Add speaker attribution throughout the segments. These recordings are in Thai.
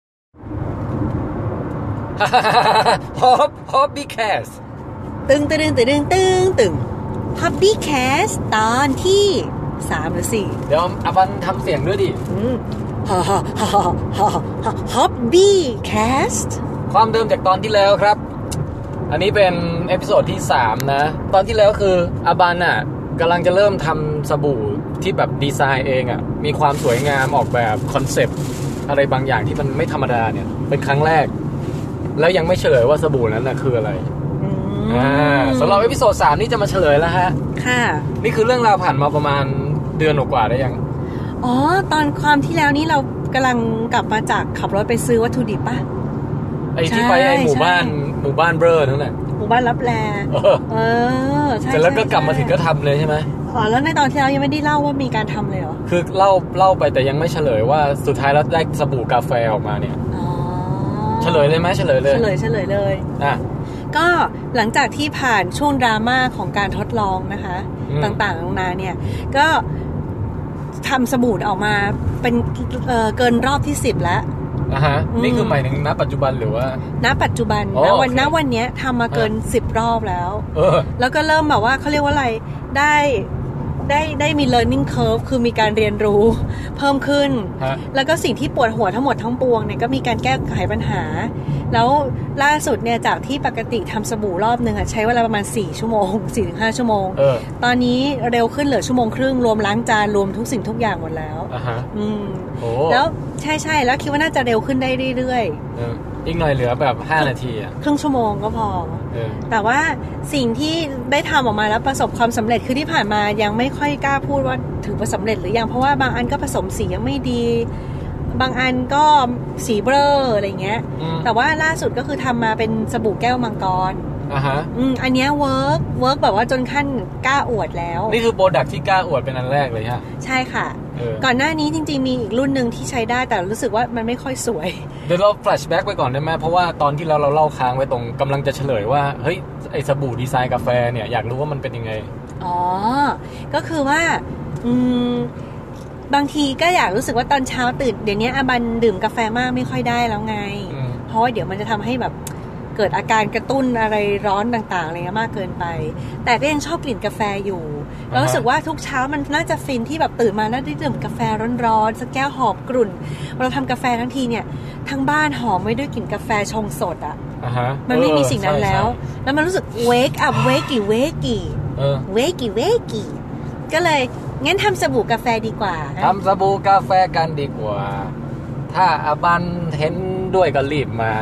Speaker 1: ฮอบฮอบบี้แคส
Speaker 2: ตึงตึงตึงตึงตึงตึงพับบี้แคสตอนที่สามหรือสี่
Speaker 1: เดี๋ยวอวันทำเสียงด้วยดิ
Speaker 2: ฮ่าฮ่าฮ่าฮ่าฮับบี้แคส
Speaker 1: ความเดิมจากตอนที่แล้วครับ อันนี้เป็นเอพิโซดที่ 3 นะ ตอนที่แล้วคืออาบันอ่ะกำลังจะเริ่มทำสบู่ที่แบบดีไซน์เองอ่ะ มีความสวยงามออกแบบคอนเซปต์อะไรบางอย่างที่มันไม่ธรรมดาเนี่ย เป็นครั้งแรก แล้วยังไม่เฉลยว่าสบู่นั้นน่ะคืออะไร อ่าสำหรับเอพิโซดสามนี่จะมาเฉลยแล้วฮะ
Speaker 2: ค่ะ
Speaker 1: นี่คือเรื่องราวผ่านมาประมาณเดือนกว่าๆได้ยัง
Speaker 2: อ๋อ ตอนความที่แล้วนี่เรากำลังกลับมาจากขับรถไปซื้อวัตถุดิบป่ะ
Speaker 1: ไอ้ที่
Speaker 2: ใช่
Speaker 1: ไปไอ้หมู่
Speaker 2: ใช่
Speaker 1: บ้านหมู่บ้านเบอร์นั่นแหละ
Speaker 2: หมู่บ้านรับแล
Speaker 1: เออ
Speaker 2: เออใช่
Speaker 1: เสร็จแล้วก็
Speaker 2: ใช่
Speaker 1: กลับมาถึงก็ทำเลยใช่ไหม
Speaker 2: อ๋อแล้วในตอนที่แล้วยังไม่ได้เล่าว่ามีการทำเลยเหรอ
Speaker 1: คือเล่าเล่าไปแต่ยังไม่เฉลยว่าสุดท้ายแล้วได้สบู่กาแฟออกมาเนี่ย
Speaker 2: อ๋อ
Speaker 1: เฉลยเลยไหมเฉลยเลย
Speaker 2: เฉลยเฉลยเลย
Speaker 1: อ่ะ
Speaker 2: ก็หลังจากที่ผ่านช่วงดราม่าของการทดลองนะคะ
Speaker 1: อืม
Speaker 2: ต่างๆนานาเนี่ย ก็ทำสบู่ออกมาเป็นเอ่อเกินรอบที่ 10 แล้ว
Speaker 1: อ่ะฮะ
Speaker 2: อืม
Speaker 1: นี่คือหมายถึงณปัจจุบันหรือว่า
Speaker 2: ณปัจจุบัน
Speaker 1: อ๋อ
Speaker 2: นะวัน
Speaker 1: โอเค
Speaker 2: ณวันเนี้ยทำมาเกิน 10 รอบแล้ว
Speaker 1: เออ
Speaker 2: แล้วก็เริ่มแบบว่าเขาเรียกว่าอะไรได้ได้ได้มี learning curve คือมีการเรียนรู้ เพิ่มขึ้น
Speaker 1: ฮะ
Speaker 2: แล้วก็สิ่งที่ปวดหัวทั้งหมดทั้งปวงเนี่ยก็มีการแก้ไขปัญหา แล้วล่าสุดเนี่ยจากที่ปกติทำสบู่รอบหนึ่งอะใช้เวลาประมาณ 4 ชั่วโมง 4-5 ชั่วโมง
Speaker 1: เออ
Speaker 2: ตอนนี้เร็วขึ้นเหลือชั่วโมงครึ่งรวมล้างจานรวมทุกสิ่งทุกอย่างหมดแล้ว
Speaker 1: อ่ะฮะ
Speaker 2: อืม
Speaker 1: โอ้
Speaker 2: แล้วใช่ใช่แล้วคิดว่าน่าจะเร็วขึ้นได้เรื่อย
Speaker 1: เอออีกหน่อยเหลือแบบ 5 นาทีอ่ะ
Speaker 2: ๆ ครึ่งชั่วโมงก็พอ
Speaker 1: เออ
Speaker 2: แต่ว่าสิ่งที่ได้ทำออกมาแล้วประสบความสำเร็จคือที่ผ่านมายังไม่ค่อยกล้าพูดว่าถือว่าสำเร็จหรือยังเพราะว่าบางอันก็ผสมสียังไม่ดี บางอันก็สีเบลออะไรเงี้ย
Speaker 1: อืม
Speaker 2: แต่ว่าล่าสุดก็คือทำมาเป็นสบู่แก้วมังกร
Speaker 1: อ่ะฮะ
Speaker 2: อืมอันเนี้ยเวิร์กเวิร์กแบบว่าจนขั้นกล้าอวดแล้ว
Speaker 1: นี่คือโปรดักที่กล้าอวดเป็นอันแรกเลยฮะ
Speaker 2: ใช่ค่ะ
Speaker 1: เออ
Speaker 2: ก่อนหน้านี้จริงๆมีอีกรุ่นหนึ่งที่ใช้ได้แต่รู้สึกว่ามันไม่ค่อยสวย
Speaker 1: เดี๋ยวเรา flash back ไปก่อนได้ไหมเพราะว่าตอนที่เราเราเล่าค้างไว้ตรงกำลังจะเฉลยว่า เฮ้ย ไอสบู่ดีไซน์กาแฟเนี่ย อยากรู้ว่ามันเป็นยังไง
Speaker 2: อ๋อ ก็คือว่าอืมบางทีก็อยากรู้สึกว่าตอนเช้าตื่นเดี๋ยวนี้อาบันดื่มกาแฟมากไม่ค่อยได้แล้วไง
Speaker 1: อืม
Speaker 2: เพราะว่าเดี๋ยวมันจะทำให้แบบเกิดอาการกระตุ้นอะไรร้อนต่างๆอะไรเงี้ยมากเกินไป แต่ก็ยังชอบกลิ่นกาแฟอยู่แล้วรู้สึกว่าทุกเช้ามันน่าจะฟินที่แบบตื่นมาน่าได้ดื่มกาแฟร้อนๆสักแก้วหอมกรุ่นเราทำกาแฟทั้งทีเนี่ยทั้งบ้านหอมไม่ด้วยกลิ่นกาแฟชงสดอะ
Speaker 1: อ่ะฮะ
Speaker 2: มันไม่
Speaker 1: เออ
Speaker 2: มีสิ่งนั้นแล้ว
Speaker 1: ใช่ใช่
Speaker 2: แล้วมันรู้สึกเวกอัพเวกกี่เวกกี่
Speaker 1: เออ
Speaker 2: เวกกี่เวกกี่ก็เลยงั้นทำสบู่กาแฟดีกว่า
Speaker 1: ทำสบู่กาแฟกันดีกว่า ถ้าอาบันเห็นด้วยก็รีบมา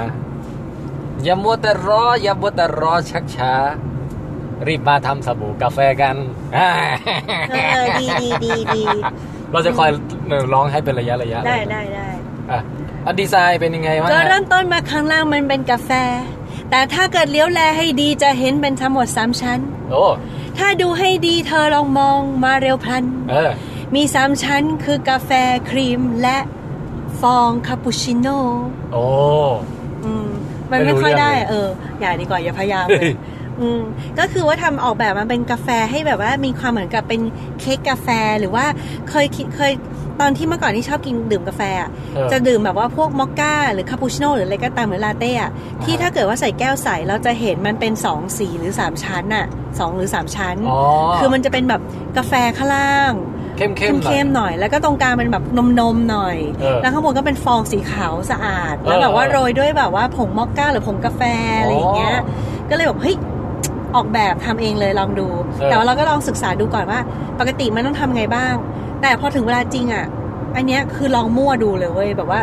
Speaker 1: อย่ามัวแต่รอ อย่ามัวแต่รอชักช้า รีบมาทำสบู่กาแฟกัน อ่า
Speaker 2: เออดีดีดี ดี
Speaker 1: เราจะคอยเอ่อร้องให้เป็นระยะระยะ
Speaker 2: ได้ได้ได้
Speaker 1: อ่ะอันดีไซน์เป็นยังไงบ้าง
Speaker 2: ก็เริ่
Speaker 1: ฮะ
Speaker 2: มต้นมาข้างล่างมันเป็นกาแฟ แต่ถ้าเกิดเลี้ยวแลให้ดีจะเห็นเป็นทั้งหมดสามชั้น
Speaker 1: โอ้
Speaker 2: ถ้าดูให้ดีเธอลองมองมาเร็วพลัน
Speaker 1: เออ
Speaker 2: มีสามชั้นคือกาแฟครีมและฟองคาปูชิโน่
Speaker 1: โอ้
Speaker 2: อืมมัน
Speaker 1: ไม่
Speaker 2: ไม่
Speaker 1: รู้
Speaker 2: ค่อยได้
Speaker 1: เรื่องเลย
Speaker 2: เออ อย่าดีกว่าอย่าพยายาม
Speaker 1: เฮ้
Speaker 2: เลย ยอืมก็คือว่าทำออกแบบมันเป็นกาแฟให้แบบว่ามีความเหมือนกับเป็นเค้กกาแฟหรือว่าเคยคิดเคยตอนที่เมื่อก่อนที่ชอบกินดื่มกาแฟอะ
Speaker 1: เออ
Speaker 2: จะดื่มแบบว่าพวกมอคก้าหรือคาปูชิโน่หรืออะไรก็ตามหรือลาเต้อะที่
Speaker 1: อ่า
Speaker 2: ถ้าเกิดว่าใส่แก้วใสเราจะเห็นมันเป็นสองสีหรือสามชั้นอะสองหรือสามชั้น
Speaker 1: อ๋อ
Speaker 2: คือมันจะเป็นแบบกาแฟข้างล่าง
Speaker 1: เข้ม
Speaker 2: เ
Speaker 1: เข้มๆหน่อย
Speaker 2: ข้มๆหน่อย แล้วก็ตรงกลางเป็นแบบนมนมๆหน่อย
Speaker 1: เออ
Speaker 2: แล้วข้างบนก็เป็นฟองสีขาวสะอาด
Speaker 1: เออ
Speaker 2: แล้วแบบว่า
Speaker 1: เออ
Speaker 2: โรยด้วยแบบว่าผงมอคก้าหรือผงกาแฟอะไรอย่างเงี้ย
Speaker 1: อ๋
Speaker 2: ก็เลยแบบเฮ้ย ออกแบบทำเองเลยลองดู
Speaker 1: เออ
Speaker 2: แต่ว่าเราก็ลองศึกษาดูก่อนว่า ปกติมันต้องทำไงบ้าง แต่พอถึงเวลาจริงอ่ะ อันเนี้ยคือลองมั่วดูเลยเว้ยแบบว่า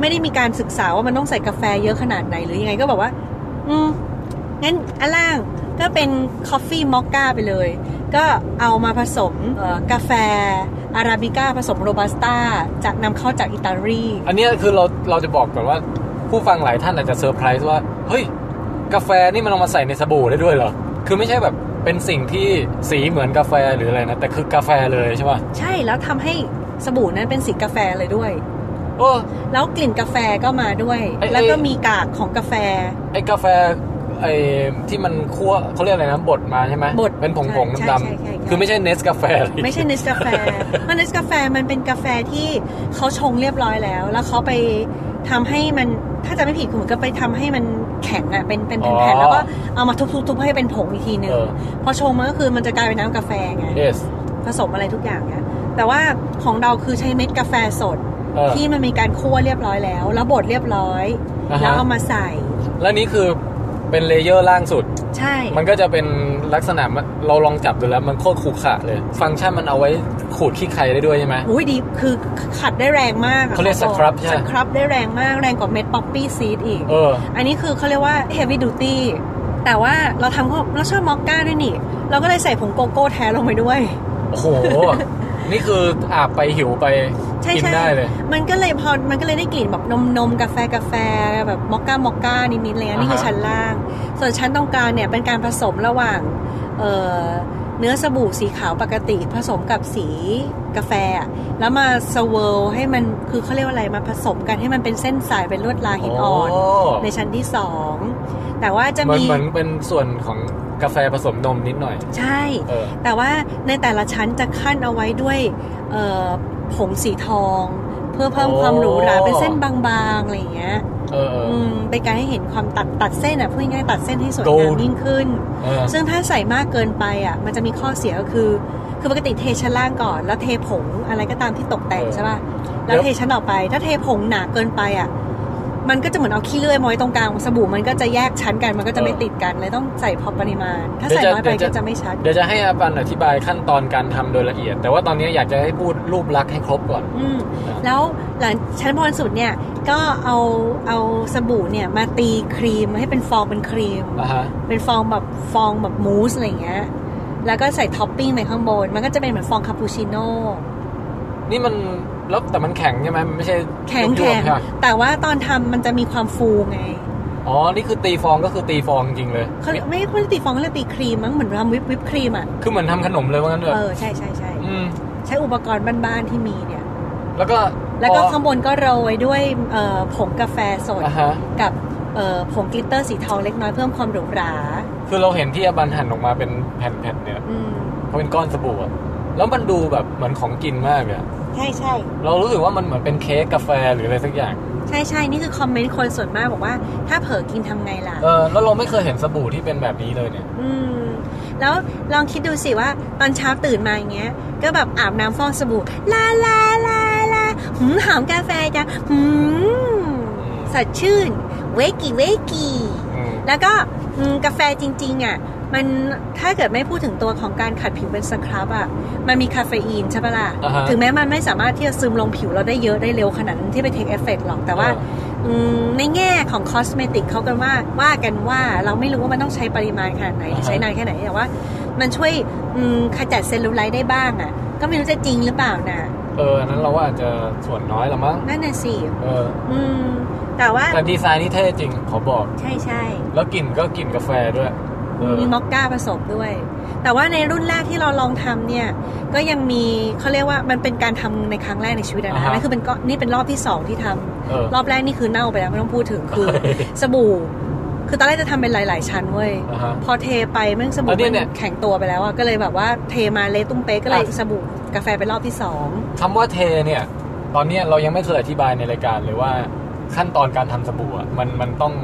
Speaker 2: ไม่ได้มีการศึกษาว่ามันต้องใส่กาแฟเยอะขนาดไหนหรือยังไงก็แบบว่า อืม งั้นอันล่างก็เป็นคอฟฟี่มอคก้าไปเลย ก็เอามาผสมเอ่อกาแฟอาราบิก้าผสมโรบัสต้าจากนำเข้าจากอิตาลี
Speaker 1: อันเนี้ยคือเราเราจะบอกก่อนว่า ผู้ฟังหลายท่านอาจจะเซอร์ไพรส์ว่า เฮ้ย กาแฟนี่มันเอามาใส่ในสบู่ได้ด้วยเหรอ คือไม่ใช่แบบเป็นสิ่งที่สีเหมือนกาแฟหรืออะไรนะ แต่คือกาแฟเลยใช่ป่ะ
Speaker 2: ใช่แล้วทำให้สบู่นั้นเป็นสีกาแฟเลยด้วย
Speaker 1: โอ้
Speaker 2: แล้วกลิ่นกาแฟก็มาด้วย
Speaker 1: ไอ้ไอ้
Speaker 2: แล้วก็มีกากของกาแฟ
Speaker 1: ไอ้กาแฟไอ้ที่มันคั่วเขาเรียกอะไรนะบดมาใช่ไหม
Speaker 2: บด
Speaker 1: เป็นผงผง
Speaker 2: ใช่
Speaker 1: ๆ
Speaker 2: ใช่ใช่
Speaker 1: ดำ
Speaker 2: ใช่
Speaker 1: ๆคือไม่ใช่เนสกาแฟเลย
Speaker 2: ไม่ใช่เนสกาแฟเพราะเนสกาแฟมันเป็นกาแฟที่เขาชงเรียบร้อยแล้ว แล้วเขาไปทำให้มันถ้าจะไม่ผิดคือเหมือนก็ไปทำให้มัน แข็งอะเป็นเป็น
Speaker 1: อ๋อ
Speaker 2: แผ่นๆแล้วก็เอามาทุบๆๆให้เป็นผงอีกทีหนึ่ง
Speaker 1: เออ
Speaker 2: พอชงมันก็คือมันจะกลายเป็นน้ำกาแฟไง
Speaker 1: yes
Speaker 2: ผสมอะไรทุกอย่างเนี่ยแต่ว่าของเราคือใช้เม็ดกาแฟสด
Speaker 1: เออ
Speaker 2: ที่มันมีการคั่วเรียบร้อยแล้ว แล้วบดเรียบร้อย
Speaker 1: อ่าฮะ
Speaker 2: แล้วเอามาใส่
Speaker 1: แล้วนี่คือเป็นเลเยอร์ล่างสุด
Speaker 2: ใช่
Speaker 1: มันก็จะเป็นลักษณะมันเราลองจับดูแล้วมันโคตรขรุขระเลย ฟังก์ชันมันเอาไว้ขูดขี้ใครได้ด้วยใช่ไหม
Speaker 2: อุ้ยดีคือขัดได้แรงมากอะ
Speaker 1: เขาเรียก
Speaker 2: ขอ
Speaker 1: สครับใช่ไหม
Speaker 2: สครับได้แรงมากแรงกว่าเม็ดป๊อปปี้ซีดอีก
Speaker 1: เออ
Speaker 2: อันนี้คือเขาเรียกว่า heavy duty แต่ว่าเราทำก็เราชอบมอคก้าด้วยนี่ เราก็เลยใส่ผงโกโก้แท้ลงไปด้วย
Speaker 1: โอ้โห นี่คืออาบไปหิวไป
Speaker 2: ใช่
Speaker 1: กิน
Speaker 2: ใช่
Speaker 1: ได้เลย
Speaker 2: มันก็เลยพอ มันก็เลยได้กลิ่นแบบนมนมกาแฟกาแฟแบบมอคก้ามอคก้านิดๆอะไรเลยนะนี่คือ
Speaker 1: อ่าฮะ
Speaker 2: ชั้นล่าง ส่วนชั้นตรงกลางเนี่ยเป็นการผสมระหว่างเอ่อเนื้อสบู่สีขาวปกติ ผสมกับสีกาแฟอะแล้วมาสเวิร์ลให้มันคือเขาเรียกว่าอะไรมาผสมกันให้มันเป็นเส้นสายเป็นลวดลายหินอ่อน
Speaker 1: โอ้
Speaker 2: ในชั้นที่สอง แต่ว่าจะ
Speaker 1: มัน
Speaker 2: มี
Speaker 1: เหมือนเป็นส่วนของกาแฟผสมนมนิดหน่อย
Speaker 2: ใช่
Speaker 1: เออ
Speaker 2: แต่ว่าในแต่ละชั้นจะขั้นเอาไว้ด้วยเอ่อผงสีทอง เพื่อเพิ่ม
Speaker 1: โอ้
Speaker 2: ความหรูหราเป็นเส้นบางๆอะไรอย่างเงี้ย
Speaker 1: เออเออ
Speaker 2: มเป็นการให้เห็นความตัดตัดเส้นอ่ะพูดง่ายๆตัดเส้นให้สวยงาม
Speaker 1: Gold
Speaker 2: ยิ่งขึ้น
Speaker 1: เออ
Speaker 2: ซึ่งถ้าใส่มากเกินไปอ่ะมันจะมีข้อเสียก็คือ คือปกติเทชั้นล่างก่อน แล้วเทผงอะไรก็ตามที่ตกแต่ง
Speaker 1: เออ
Speaker 2: ใช่ป่ะแล้ว
Speaker 1: แล้ว
Speaker 2: เทชั้นต่อไป ถ้าเทผงหนาเกินไปอ่ะมันก็จะเหมือนเอาขี้เลื่อยมาไว้ตรงกลางสบู่มันก็จะแยกชั้นกันมันก็จะไม่ติดกันเลยต้องใส่พอปริมาณ ถ้าใส่น้อยไปก็จะไม่ชัด
Speaker 1: เดี๋ยวจะให้อาปันอธิบายขั้นตอนการทำโดยละเอียด แต่ว่าตอนนี้อยากจะให้พูดรูปลักษณ์ให้ครบก่อน
Speaker 2: อืมแล้วหลังชั้นบนสุดเนี่ยก็เอาเอาสบู่เนี่ยมาตีครีมให้เป็นฟองเป็นครีม
Speaker 1: อ่ะฮะ
Speaker 2: เป็นฟองแบบฟองแบบมูสอะไรอย่างเงี้ยแล้วก็ใส่ท็อปปิ้งไปข้างบน มันก็จะเป็นเหมือนฟองคาปูชิโน่
Speaker 1: นี่มันแล้วแต่มันแข็งใช่ไหมมันไม่ใช่
Speaker 2: แข็ง
Speaker 1: ยุบ
Speaker 2: แข็
Speaker 1: ๆ
Speaker 2: ง
Speaker 1: ใช่ปะ
Speaker 2: แต่ว่าตอนทำมันจะมีความฟูไง
Speaker 1: อ๋อ นี่คือตีฟองก็คือตีฟองจริงเลย
Speaker 2: เขาเรียกไม่เขาเรียกตีฟองเขาเรียกตีครีมมั้งเหมือนทำวิปวิปครีมอ่ะ
Speaker 1: คือเหมือนทำขนมเลยว่างั้นเถ
Speaker 2: เอ
Speaker 1: อะ
Speaker 2: อใช่ใช่ใช่
Speaker 1: อืม
Speaker 2: ใช้อุปกรณ์บ้านๆที่มีเนี่ย
Speaker 1: แล้วก็
Speaker 2: แล้วก็
Speaker 1: พอ
Speaker 2: ข้างบนก็โรยด้วยเอ่อผงกาแฟสด
Speaker 1: อ่ะฮะ
Speaker 2: กับเอ่อผงกลิตเตอร์สีทองเล็กน้อยเพิ่มความหรูหรา
Speaker 1: คือเราเห็นที่อาบันหั่นออกมาเป็นแผ่นๆเนี่ย
Speaker 2: อืม
Speaker 1: เขาเป็นก้อนสบู่อะแล้วมันดูแบบเหมือนของกินมากเลยอะ
Speaker 2: ใช่ใช่
Speaker 1: เรารู้สึกว่ามันเหมือนเป็นเค้กกาแฟหรืออะไรสักอย่าง
Speaker 2: ใช่ใช่นี่คือคอมเมนต์คนส่วนมากบอกว่า ถ้าเผลอกินทำไงล่ะ
Speaker 1: เออ แล้วเราไม่เคยเห็นสบู่ที่เป็นแบบนี้เลยเนี่ย
Speaker 2: อืม แล้วลองคิดดูสิว่าตอนเช้าตื่นมาอย่างเงี้ย ก็แบบอาบน้ำฟอกสบู่ ลาลาลาลาหืมหอมกาแฟจ้ะหืมสดชื่น เวกี้เวกี้
Speaker 1: อืม
Speaker 2: แล้วก็อืมกาแฟจริงๆอ่ะมันถ้าเกิดไม่พูดถึงตัวของการขัดผิวเป็นสครับอ่ะมันมีคาเฟอีนใช่ปะล่ะ
Speaker 1: อ่าฮะ
Speaker 2: ถึงแม้มันไม่สามารถที่จะซึมลงผิวเราได้เยอะได้เร็วขนาดนั้นที่ไปเทคเอฟเฟกหรอกแต่ว่า
Speaker 1: เออ
Speaker 2: มในแง่ของคอสเมติกเขากันว่าว่ากันว่าเราไม่รู้ว่ามันต้องใช้ปริมาณขนาดไหนหรือใช้นานแค่ไหนแต่ว่า มันช่วยอืมขจัดเซลลูไลท์ได้บ้างอ่ะ ก็ไม่รู้จะจริงหรือเปล่านะ
Speaker 1: เอออันนั้นเราว่าอาจจะส่วนน้อยละมั้ง
Speaker 2: นั่นน่ะสิ
Speaker 1: เออ
Speaker 2: อืมแต่ว่า
Speaker 1: แต่ดีไซน์นี่เท่จริง ขอบอก
Speaker 2: ใช่ใช่
Speaker 1: แล้วกลิ่นก็กลิ่นกาแฟด้วย เออ
Speaker 2: มีมอคก้าผสมด้วย แต่ว่าในรุ่นแรกที่เราลองทำเนี่ย ก็ยังมีเขาเรียกว่ามันเป็นการทำในครั้งแรกในชีวิตอะ
Speaker 1: อ่า
Speaker 2: นะ
Speaker 1: ฮะ
Speaker 2: นั่นคือเป็นก็นี่เป็นรอบที่สองที่ทำ
Speaker 1: เออ
Speaker 2: รอบแรกนี่คือเน่าไปแล้วไม่ต้องพูดถึงคือ สบู่ คือตอนแรกจะทำเป็นหลาย ๆ ชั้นเว้ย
Speaker 1: อ่าฮะ
Speaker 2: พอเทไปแม่งสบู่
Speaker 1: อันนี้เนี่ย
Speaker 2: มันแข็งตัวไปแล้วอะก็เลยแบบว่าเทมาเละตุ้มเป๊ะก็เลย
Speaker 1: อ่ะ
Speaker 2: สบู่กาแฟเป็นรอบที่สอง
Speaker 1: คำว่าเทเนี่ย ตอนเนี้ยเรายังไม่เคยอธิบายในรายการเลยว่าขั้นตอนการทำสบู่อะมันมันต้อง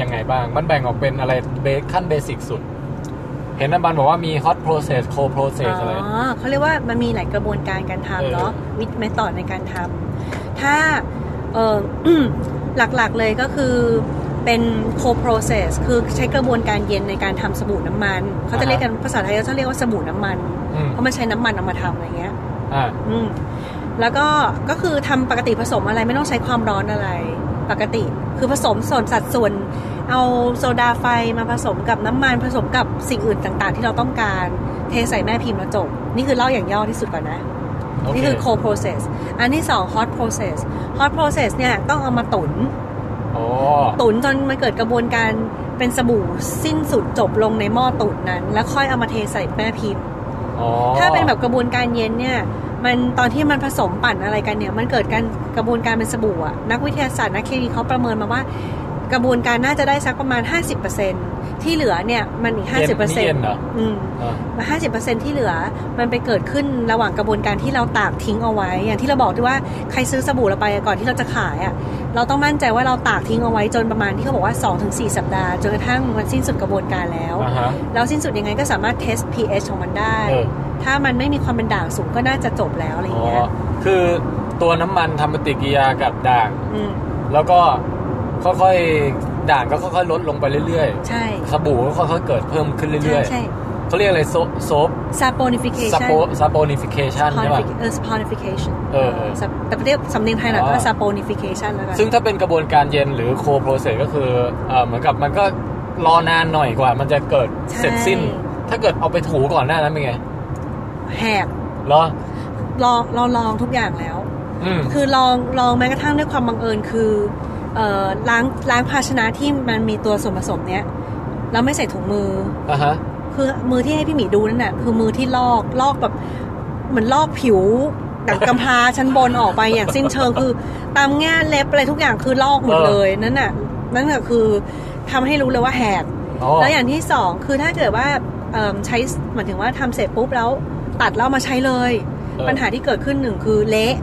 Speaker 1: ยังไงบ้าง มันแบ่งออกเป็นอะไรเบสขั้นเบสิกสุด เห็นนันบันบอกว่ามี hot process cold
Speaker 2: อ๋
Speaker 1: process อะไร
Speaker 2: อเขาเรียกว่ามันมีหลายกระบวนการการ
Speaker 1: เออ
Speaker 2: ทำเนาะวิธีเมธอดในการทำถ้าเออ หลักๆเลยก็คือเป็น co process คือใช้กระบวนการเย็นในการทำสบู่น้ำมัน เขาจะเรียกกันภาษาไทยเขาจะเรียกว่าสบู่น้ำมัน
Speaker 1: อืม
Speaker 2: เพราะมันใช้น้ำมันเอามาทำอะไรเงี้ย
Speaker 1: อ่า
Speaker 2: อืมแล้วก็ก็คือทำปกติผสมอะไรไม่ต้องใช้ความร้อนอะไร ปกติ คือผสมส่วนสัดส่วน เอาโซดาไฟมาผสมกับน้ำมันผสมกับสิ่งอื่นต่างๆ ที่เราต้องการเทใส่แม่พิมพ์แล้วจบ นี่คือเล่าอย่างย่อที่สุดก่อนนะ
Speaker 1: โอเค
Speaker 2: นี่คือ cold process อันที่สอง hot process hot process เนี่ยต้องเอามาตุน
Speaker 1: โอ้
Speaker 2: ตุนจนมันเกิดกระบวนการเป็นสบู่สิ้นสุดจบลงในหม้อตุนนั้น แล้วค่อยเอามาเทใส่แม่พิมพ์
Speaker 1: อ๋อ
Speaker 2: ถ้าเป็นแบบกระบวนการเย็นเนี่ย มันตอนที่มันผสมปั่นอะไรกันเนี่ย มันเกิดการกระบวนการเป็นสบู่อะนักวิทยาศาสตร์นักเคมีเขาประเมินมาว่า กระบวนการน่าจะได้สักประมาณ 50%เ ที่เหลือเนี่ยมันอีกห้าสิบเปอร์เซ็น
Speaker 1: เย็น
Speaker 2: ต์
Speaker 1: เหรอ
Speaker 2: อืม
Speaker 1: อ่า
Speaker 2: ห้าสิบเปอร์เซ็นที่เหลือ มันไปเกิดขึ้นระหว่างกระบวนการที่เราตากทิ้งเอาไว้ อย่างที่เราบอกที่ว่าใครซื้อสบู่เราไปก่อนที่เราจะขายอะ่ะเราต้องมั่นใจว่าเราตากทิ้งเอาไว้จนประมาณที่เขาบอกว่า 2-4 สัปดาห์จนกระทั่งมันสิ้นสุดกระบวนการแล้ว
Speaker 1: อ่าฮะ
Speaker 2: แล้วสิ้นสุดยังไงก็สามารถเทส pH ของมันได้
Speaker 1: เออ
Speaker 2: ถ้ามันไม่มีความเป็นด่างสูงก็น่าจะจบแล้วอะไรอ
Speaker 1: อ๋
Speaker 2: ย่า
Speaker 1: อ
Speaker 2: งเงี้ย
Speaker 1: คือตัวน้ำมันทำปฏิกิริยากับด่าง
Speaker 2: ม
Speaker 1: แล้วก็ค่อยๆ ด่างก็ค่อยๆ ลดลงไปเรื่อย
Speaker 2: ใช่
Speaker 1: ๆ สบู่ก็ค่อยๆ เกิดเพิ่มขึ้นเรื่
Speaker 2: ใช่
Speaker 1: อย
Speaker 2: ใช่
Speaker 1: ๆเขาเรียกอะไรโซโซฟ
Speaker 2: saponification
Speaker 1: ซาโปซาโปนิฟิเคชันใช่ป่ะ
Speaker 2: เออ saponification
Speaker 1: เออเออ
Speaker 2: สับแต่เรียกสำเนียงไทยหน่อย
Speaker 1: อ๋
Speaker 2: ก็
Speaker 1: อ
Speaker 2: saponification แล้วกัน
Speaker 1: ซึ่งถ้าเป็นกระบวนการเย็นหรือโคโปรเซสก็คือเอ่อเหมือนกับมันก็รอนานหน่อยกว่า มันจะเกิด
Speaker 2: ใช่
Speaker 1: เสร็จสิ้น ถ้าเกิดเอาไปถูก่อนหน้านั้นเป็นไง
Speaker 2: แหก
Speaker 1: เหรอ
Speaker 2: ลองลองลองทุกอย่างแล้ว
Speaker 1: อืม
Speaker 2: คือลองลองแม้กระทั่งด้วยความบังเอิญคือเอ่อล้างล้างภาชนะที่มันมีตัวส่วนผสมเนี้ยแล้วไม่ใส่ถุงมือ
Speaker 1: อ่ะฮะ
Speaker 2: คือมือที่ให้พี่หมีดูนั่นน่ะคือมือที่ลอกลอกแบบเหมือนลอกผิวดังกำพร้า ชั้นบนออกไปอย่างสิ้นเชิงคือตามแง่เล็บอะไรทุกอย่างคือลอกหมด
Speaker 1: เออ
Speaker 2: เลยนั่นน่ะนั่นก็คือทำให้รู้เลยว่าแหก
Speaker 1: อ๋อ
Speaker 2: แล้วอย่างที่สองคือถ้าเกิดว่าเอิ่มใช้หมายถึงว่าทำเสร็จปุ๊บแล้วตัดแล้วเอามาใช้เลย
Speaker 1: เออ
Speaker 2: ปัญหาที่เกิดขึ้นหนึ่งคือเละ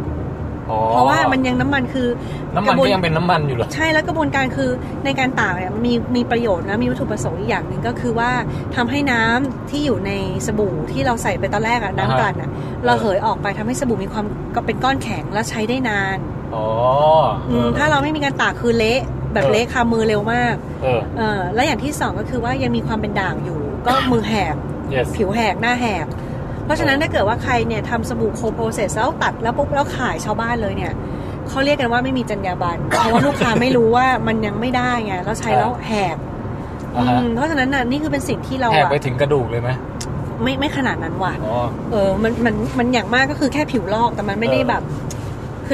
Speaker 1: อ๋อ
Speaker 2: เพราะว่ามันยังน้ำมันคือ
Speaker 1: น้ำมันก็ยังเป็นน้ำมันอยู่เหรอ
Speaker 2: ใช่แล้วกระบวนการคือในการตากเนี่ยมีมีประโยชน์นะมีวัตถุประสงค์อีกอย่างหนึ่งก็คือว่าทำให้น้ำที่อยู่ในสบู่ที่เราใส่ไปตอนแรกอะ
Speaker 1: อ่าฮะ
Speaker 2: น้ำกลั่นอะเราเหยออกไปทำให้สบู่มีความก็เป็นก้อนแข็งแล้วใช้ได้นาน
Speaker 1: อ๋อ
Speaker 2: อืมถ้าเราไม่มีการตากคือเละแบบเละคามือเร็วมาก
Speaker 1: เออ
Speaker 2: เออแล้วอย่างที่สองก็คือว่ายังมีความเป็นด่างอยู่ ก็มือแหก
Speaker 1: yes
Speaker 2: ผิวแหกหน้าแหก เพราะฉะนั้นถ้าเกิดว่าใครเนี่ยทำสบู่โคโปรเซสแล้วตัดแล้วปุ๊บแล้วขายชาวบ้านเลยเนี่ยเขาเรียกกันว่าไม่มีจรรยาบรรณ เพราะว่าลูกค้าไม่รู้ว่ามันยังไม่ได้ไงแล้วใช้แล้วแหก
Speaker 1: อ่ะฮะ
Speaker 2: อืมเพราะฉะนั้นน่ะนี่คือเป็นสิ่งที่เรา
Speaker 1: แหก
Speaker 2: อะ
Speaker 1: ไปถึงกระดูกเลยไหม
Speaker 2: ไม่ไม่ขนาดนั้นว่ะ
Speaker 1: อ๋อ
Speaker 2: เออมันมันมันอย่างมากก็คือแค่ผิวลอกแต่มันไม่ได้
Speaker 1: เออ
Speaker 2: แบบ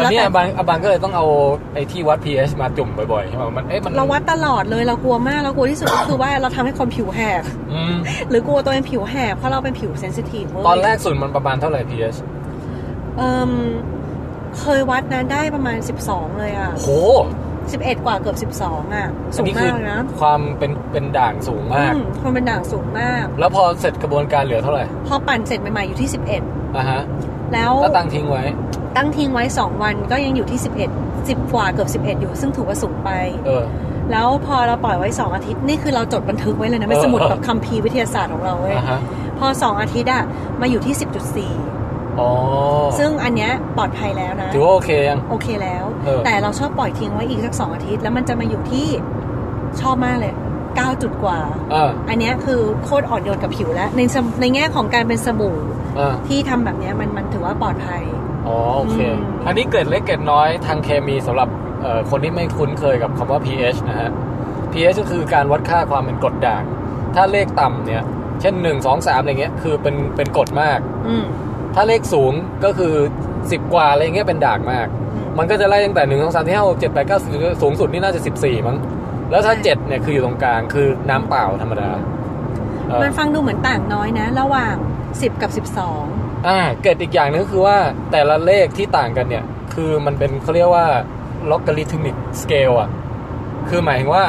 Speaker 1: ตอนนี้อาบังอาบังก็เลยต้องเอาไอ้ที่วัด pH มาจุ่มบ่อยๆใช่ไหมมันเอ๊ะมัน
Speaker 2: เราวัดตลอดเลยเรากลัวมากเรากลัวที่สุดก็ คือว่าเราทำให้คนผิวแหก
Speaker 1: อืม
Speaker 2: หรือกลัวตัวเองผิวแหกเพราะเราเป็นผิวเซนซิทีฟเว้ย
Speaker 1: ตอนแรกสุดมันประมาณเท่าไหร่ pH
Speaker 2: เอิ่มเคยวัดนะได้ประมาณ 12 เลยอะ่ะ
Speaker 1: โห
Speaker 2: 11 กว่าเกือบ 12 อ่ะ
Speaker 1: อั
Speaker 2: สู
Speaker 1: น
Speaker 2: ง
Speaker 1: นี้คื
Speaker 2: มากนะ
Speaker 1: ความเป็นเป็นด่างสูงมาก
Speaker 2: อืมคนเป็นด่างสูงมาก
Speaker 1: แล้วพอเสร็จกระบวนการเหลือเท่าไหร่
Speaker 2: พอปั่นเสร็จใหม่ ๆ อยู่ที่
Speaker 1: อ่ะฮะ
Speaker 2: 11 แล้ว
Speaker 1: ถ้าตังทิ้งไว้
Speaker 2: ตั้งทิ้งไว้ 2 วันก็ยังอยู่ที่ 11 10 กว่าเกือบ 11 อยู่ซึ่งถือว่าสูงไป
Speaker 1: เออ
Speaker 2: แล้วพอเราปล่อยไว้ 2 อาทิตย์ นี่คือเราจดบันทึกไว้เลยนะ ไม่
Speaker 1: เออ
Speaker 2: สมุดแบบคัมภีร์วิทยาศาสตร์ของเราเว้ย
Speaker 1: อ่ะฮะ
Speaker 2: พอ 2 อาทิตย์อะมาอยู่ที่ 10.4
Speaker 1: อ๋อ
Speaker 2: ซึ่งอันเนี้ยปลอดภัยแล้วนะ
Speaker 1: ถือว่าโอเคยัง
Speaker 2: โอเคแล้ว
Speaker 1: เออ
Speaker 2: แต่เราชอบปล่อยทิ้งไว้อีกสักสองอาทิตย์ แล้วมันจะมาอยู่ที่ชอบมากเลย 9 จุดกว่า
Speaker 1: เออ
Speaker 2: อันเนี้ยคือโคตรอ่อนโยนกับผิวแล้ว ในสมในแง่ของการเป็นสบู่
Speaker 1: เออ
Speaker 2: ที่ทำแบบเนี้ยมันมันถือว่าปลอดภัย
Speaker 1: อ๋อโอเค
Speaker 2: อืม
Speaker 1: อันนี้เกร็ดเล็กเกร็ดน้อยทางเคมีสำหรับเอ่อคนที่ไม่คุ้นเคยกับคำว่า pH นะฮะ pH ก็คือการวัดค่าความเป็นกรดด่าง ถ้าเลขต่ำเนี่ย เช่น 1 2 3อะไรเงี้ยคือเป็นเป็นกรดมาก
Speaker 2: อืม
Speaker 1: ถ้าเลขสูงก็คือ 10 กว่าอะไรเงี้ยเป็นด่างมาก
Speaker 2: อืม
Speaker 1: มันก็จะไล่ตั้งแต่ 1 2 3 4 5 6 7 8 9 10สูงสุดนี่น่าจะ 14 มั้ง แล้วถ้า
Speaker 2: ใช่
Speaker 1: 7 เนี่ย คืออยู่ตรงกลาง คือน้ำเปล่าธรรมดาเออ
Speaker 2: มันฟังดูเหมือนต่างน้อยนะ ระหว่าง 10 กับ 12
Speaker 1: อ่าเกิดอีกอย่างหนึงก็คือว่าแต่ละเลขที่ต่างกันเนี่ย คือมันเป็นเขาเรียกว่า logarithmic scale อ่ะ คือหมายถึงว่า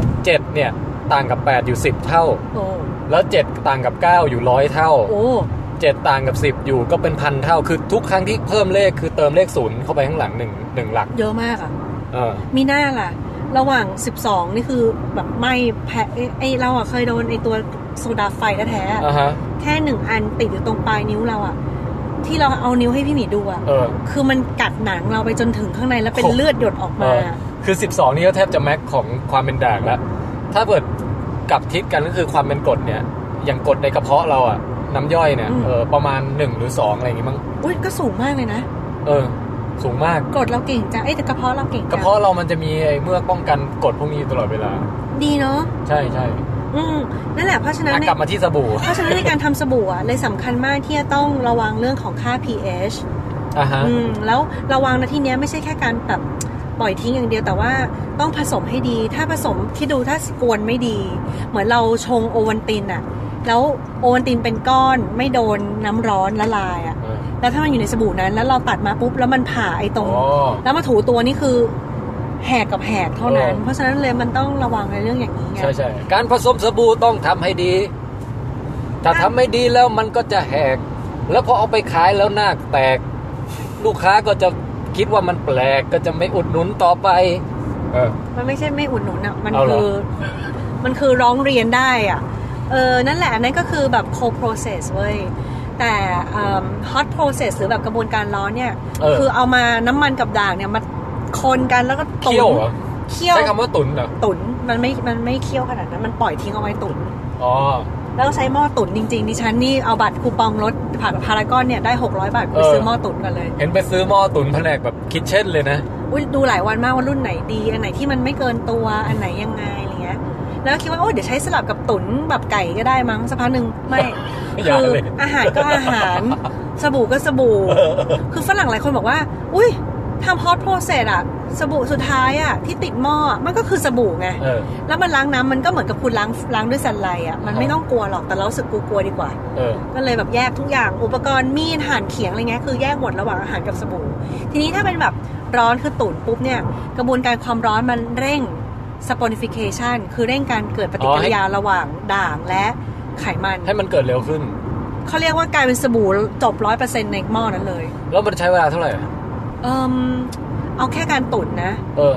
Speaker 1: 7 เนี่ย ต่างกับ 8 อยู่ 10 เท่า
Speaker 2: โอ้
Speaker 1: แล้ว 7 ต่างกับ 9 อยู่ร้อยเท่า
Speaker 2: โอ้
Speaker 1: เจ็ดต่างกับสิบอยู่ก็เป็นพันเท่า คือทุกครั้งที่เพิ่มเลขคือเติมเลขศูนย์เข้าไปข้างหลังหนึ่งหนึ่งหลัก
Speaker 2: เยอะมากอะ
Speaker 1: เออ
Speaker 2: มีหน้าล่ะ ระหว่าง 12 นี่คือแบบไหม่แพ้เอ้ยไอเราอะเคยโดนไอตัวโซดาไฟแท้ๆอะ
Speaker 1: อ่ะฮะ
Speaker 2: แค่หนึ่งอันติดอยู่ตรงปลายนิ้วเราอะที่เราเอานิ้วให้พี่หมีดูอะ
Speaker 1: เออ
Speaker 2: คือมันกัดหนังเราไปจนถึงข้างในแล้วเป็น
Speaker 1: โอ้
Speaker 2: เลือดหยดออก
Speaker 1: เอ
Speaker 2: มา
Speaker 1: อคือ 12 นี่ก็แทบจะแม็กของความเป็นด่างแล้ว ถ้าเกิดกลับทิศกันก็คือความเป็นกรดเนี่ย อย่างกรดในกระเพาะเราอะน้ำย่อยเนี่ย
Speaker 2: อืม
Speaker 1: เออ ประมาณ 1 หรือ 2 อะไรอย่างงี้มั้ง
Speaker 2: อุ้ยก็สูงมากเลยนะ
Speaker 1: เออ สูงมาก
Speaker 2: กรดเราเก่งจังเอ้ยแต่กระเพาะเราเก่ง
Speaker 1: ก
Speaker 2: จั
Speaker 1: ระ
Speaker 2: ง
Speaker 1: เพาะเรามันจะมีไอ้เมือกป้องกันกรดพวกนี้อยู่ตลอดเวลา
Speaker 2: ดีเนาะ
Speaker 1: ใช่ใช่
Speaker 2: อืมนั่นแหละเพราะฉะนั้น
Speaker 1: อ่ะ
Speaker 2: ใน
Speaker 1: กลับมาที่สบู่
Speaker 2: เพราะฉะนั้นในการทำสบู่อะเลยสำคัญมากที่จะต้องระวังเรื่องของค่า pH
Speaker 1: อ่ะฮะ
Speaker 2: อืมแล้วระวังนะที่เนี้ยไม่ใช่แค่การแบบปล่อยทิ้งอย่างเดียวแต่ว่าต้องผสมให้ดี ถ้าผสมคิดดูถ้ากวนไม่ดี เหมือนเราชงโอวันตินอะแล้วโอวันตินเป็นก้อนไม่โดนน้ำร้อนละลายอะ
Speaker 1: เออ
Speaker 2: แล้วถ้ามันอยู่ในสบู่นั้น แล้วเราตัดมาปุ๊บแล้วมันผ่าไอ้ตรง
Speaker 1: อ๋อ
Speaker 2: แล้วมาถูตัวนี่คือ แหกกับแหกเท่านั้น
Speaker 1: เออ
Speaker 2: เพราะฉะนั้นเลยมันต้องระวังในเรื่องอย่างนี้ไง
Speaker 1: ใช่ใช่การผสมสบู่ต้องทำให้ดี ถ้าทำไม่ดีแล้วมันก็จะแหก แล้วพอเอาไปขายแล้วหน้าแตก ลูกค้าก็จะคิดว่ามันแปลกก็จะไม่อุดหนุนต่อไป เออ
Speaker 2: มันไม่ใช่ไม่อุดหนุนอ่ะมัน
Speaker 1: เอาเหร
Speaker 2: คือ อมันคือร้องเรียนได้อ่ะเออนั่นแหละอันนั้นก็คือแบบ co process เว้ยแต่เอิ่ม hot process หรือแบบกระบวนการร้อนเนี่ย
Speaker 1: เออ
Speaker 2: คือเอามาน้ำมันกับด่างเนี่ยมาคนกันแล้วก็ตุ๋
Speaker 1: เคี่ย
Speaker 2: น
Speaker 1: วเหรอ
Speaker 2: เคี่ยว
Speaker 1: ใช้คำว่าตุนเหรอ
Speaker 2: ตุ๋นมันไม่ มันไม่เคี่ยวขนาดนั้น มันปล่อยทิ้งเอาไว้ตุ๋น
Speaker 1: อ๋อ
Speaker 2: แล้วใช้หม้อตุ๋นจริงๆ ดิฉันนี่เอาบัตรคูปองรถผ่านพารากอนเนี่ยได้ 600 บาทไป
Speaker 1: เออ
Speaker 2: ซื้อหม้อตุ๋นกันเลย
Speaker 1: เห็นไปซื้อหม้อตุนแผนกแบบคิดเช่นเลยนะ
Speaker 2: อุ้ยดูหลายวันมากว่ารุ่นไหนดี อันไหนที่มันไม่เกินตัว อันไหนยังไงอะไรเงี้ย แล้วก็คิดว่าโอ้ยเดี๋ยวใช้สลับกับตุ๋นแบบไก่ก็ได้มั้งสักพักหนึ่งไม่
Speaker 1: อย่า
Speaker 2: คือ
Speaker 1: เลย
Speaker 2: อาหารก็อาหาร สบู่ก็สบู่ คือฝรั่งหลายคนบอกว่า อุ้ยทำฮอตโปรเซสอะสบู่สุดท้ายอะที่ติดหม้อมันก็คือสบู่ไง
Speaker 1: เออ
Speaker 2: แล้วมันล้างน้ำมันก็เหมือนกับคุณล้างล้างด้วยสันไลอ่ะมั
Speaker 1: ค
Speaker 2: น
Speaker 1: รับ
Speaker 2: ไม่ต้องกลัวหรอกแต่เรารู้สึกกลัวๆดีกว่า
Speaker 1: เออ
Speaker 2: ก็เลยแบบแยกทุกอย่างอุปกรณ์มีดหั่นเขียงอะไรเงี้ยคือแยกหมดระหว่างอาหารกับสบู่ ทีนี้ถ้าเป็นแบบร้อนคือตุ๋นปุ๊บเนี่ย กระบวนการความร้อนมันเร่ง saponification คือเร่งการเกิดปฏิกิริยาระหว่างด่างและไขมัน
Speaker 1: ให้มันเกิดเร็วขึ้น
Speaker 2: เขาเรียกว่ากลายเป็นสบู่จบร้อยเปอร์เซ็นต์ในหม้อนั้นเลย
Speaker 1: แล้วมันใช้เวลาเท่าไหร่
Speaker 2: เอมเอาแค่การตุ๋นนะ
Speaker 1: เออ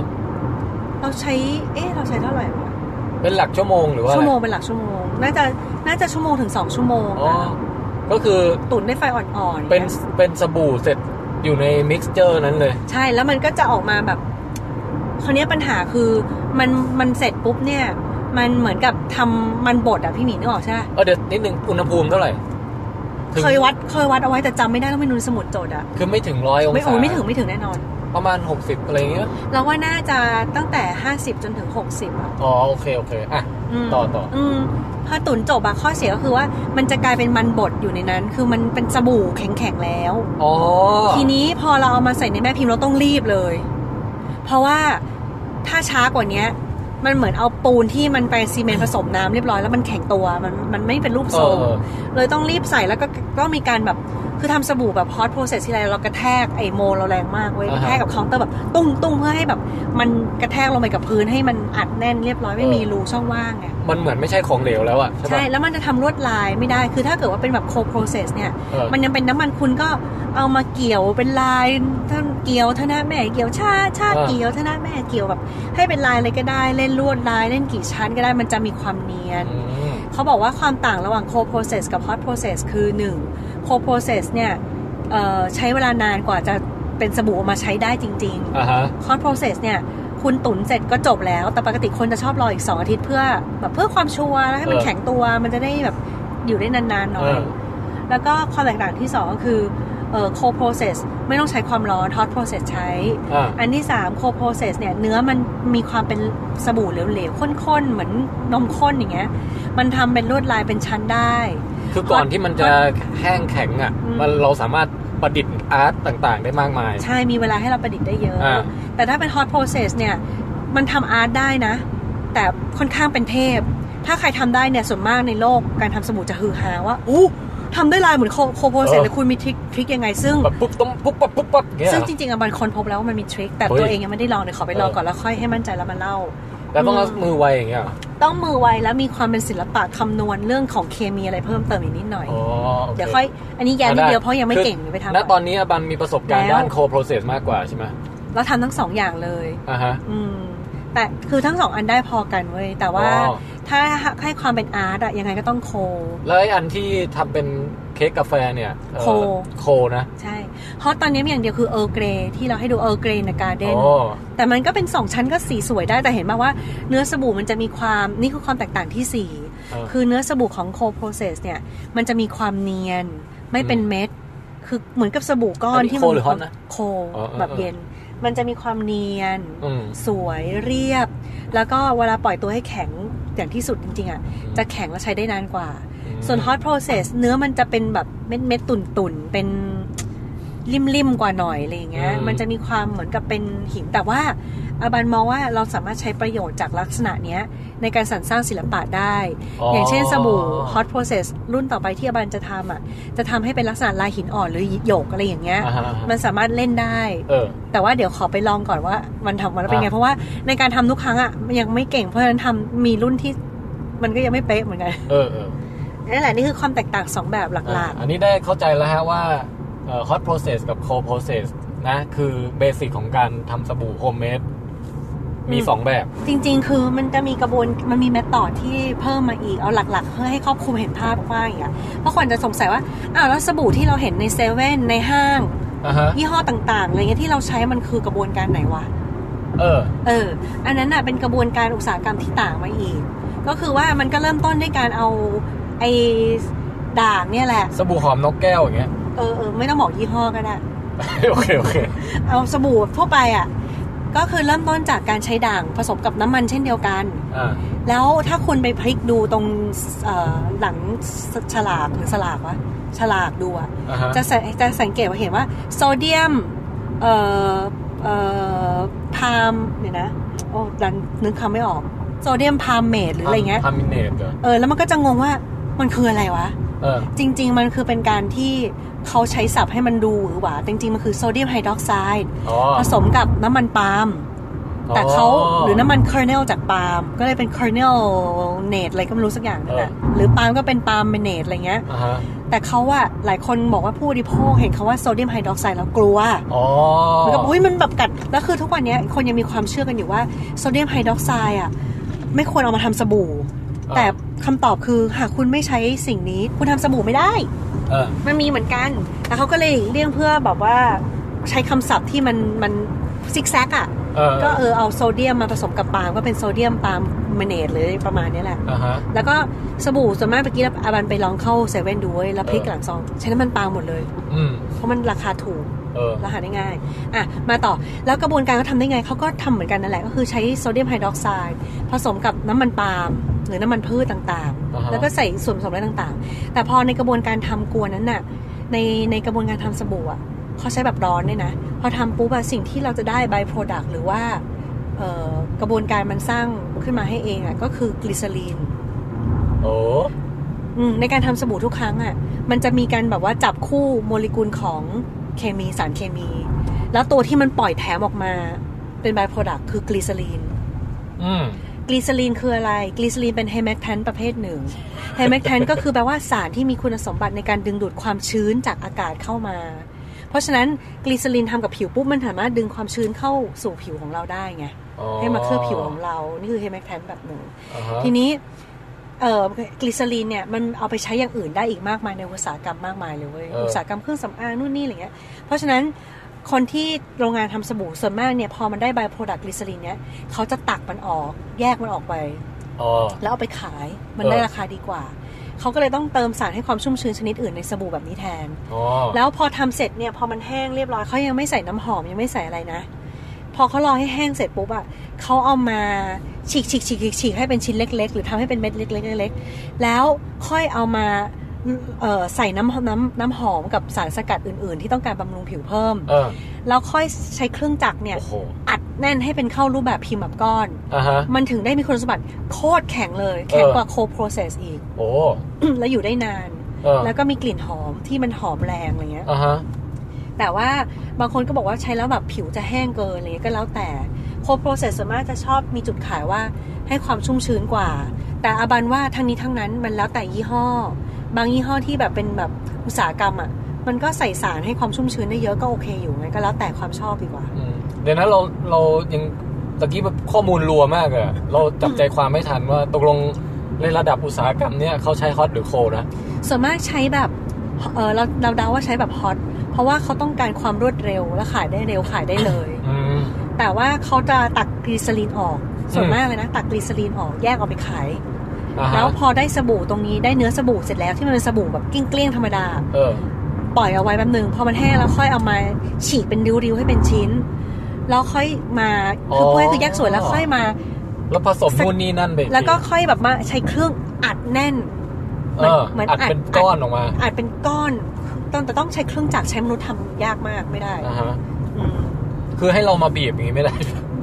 Speaker 2: เราใช้เอ๊ะเราใช้เท่าไหร่วะ
Speaker 1: เป็นหลักชั่วโมงหรือว่าอะ
Speaker 2: ชั่ว
Speaker 1: ไร
Speaker 2: โมงเป็นหลักชั่วโมง น่าจะน่าจะชั่วโมงถึงสองชั่วโมง
Speaker 1: อ๋อ
Speaker 2: นะ
Speaker 1: ก็คือ
Speaker 2: ตุ๋นด้วยไฟอ่อนๆ
Speaker 1: เป็น
Speaker 2: อย่างงี้ย
Speaker 1: เป็นสบู่เสร็จอยู่ในมิกซ์เจอร์นั้นเลย
Speaker 2: ใช่แล้วมันก็จะออกมาแบบ คราวเนี้ยปัญหาคือมันมันเสร็จปุ๊บเนี่ย มันเหมือนกับทำมันบดอะพี่หมีนึกออกใช่ปะ
Speaker 1: เออเดี๋ยวนิดนึงอุณหภูมิเท่าไหร่ถึง
Speaker 2: เคยวัดเคยวัดเอาไว้แต่จำไม่ได้ต้องไปนูนสมุดจดอะ
Speaker 1: คือไม่ถึงร้อยอง
Speaker 2: ไม่
Speaker 1: ศา
Speaker 2: โอ้ยไม่ถึงไม่ถึงแน่นอน
Speaker 1: ประมาณ 60 อะไรอย่างเงี้ย
Speaker 2: เราว่าน่าจะตั้งแต่ห้าสิบจนถึงหกสิบอะ
Speaker 1: อ๋อ โอเค โอเค อ่ะ
Speaker 2: ม
Speaker 1: ต่อต่อ
Speaker 2: มพอตุ๋นจบอะข้อเสียก็คือว่ามันจะกลายเป็นมันบดอยู่ในนั้น คือมันเป็นสบู่แข็งๆแล้ว
Speaker 1: อ๋อ
Speaker 2: ทีนี้พอเราเอามาใส่ในแม่พิมพ์เราต้องรีบเลย เพราะว่าถ้าช้ากว่าเนี้ย มันเหมือนเอาปูนที่มันไปซีเมนต์ผสมน้ำเรียบร้อยแล้วมันแข็งตัวมันมันไม่เป็นรูปทรง
Speaker 1: เออ
Speaker 2: เลยต้องรีบใส่แล้วก็ต้องมีการแบบคือทำสบู่แบบฮอตโปรเซสทีไรเรากระแทกไอโมเราแรงมากเว้ย
Speaker 1: อ่าก ฮะ
Speaker 2: ระแทกกับเคาน์เตอร์แบบตุ้งตุ้งเพื่อให้แบบมันกระแทกลงไปกับพื้นให้มันอัดแน่นเรียบร้อยไม่มี
Speaker 1: เออ
Speaker 2: รูช่องว่างไง
Speaker 1: มันเหมือนไม่ใช่ของเหลวแล้วอะใช่ปะ
Speaker 2: ใช่ แล้วมันจะทำลวดลายไม่ได้ คือถ้าเกิดว่าเป็นแบบโคโปรเซสเนี่ย
Speaker 1: เออ
Speaker 2: มันยังเป็นน้ำมันคุณก็เอามาเกี่ยวเป็นลายท่านเกี่ยวธนะแม่เกี่ยวชาชาเกี่ยวธนะแม่เกี่ยวแบบ ให้เป็นลายอะไรก็ได้ เล่นลวดลายเล่นกี่ชั้นก็ได้มันจะมีความเนียน
Speaker 1: อืม
Speaker 2: เขาบอกว่าความต่างระหว่าง cold process กับ hot process คือ 1 cold process เนี่ยเอ่อใช้เวลานานกว่าจะเป็นสบู่ออกมาใช้ได้จริง ๆ
Speaker 1: อ่ะฮะ
Speaker 2: คอร์สโปรเซสเนี่ยคุณตุ๋นเสร็จก็จบแล้ว แต่ปกติคนจะชอบรออีก 2 อาทิตย์เพื่อแบบเพื่อความชัวร์แล้วให้มัน
Speaker 1: เออ
Speaker 2: แข็งตัวมันจะได้แบบอยู่ได้นานๆหน่
Speaker 1: เอ
Speaker 2: อย
Speaker 1: อ
Speaker 2: แล้วก็ความแตกต่างที่ 2 ก็คือเอ่อ cold process ไม่ต้องใช้ความร้อน hot process ใช้
Speaker 1: อ่ะ
Speaker 2: อันที่ 3 cold process เนี่ยเนื้อมันมีความเป็นสบู่เหลวๆข้นๆ เหมือนนมข้นอย่างเงี้ยมันทำเป็นลวดลายเป็นชั้นได้
Speaker 1: คือก่อนที่มันจะแห้งแข็งอะ
Speaker 2: อืม
Speaker 1: มันเราสามารถประดิษฐ์อาร์ตต่างๆ ได้มากมาย
Speaker 2: ใช่มีเวลาให้เราประดิษฐ์ได้เยอะ
Speaker 1: อ่า
Speaker 2: แต่ถ้าเป็น hot process เนี่ย มันทำอาร์ตได้นะ แต่ค่อนข้างเป็นเทพ ถ้าใครทำได้เนี่ย ส่วนมากในโลกการทำสมูทจะฮือฮาว่า อู้ทำได้ลายเหมือนโคโคโปรเซสเลยคุณมีทริคทริคยังไง ซึ่ง
Speaker 1: แบบปุ๊บต้องปุ๊บปั๊บปุ๊บปั๊บอย่างเงี้ย
Speaker 2: ซึ่งจริงๆอะมันคนพบแล้วว่ามันมีทริค แต่
Speaker 1: เฮ้ย
Speaker 2: ตัวเองยังไม่ได้ลองเดี๋ยวขอไปลอง
Speaker 1: เออ
Speaker 2: ก่อนแล้วค่อยให้มั่นใจแล้วมาเล่า
Speaker 1: แล้วต้องเอามือไวอย่างเงี้ยเหรอ
Speaker 2: ต้องมือไวแล้วมีความเป็นศิลปะคำนวณเรื่องของเคมีอะไรเพิ่มเติมอีกนิดหน่อย
Speaker 1: อ๋อโอเค
Speaker 2: เดี๋ยวค่อย อันนี้แย้มนิดเดียวเพราะยังไม่
Speaker 1: คือ
Speaker 2: เก่งเดี๋ยวไปทำ
Speaker 1: ณต
Speaker 2: ก่
Speaker 1: อ
Speaker 2: อน น
Speaker 1: นี้บันมีประสบการณ์
Speaker 2: แล้ว
Speaker 1: ด้านโคโปรเซสมากกว่าใช่ไหม
Speaker 2: เราทำทั้งสองอย่างเลย
Speaker 1: อ่าฮะ
Speaker 2: อืม แต่คือทั้งสองอันได้พอกันเว้ย แต่ว่า
Speaker 1: อ๋อ
Speaker 2: ถ้าให้ความเป็นอาร์ตอะยังไงก็ต้องโค
Speaker 1: แล้วไอ้อันที่ทำเป็นเค้กกาแฟเนี่ยเอ่อ
Speaker 2: โค
Speaker 1: โคนะ
Speaker 2: ใช่ฮอตตอนนี้มีอย่างเดียวคือเออร์เกรที่เราให้ดูเออร์เกรในการเด้น
Speaker 1: โอ้
Speaker 2: แต่มันก็เป็นสองชั้นก็สีสวยได้แต่เห็นป่าว่าเนื้อสบู่มันจะมีความนี่คือความแตกต่างที่สี่
Speaker 1: เออ
Speaker 2: คือเนื้อสบู่ของโคโปรเซสเนี่ย มันจะมีความเนียน ไม่เป็น
Speaker 1: อืม
Speaker 2: เม็ด คือเหมือนกับสบู่ก้อ
Speaker 1: อั
Speaker 2: น
Speaker 1: นนี้
Speaker 2: ที่
Speaker 1: โค
Speaker 2: มัน
Speaker 1: หรือฮอตนะ
Speaker 2: โค
Speaker 1: อ๋อเออ
Speaker 2: แบบ
Speaker 1: เออ
Speaker 2: เย็น มันจะมีความเนียน
Speaker 1: อืม
Speaker 2: สวยเรียบ แล้วก็เวลาปล่อยตัวให้แข็งอย่างที่สุดจริงๆอ่ะ
Speaker 1: ม
Speaker 2: จะแข็งและใช้ได้นานกว่า
Speaker 1: อืม
Speaker 2: ส่วน hot process เนื้อมันจะเป็นแบบเม็ดเม็ดๆตุ่นตุ่นๆเป็นริมริมๆกว่าหน่อยอะไรอย่างเงี้ยมันจะมีความเหมือนกับเป็นหินแต่ว่า อาบันมองว่าเราสามารถใช้ประโยชน์จากลักษณะเนี้ย ในการสรรสร้างศิลปะได้ อย่างเช่นสบู่ hot process รุ่นต่อไปที่อาบันจะทำอ่ะจะทำให้เป็นลักษณะลายหินอ่อนหรือหยกอะไรอย่างเงี้ย
Speaker 1: อ่าฮะอ่าฮะ
Speaker 2: มันสามารถเล่นได้
Speaker 1: เออ
Speaker 2: แต่ว่าเดี๋ยวขอไปลองก่อนว่ามันทำมาแล้วเป็นไง
Speaker 1: อ่ะ
Speaker 2: เพราะว่าในการทำทุกครั้งอ่ะมันยังไม่เก่งเพราะฉะนั้นทำมีรุ่นที่มันก็ยังไม่เป๊ะเหมือนกัน
Speaker 1: เออเออ
Speaker 2: นั่นแหละนี่คือความแตกต่างสองแบบห
Speaker 1: อ่ะ
Speaker 2: ลัก
Speaker 1: อันนี้ได้เข้าใจแล้วฮะว่าเอ่อ hot process กับ cold process นะ คือเบสิกของการทำสบู่โฮมเมดมีสองแบบ
Speaker 2: ๆ จริง ๆ คือมันจะมีกระบวนมันมีแมทตอดที่เพิ่มมาอีกเอาหลักๆ เพื่อให้ครอบคลุมเห็นภาพกว้างอย่างเงี้ยเพราะคนจะสงสัยว่าอ้าวแล้วสบู่ที่เราเห็นในเซเว่นในห้าง
Speaker 1: อ่ะฮะ
Speaker 2: ยี่ห้อต่างๆอะไรเงี้ยที่เราใช้มันคือกระบวนการไหนวะ
Speaker 1: เออ
Speaker 2: เออ อันนั้นน่ะเป็นกระบวนการอุตสาหกรรมที่ต่างมาอีก ก็คือว่ามันก็เริ่มต้นด้วยการเอาไอ้ด่างเนี่ยแหละ
Speaker 1: สบู่หอมนกแก้วอย่างเงี้ย
Speaker 2: เออเออไม่ต้องบอกยี่ห้อก็ได้
Speaker 1: โอเค โอเค
Speaker 2: เอาสบู่ทั่วไปอ่ะ ก็คือเริ่มต้นจากการใช้ด่างผสมกับน้ำมันเช่นเดียวกัน
Speaker 1: อ่า
Speaker 2: แล้วถ้าคุณไปพลิกดูตรงเอ่อหลังสฉลากหรือสลากวะฉลากดูอะ
Speaker 1: อ่าฮะ
Speaker 2: จะสังจะสังเกตว่าเห็นว่าโซเดียมเอ่อเอ่อพามเนี่ยนะโอ้ดันนึกคำไม่ออกโซเดียมพามเมทหรืออะไรเงี้ย
Speaker 1: พามิเนตเหรอ
Speaker 2: เออแล้วมันก็จะงงว่ามันคืออะไรวะ
Speaker 1: เออ
Speaker 2: จริง ๆ มันคือเป็นการที่เขาใช้ศัพท์ให้มันดูหวือหวาแต่จริงๆ มันคือโซเดียมไฮดรอกไซด์
Speaker 1: อ๋อ
Speaker 2: ผสมกับน้ำมันปาล์ม แต่เขาหรือน้ำ
Speaker 1: น
Speaker 2: มันคอร์เนลจากปาล์มก็เลยเป็นคอร์เนลเนตอะไรก็ไม่รู้สักอย่างนั่นแหละหรือปาล์มก็เป็นปาล์มเมเนตอะไรเงี้ย
Speaker 1: อ่าฮะ
Speaker 2: แต่เขาอะหลายคนบอกว่าผู้บริโภคเห็นเขาว่าโซเดียมไฮดรอกไซด์แล้วกลัว
Speaker 1: อ๋อ
Speaker 2: มันก็อุ้ยมันแบบกัดแล้วคือทุกวันเนี้ยคนยังมีความเชื่อกันอยู่ว่าโซเดียมไฮดรอกไซด์อะไม่ควรเอามาทำสบู่ แต่คำตอบคือหากคุณไม่ใช้สิ่งนี้คุณทำสบู่ไม่ได้
Speaker 1: เออ
Speaker 2: มันมีเหมือนกันแต่เขาก็เลยเลี่ยงเพื่อแบบว่าใช้คำศัพท์ที่มันมันซิกแซกอะ
Speaker 1: เออ
Speaker 2: ก็เออเอาโซเดียมมาผสมกับปาล์มก็เป็นโซเดียมปาล์มเมเนตหรือประมาณเนี้ยแหละ
Speaker 1: อ่าฮะ
Speaker 2: แล้วก็สบู่ส่วนมากเมื่อกี้เราอาบันไปลองเข้าเซเว่นดูเว้ยแล้วพลิก
Speaker 1: เออ
Speaker 2: หลังซองใช้น้ำมันปาล์มหมดเลย
Speaker 1: อืม
Speaker 2: เพราะมันราคาถูก
Speaker 1: เออ
Speaker 2: ราคาได้ง่ายอ่ะมาต่อแล้วกระบวนการเขาทำได้ไงเขาก็ทำเหมือนกันนั่นแหละก็คือใช้โซเดียมไฮดรอกไซด์ผสมกับน้ำมันปาล์มหรือน้ำมันพืชต่าง
Speaker 1: อ่าฮะ
Speaker 2: ๆ แล้วก็ใส่ส่วนผสมอะไรต่างๆ แต่พอในกระบวนการทำกวนนั้นน่ะในในกระบวนการทำสบู่อ่ะเขาใช้แบบร้อนเนี่ยนะพอทำปุ๊บอะสิ่งที่เราจะได้ by product หรือว่าเอ่อกระบวนการมันสร้างขึ้นมาให้เองอ่ะก็คือกลิเซอรีน
Speaker 1: โอ้
Speaker 2: อืมในการทำสบู่ทุกครั้งอ่ะ มันจะมีการแบบว่าจับคู่โมเลกุลของเคมีสารเคมี แล้วตัวที่มันปล่อยแถมออกมาเป็นบ y p โ o รดักคือกลีเซอรีน
Speaker 1: อืม
Speaker 2: กลีเซอรีนคืออะไร กลีเซอรีนเป็นเฮ m a c t แทนประเภทหนึ่งเฮ m a c t แทน ก็คือแปลว่าสารที่มีคุณสมบัติในการดึงดูดความชื้นจากอากาศเข้ามา เพราะฉะนั้นกลีเซอรีนทำกับผิวปุ๊บมันสามารถดึงความชื้นเข้าสู่ผิวของเราได้ไง
Speaker 1: อ๋อ
Speaker 2: ให้มาเคลือบผิวของเรา นี่คือเฮ m a c t แทนแบบหนึ่ง
Speaker 1: อ่าฮะ
Speaker 2: ทีนี้เอ่อกลิซอรีนเนี่ยมันเอาไปใช้อย่างอื่นได้อีกมากมายในอุตสาหกรรมมากมายเลยเว้ยอุตสาหกรรมเครื่องสำอางนู่นนี่อะไรเงี้ยเพราะฉะนั้นคนที่โรงงานทำสบู่ส่วนมากเนี่ยพอมันได้ไบโปรดักต์กลิซอรีนเนี่ยเขาจะตักมันออกแยกมันออกไป
Speaker 1: อ๋อ
Speaker 2: แล้วเอาไปขายมัน
Speaker 1: เออ
Speaker 2: ได้ราคาดีกว่า เขาก็เลยต้องเติมสารให้ความชุ่มชื้นชนิดอื่นในสบู่แบบนี้แทน
Speaker 1: อ๋อ
Speaker 2: แล้วพอทำเสร็จเนี่ยพอมันแห้งเรียบร้อยเขายังไม่ใส่น้ำหอมยังไม่ใส่อะไรนะ พอเขารอให้แห้งเสร็จปุ๊บอะเขาเอามาฉีกฉีกฉีกฉีกฉีกให้เป็นชิ้นเล็ก ๆ หรือทำให้เป็นเม็ดเล็กๆเล็กๆแล้วค่อยเอามาเอ่อใส่น้ำน้ำน้ำหอมกับสารสกัดอื่นๆ ที่ต้องการบำรุงผิวเพิ่ม
Speaker 1: เออ
Speaker 2: แล้วค่อยใช้เครื่องจักรเนี่ย
Speaker 1: โอ้โห
Speaker 2: อัดแน่นให้เป็นเข้ารูปแบบพิมพ์แบบก้อน
Speaker 1: อ่าฮะ
Speaker 2: มันถึงได้มีคุณสมบัติโคตรแข็งเลย แข็ง
Speaker 1: เออ
Speaker 2: กว่าโคโปรเซสอีก
Speaker 1: โอ้
Speaker 2: แล้วอยู่ได้นาน
Speaker 1: เออ
Speaker 2: แล้วก็มีกลิ่นหอมที่มันหอมแรงอะไรเงี้ย
Speaker 1: อ่าฮะ
Speaker 2: แต่ว่าบางคนก็บอกว่าใช้แล้วแบบผิวจะแห้งเกินอะไรเงี้ยก็แล้วแต่โคโปรเซสส่วนมากจะชอบมีจุดขายว่าให้ความชุ่มชื้นกว่า แต่อาบันว่าทั้งนี้ทั้งนั้นมันแล้วแต่ยี่ห้อ บางยี่ห้อที่แบบเป็นแบบอุตสาหกรรมอะ่ะมันก็ใส่สารให้ความชุ่มชื้นได้เยอะก็โอเคอยู่งั้นก็แล้วแต่ความชอบดีกว่า
Speaker 1: อืมเดี๋ยวนะเราเรายังตะกี้แบบข้อมูลรัวมากเลยอะเราจับใจความไม่ทันว่าตกลงในระดับอุตสาหกรรมเนี้ยเขาใช้ฮอตหรือโคลนะ
Speaker 2: ส่วนมากใช้แบบเออเราเราเดาว่าใช้แบบฮอตเพราะว่าเขาต้องการความรวดเร็วและขายได้เร็วขายได้เลย
Speaker 1: อืม
Speaker 2: แต่ว่าเขาจะตักกลีเซอรีนออกส่วนมากเลยนะตักกลีเซอรีนออกแยกออกไปขาย
Speaker 1: อ่าฮะ
Speaker 2: แล้วพอได้สบู่ตรงนี้ได้เนื้อสบู่เสร็จแล้วที่มันเป็นสบู่แบบกิ้งเกลี้ยงๆธรรมดา
Speaker 1: เออ
Speaker 2: ปล่อยเอาไว้แป๊บหนึงพอมันแห้งแล้วค่อยเอามาฉีกเป็นริ้วๆให้เป็นชิ้น แล้วค่อยมาคือ
Speaker 1: อ
Speaker 2: เพื่อคือแยกส่วนแล้วค่อยมา
Speaker 1: แล้วผสมนู่นนี่นั่นไปอีที
Speaker 2: แล้วก็ค่อยแบบมาใช้เครื่องอัดแน่น
Speaker 1: เออ
Speaker 2: เหมือน
Speaker 1: อัด
Speaker 2: อัด
Speaker 1: เป็นก้อนออกมา
Speaker 2: อัดเป็นก้อนต้องแต่ต้องใช้เครื่องจักรใช้มนุษย์ทำยากมากไม่ได้
Speaker 1: อ่าฮะ
Speaker 2: อืม
Speaker 1: คือให้เรามาบีบอย่างงี้ไม่ได้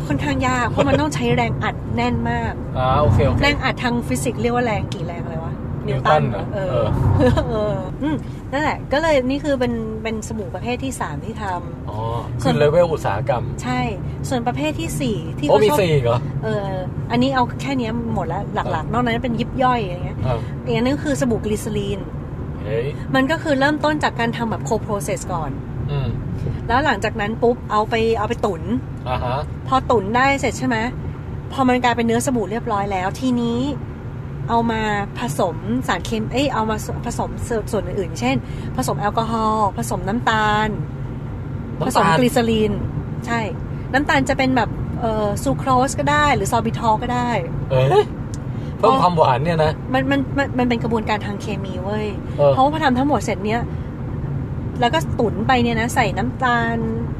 Speaker 2: ค่อนข้างยาก เพราะมันต้องใช้แรงอัดแน่นมาก
Speaker 1: อ่าโอเคโอเค
Speaker 2: แรงอัดทางฟิสิกส์เรียกว่าแรงกี่แรงอะไรวะ
Speaker 1: นิวตัน
Speaker 2: เหรอเอ
Speaker 1: เหรอ
Speaker 2: อเอออืมนั่นแหละ ก็เลยนี่คือเป็นเป็นสบู่ประเภทที่สามที่ทำ
Speaker 1: อ๋อ
Speaker 2: ส่
Speaker 1: คื
Speaker 2: วน
Speaker 1: อเลเวลอุตสาหกรรม
Speaker 2: ใช่ ส่วนประเภทที่สี่ที่
Speaker 1: โอ้
Speaker 2: เขา
Speaker 1: มี
Speaker 2: ชอบ
Speaker 1: สี่อีกเหรอ
Speaker 2: เออ อันนี้เอาแค่เนี้ยหมดแล้วหลักๆ นอกนั้นเป็นยิบย่อยอะไรเงี้ย
Speaker 1: อ่า
Speaker 2: อีกอันนึงคือสบู่กลีเซอรีน
Speaker 1: เฮ้ย
Speaker 2: มันก็คือเริ่มต้นจากการทำแบบโคโปรเซสก่อน
Speaker 1: อืม
Speaker 2: แล้วหลังจากนั้นปุ๊บเอาไปเอาไปตุน
Speaker 1: อ่าฮะ
Speaker 2: พอตุ๋นได้เสร็จใช่ไหมพอมันกลายเป็นเนื้อสบู่เรียบร้อยแล้ว ทีนี้เอามาผสมสารเคมีเอ้ยเอามาผสมส่วนอื่นๆเช่น ผสมแอลกอฮอล์ผสมน้ำตาล ผ
Speaker 1: น้ำ
Speaker 2: สม
Speaker 1: ตาล
Speaker 2: กลีเซอรีน ใช่ น้ำตาลจะเป็นแบบเอ่อซูโครสก็ได้ หรือซอร์บิทอลก็ได้
Speaker 1: เอ้ยเพิ่มความหวานเนี่ยนะ
Speaker 2: มันมันมันมันเป็นกระบวนการทางเคมีเว้ย
Speaker 1: เออ
Speaker 2: เพราะว่าพอทำทั้งหมดเสร็จเนี้ยแล้วก็ตุ๋นไปเนี่ยนะใส่น้ำตาล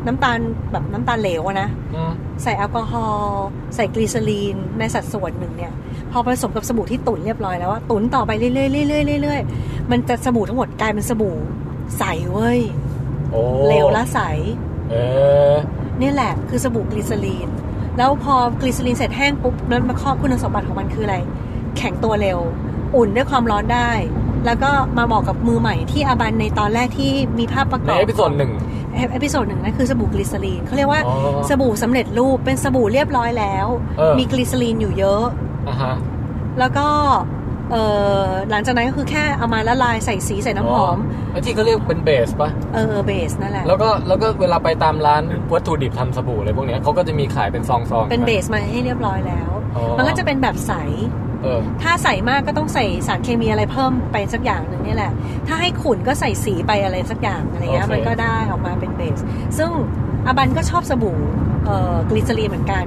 Speaker 2: น้ำตาลแบบน้ำตาลเหลวอะนะ
Speaker 1: อืม
Speaker 2: ใส่แอลกอฮอล์ใส่กลีเซอรีนในสัดส่วนหนึ่งเนี่ย พอผสมกับสบู่ที่ตุ๋นเรียบร้อยแล้วว่าตุ๋นต่อไปเรื่อยๆเรื่อยๆเรื่อยๆมันจะสบู่ทั้งหมดกลายเป็นสบู่ใสเว้ย
Speaker 1: โอ้
Speaker 2: เหลวละใส
Speaker 1: เออ
Speaker 2: นี่แหละคือสบู่กลีเซอรีน แล้วพอกลีเซอรีนเสร็จแห้งปุ๊บแล้วมาครอบคุณสมบัติของมันคืออะไร แข็งตัวเร็ว อุ่นด้วยความร้อนได้ แล้วก็มาเหมาะกับมือใหม่ที่อาบันในตอนแรกที่มีภาพประก
Speaker 1: ใน
Speaker 2: อบ
Speaker 1: เอพิโซดหนึ่ง
Speaker 2: เอเอพิโซดหนึ่งนั่นคือสบู่กลีเซอรีนเขาเรียกว่า
Speaker 1: อ๋อ
Speaker 2: สบู่สำเร็จรูปเป็นสบู่เรียบร้อยแล้ว
Speaker 1: เออ
Speaker 2: มีกลีเซอรีนอยู่เยอะ
Speaker 1: อ่าฮะ
Speaker 2: แล้วก็เอ่อหลังจากนั้นก็คือแค่เอามาละลายใส่สีใส่น้ำหอม
Speaker 1: ไอ้ที่เขาเรียกเป็นเบสปะ
Speaker 2: เออเบสนั่นแหละ
Speaker 1: แล้วก็แล้วก็เวลาไปตามร้านวัตถุดิบทำสบู่อะไรพวกเนี้ยเขาก็จะมีขายเป็นซองๆ
Speaker 2: เป็นเบ
Speaker 1: ใช่ไหม
Speaker 2: สมาให้เรียบร้อยแล้ว
Speaker 1: อ๋อ
Speaker 2: มันก็จะเป็นแบบใส
Speaker 1: เออ
Speaker 2: ถ้าใสมากก็ต้องใส่สารเคมีอะไรเพิ่มไปสักอย่างหนึ่งนี่แหละ ถ้าให้ขุ่นก็ใส่สีไปอะไรสักอย่างอะไรเงี้ย
Speaker 1: โอเค
Speaker 2: มันก็ได้ออกมาเป็นเบส ซึ่งอาบันก็ชอบสบู่เอ่อกลีเซอรีนเหมือนกัน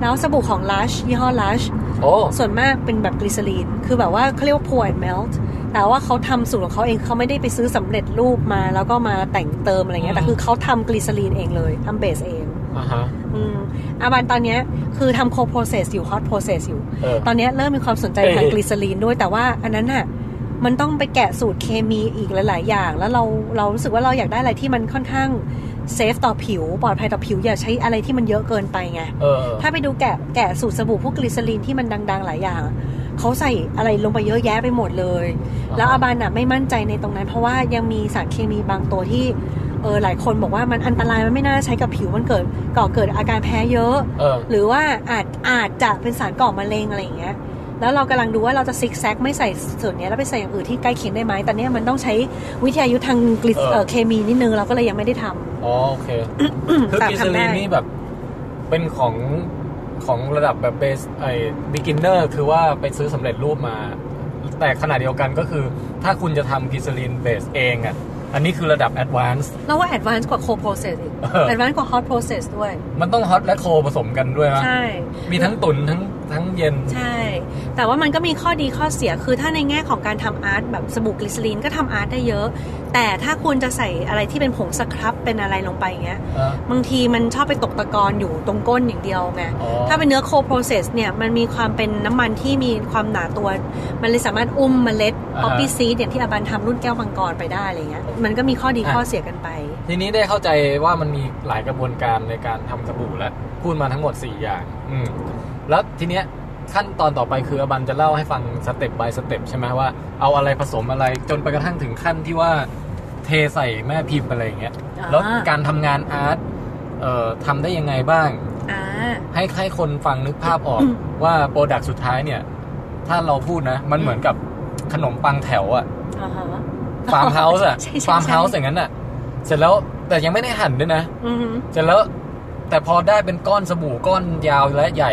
Speaker 2: แล้วสบู่ของ Lush ยี่ห้อ Lush
Speaker 1: โอ้
Speaker 2: ส่วนมากเป็นแบบกลีเซอรีน คือแบบว่าเขาเรียกว่า pour and melt แต่ว่าเขาทำสูตรของเขาเองเขาไม่ได้ไปซื้อสำเร็จรูปมา แล้วก็มาแต่งเติมอะไรเงี้ย แต่คือเขาทำกลีเซอรีนเองเลยทำเบสเอง
Speaker 1: อ่าฮะ
Speaker 2: อืมอาบันตอนเนี้ยคือทำโคโปรเซสอยู่ hot process อยู่
Speaker 1: เออ
Speaker 2: ตอนเนี้ยเริ่มมีความสนใจทาง
Speaker 1: เอ๊ะ
Speaker 2: กลีเซอรีนด้วย แต่ว่าอันนั้นน่ะ มันต้องไปแกะสูตรเคมีอีกหลาย ๆ อย่าง แล้วเราเรารู้สึกว่าเราอยากได้อะไรที่มันค่อนข้างเซฟต่อผิว ปลอดภัยต่อผิว อย่าใช้อะไรที่มันเยอะเกินไปไง
Speaker 1: เออ
Speaker 2: ถ้าไปดูแกะแกะสูตรสบู่พวกกลีเซอรีนที่มันดัง ๆ หลายอย่างอะเขาใส่อะไรลงไปเยอะแยะไปหมดเลย แล้วอาบานอะไม่มั่นใจในตรงนั้น เพราะว่ายังมีสารเคมีบางตัวที่เออหลายคนบอกว่ามันอันตรายมันไม่น่าใช้กับผิวมันเกิดก่อเกิดอาการแพ้เยอะ
Speaker 1: เออ
Speaker 2: หรือว่าอาจอาจจะเป็นสารก่อมะเร็งอะไรอย่างเงี้ย แล้วเรากำลังดูว่าเราจะซิกแซกไม่ใส่ส่วนเนี้ยแล้วไปใส่อย่างอื่นที่ใกล้เคียงได้ไหมแต่เนี้ยมันต้องใช้วิทยายุทธ์ทางกลิเอ่อเคมีนิดนึงเราก็เลยยังไม่ได้ทำ
Speaker 1: อ๋อโอ เค คือก
Speaker 2: แต่
Speaker 1: ลี
Speaker 2: ทำ
Speaker 1: เซอรีน
Speaker 2: ได้
Speaker 1: นี่แบบเป็นของของระดับแบบเบสไอ้บิ๊กินเนอร์คือว่าไปซื้อสำเร็จรูปมา แต่ขณะเดียวกันก็คือ ถ้าคุณจะทำกลีเซอรีนเบสเองอ่ะ อันนี้คือระดับแอดวานซ์
Speaker 2: เราว่าแอดวานซ์กว่าโคโปรเซสอีก
Speaker 1: เออ
Speaker 2: แอดวานซ์กว่าฮอตโปรเซสด้วย
Speaker 1: มันต้องฮอตและโคผสมกันด้วยมั้ย
Speaker 2: ใช่
Speaker 1: มีทั้งตุนทั้งทั้งเย็น
Speaker 2: ใช่ แต่ว่ามันก็มีข้อดีข้อเสียคือถ้าในแง่ของการทำอาร์ตแบบสบู่กลิสเซอรีนก็ทำอาร์ตได้เยอะ แต่ถ้าคุณจะใส่อะไรที่เป็นผงสครับเป็นอะไรลงไปอย่างเงี้ย
Speaker 1: อ่ะ
Speaker 2: บางทีมันชอบไปตกตะกอนอยู่ตรงก้นอย่างเดียวไง
Speaker 1: อ๋อ
Speaker 2: ถ้าเป็นเนื้อโคโปรเซสเนี่ยมันมีความเป็นน้ำมันที่มีความหนาตัว มันเลยสามารถอุ้มเมล็ด
Speaker 1: อ่า
Speaker 2: อ
Speaker 1: ฮะ
Speaker 2: อปปี้ซีดอย่างที่อาบันทำรุ่นแก้วมังกรไปได้อะไรเงี้ย มันก็มีข้อดี
Speaker 1: อ่ะ
Speaker 2: ข้อเสียกันไป
Speaker 1: ทีนี้ได้เข้าใจว่ามันมีหลายกระบวนการในการทำสบู่แล้วพูดมาทั้งหมด 4 อย่าง อืมแล้วทีเนี้ยขั้นตอนต่อไปคืออบันจะเล่าให้ฟังสเต็ป by สเต็ปใช่ไหมว่าเอาอะไรผสมอะไรจนไปกระทั่งถึงขั้นที่ว่าเทใส่แม่พิมพ์อะไรอย่างเงี้ย
Speaker 2: อ่า
Speaker 1: แล้วการทำงานอาร์ตเอ่อทำได้ยังไงบ้าง
Speaker 2: อ่า
Speaker 1: ให้ให้คนฟังนึกภาพออก
Speaker 2: อืม
Speaker 1: ว่าโปรดักต์สุดท้ายเนี่ย ถ้าเราพูดนะ มันเหมือนกับขนมปังแถวอะ
Speaker 2: อ่าฮะ
Speaker 1: ฟาร์มเฮาส์อะ
Speaker 2: ใช่ใช่
Speaker 1: ฟาร์มเฮา
Speaker 2: ใช่
Speaker 1: ส์อย่างนั้นอะเสร็จแล้วแต่ยังไม่ได้หั่นด้วยนะ
Speaker 2: อือฮึ
Speaker 1: เสร็จแล้วแต่พอได้เป็นก้อนสบู่ก้อนยาวและใหญ่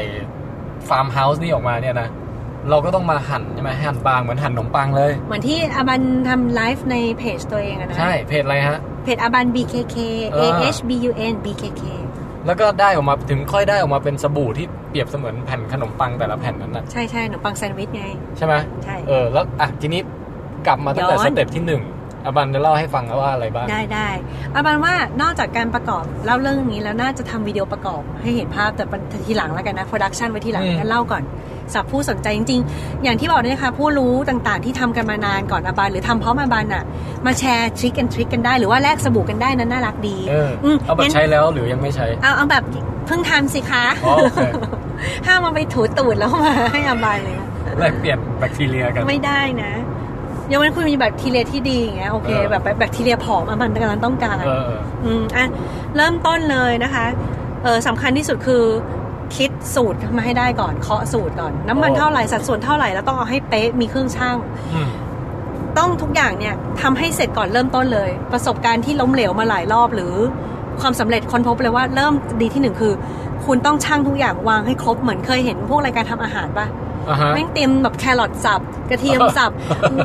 Speaker 1: ฟาร์มเฮาส์นี่ออกมาเนี่ยนะ เราก็ต้องมาหั่นใช่ไหมหั่นบางเหมือนหั่นขนมปังเลย
Speaker 2: เหมือนที่อาบันทำไลฟ์ในเพจตัวเองอะนะ
Speaker 1: ใช่เพจอะไรฮะ
Speaker 2: เพจอาบัน BKK
Speaker 1: เอ
Speaker 2: A
Speaker 1: อ
Speaker 2: H B U N BKK
Speaker 1: แล้วก็ได้ออกมาถึงค่อยได้ออกมาเป็นสบู่ที่เปรียบเสมือนแผ่นขนมปังแต่ละแผ่นนั้นนะ
Speaker 2: ใช่ใช่ขนมปังแซนด์วิชไง
Speaker 1: ใช่ไหม
Speaker 2: ใช่
Speaker 1: เออแล้วอ่ะทีนี้กลับมาตั้งแต่
Speaker 2: ย้อน
Speaker 1: สเต็ปที่หนึ่งอาบันจะเล่าให้ฟังว่าอะไรบ้าง
Speaker 2: ได้ได้อาบันว่านอกจากการประกอบเล่าเรื่องนี้แล้วน่าจะทำวิดีโอประกอบให้เห็นภาพแต่ทีหลังแล้วกันนะ โปรดักชันไว้ทีหลังงั้นเล่าก่อน สำหรับผู้สนใจจริง ๆ อย่างที่บอกเนี่ยนะคะผู้รู้ต่างๆ ที่ทำกันมานานก่อนอาบันหรือทำพร้อมอาบันอ่ะ มาแชร์ทริคกันทริคกันได้หรือว่าแลกสบู่กันได้นั้นน่ารักดี
Speaker 1: เออ
Speaker 2: ม
Speaker 1: เอาแบบ
Speaker 2: งั้น
Speaker 1: ใช้แล้วหรือยังไม่ใช้
Speaker 2: เอาเอาแบบเพิ่งทำสิคะ
Speaker 1: อ๋อโอเค
Speaker 2: ห้ามเอาไปถูตูดแล้วมาให้อาบันเลยนะ
Speaker 1: แลกเปลี่ยนแบคทีเรียกัน
Speaker 2: ไม่ได้นะยังมันคุณมีแบคทีเรียที่ดีอย่างเงี้ยโอเค
Speaker 1: เออ
Speaker 2: แบบแบคทีเรียผอมอาบันกำลังต้องการ
Speaker 1: เออเออ
Speaker 2: อืมอ่ะเริ่มต้นเลยนะคะเออสำคัญที่สุดคือคิดสูตรมาให้ได้ก่อนเคาะสูตรก่อน น้ำมัน
Speaker 1: โอ้
Speaker 2: เท่าไหร่สัดส่วนเท่าไหร่แล้วต้องเอาให้เป๊ะมีเครื่องช่าง
Speaker 1: อืม
Speaker 2: ต้องทุกอย่างเนี่ยทำให้เสร็จก่อนเริ่มต้นเลย ประสบการณ์ที่ล้มเหลวมาหลายรอบหรือความสำเร็จค้นพบเลยว่าเริ่มดีที่หนึ่งคือ คุณต้องช่างทุกอย่างวางให้ครบเหมือนเคยเห็นพวกรายการทำอาหารปะ
Speaker 1: อ่ะฮะ
Speaker 2: แม่งเต็มแบบแครอทสับ กระเทียม สับ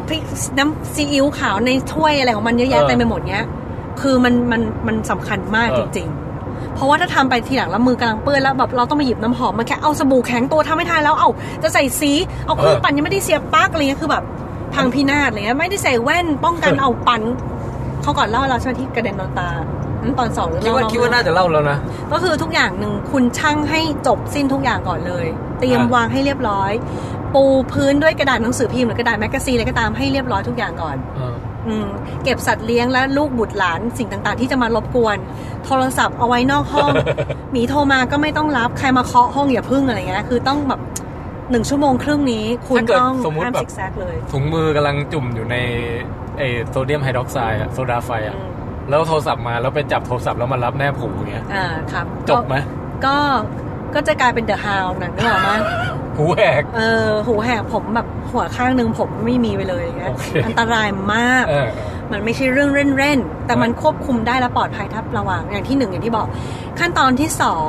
Speaker 2: พริกน้ำซีอิ๊วขาวในถ้วยอะไรของมันเยอะแยะ
Speaker 1: เออ
Speaker 2: เต็มไปหมดเนี้ย คือมันมันมันสำคัญมาก
Speaker 1: เอ
Speaker 2: จ
Speaker 1: อ
Speaker 2: ริง ๆ เพราะว่าถ้าทำไปทีหลังแล้วมือกำลังเปื้อนแล้วแบบเราต้องมาหยิบน้ำหอมมาแค่เอาสบู่แข็งตัวทำไม่ทันแล้วเอาจะใส่สีเอาเครื่องปั่นยังไม่ได้เสียบปลั๊กอะไรเงี้ยคือแบบพังพินาศอะไรเงี้ยไม่ได้ใส่แว่นป้องกันเอาปั่นเขาก่อนเล่าเราใช่ไหมที่กระเด็นโดนตานั้นตอนสองหรือ
Speaker 1: คิด
Speaker 2: เล่
Speaker 1: ว่า
Speaker 2: เร
Speaker 1: คิดว่า
Speaker 2: ไม่รู้
Speaker 1: น่าจะเล่าแล้วนะ
Speaker 2: ก็คือทุกอย่างหนึ่งคุณช่างให้จบสิ้นทุกอย่างก่อนเลย เตรียม
Speaker 1: อ่ะ
Speaker 2: วางให้เรียบร้อย ปูพื้นด้วยกระดาษหนังสือพิมพ์หรือกระดาษแมกกาซีนอะไรก็ตามให้เรียบร้อยทุกอย่างก่อน
Speaker 1: เออ
Speaker 2: อืมเก็บสัตว์เลี้ยงและลูกบุตรหลานสิ่งต่างๆ ที่จะมารบกวน โทรศัพท์เอาไว้นอกห้อง หมีโทรมาก็ไม่ต้องรับใครมาเคาะห้องอย่าพึ่งอะไรเงี้ยคือต้องแบบหนึ่งชั่วโมงครึ่งนี้ คุณ
Speaker 1: ถ้าเกิด
Speaker 2: ต้อง
Speaker 1: สมมุติ
Speaker 2: ห้าม
Speaker 1: แบบ
Speaker 2: ซิกแซกเลย
Speaker 1: ถุงมือกำลังจุ่มอยู่ในไอโซเดียมไฮดรอกไซด์อะโซดาไฟ
Speaker 2: อื
Speaker 1: อะ
Speaker 2: ม
Speaker 1: แล้วโทรศัพท์มาแล้วไปจับโทรศัพท์แล้วมารับแนบหูอย่างเงี้ย
Speaker 2: อ่าครับ
Speaker 1: จบไหม
Speaker 2: ก็ก็จะกลายเป็นเดอะฮาวนะนึกออกไหม
Speaker 1: หูแหก
Speaker 2: เออหูแหกผมแบบหัวข้างหนึ่งผมไม่มีไปเลยอย่างเงี้ย
Speaker 1: โอเค
Speaker 2: อันตรายมาก
Speaker 1: เออ
Speaker 2: มันไม่ใช่เรื่องเล่นๆแต่
Speaker 1: เออ
Speaker 2: มันควบคุมได้และปลอดภัยทับระวังอย่างที่หนึ่งอย่างที่บอก ขั้นตอนที่สอง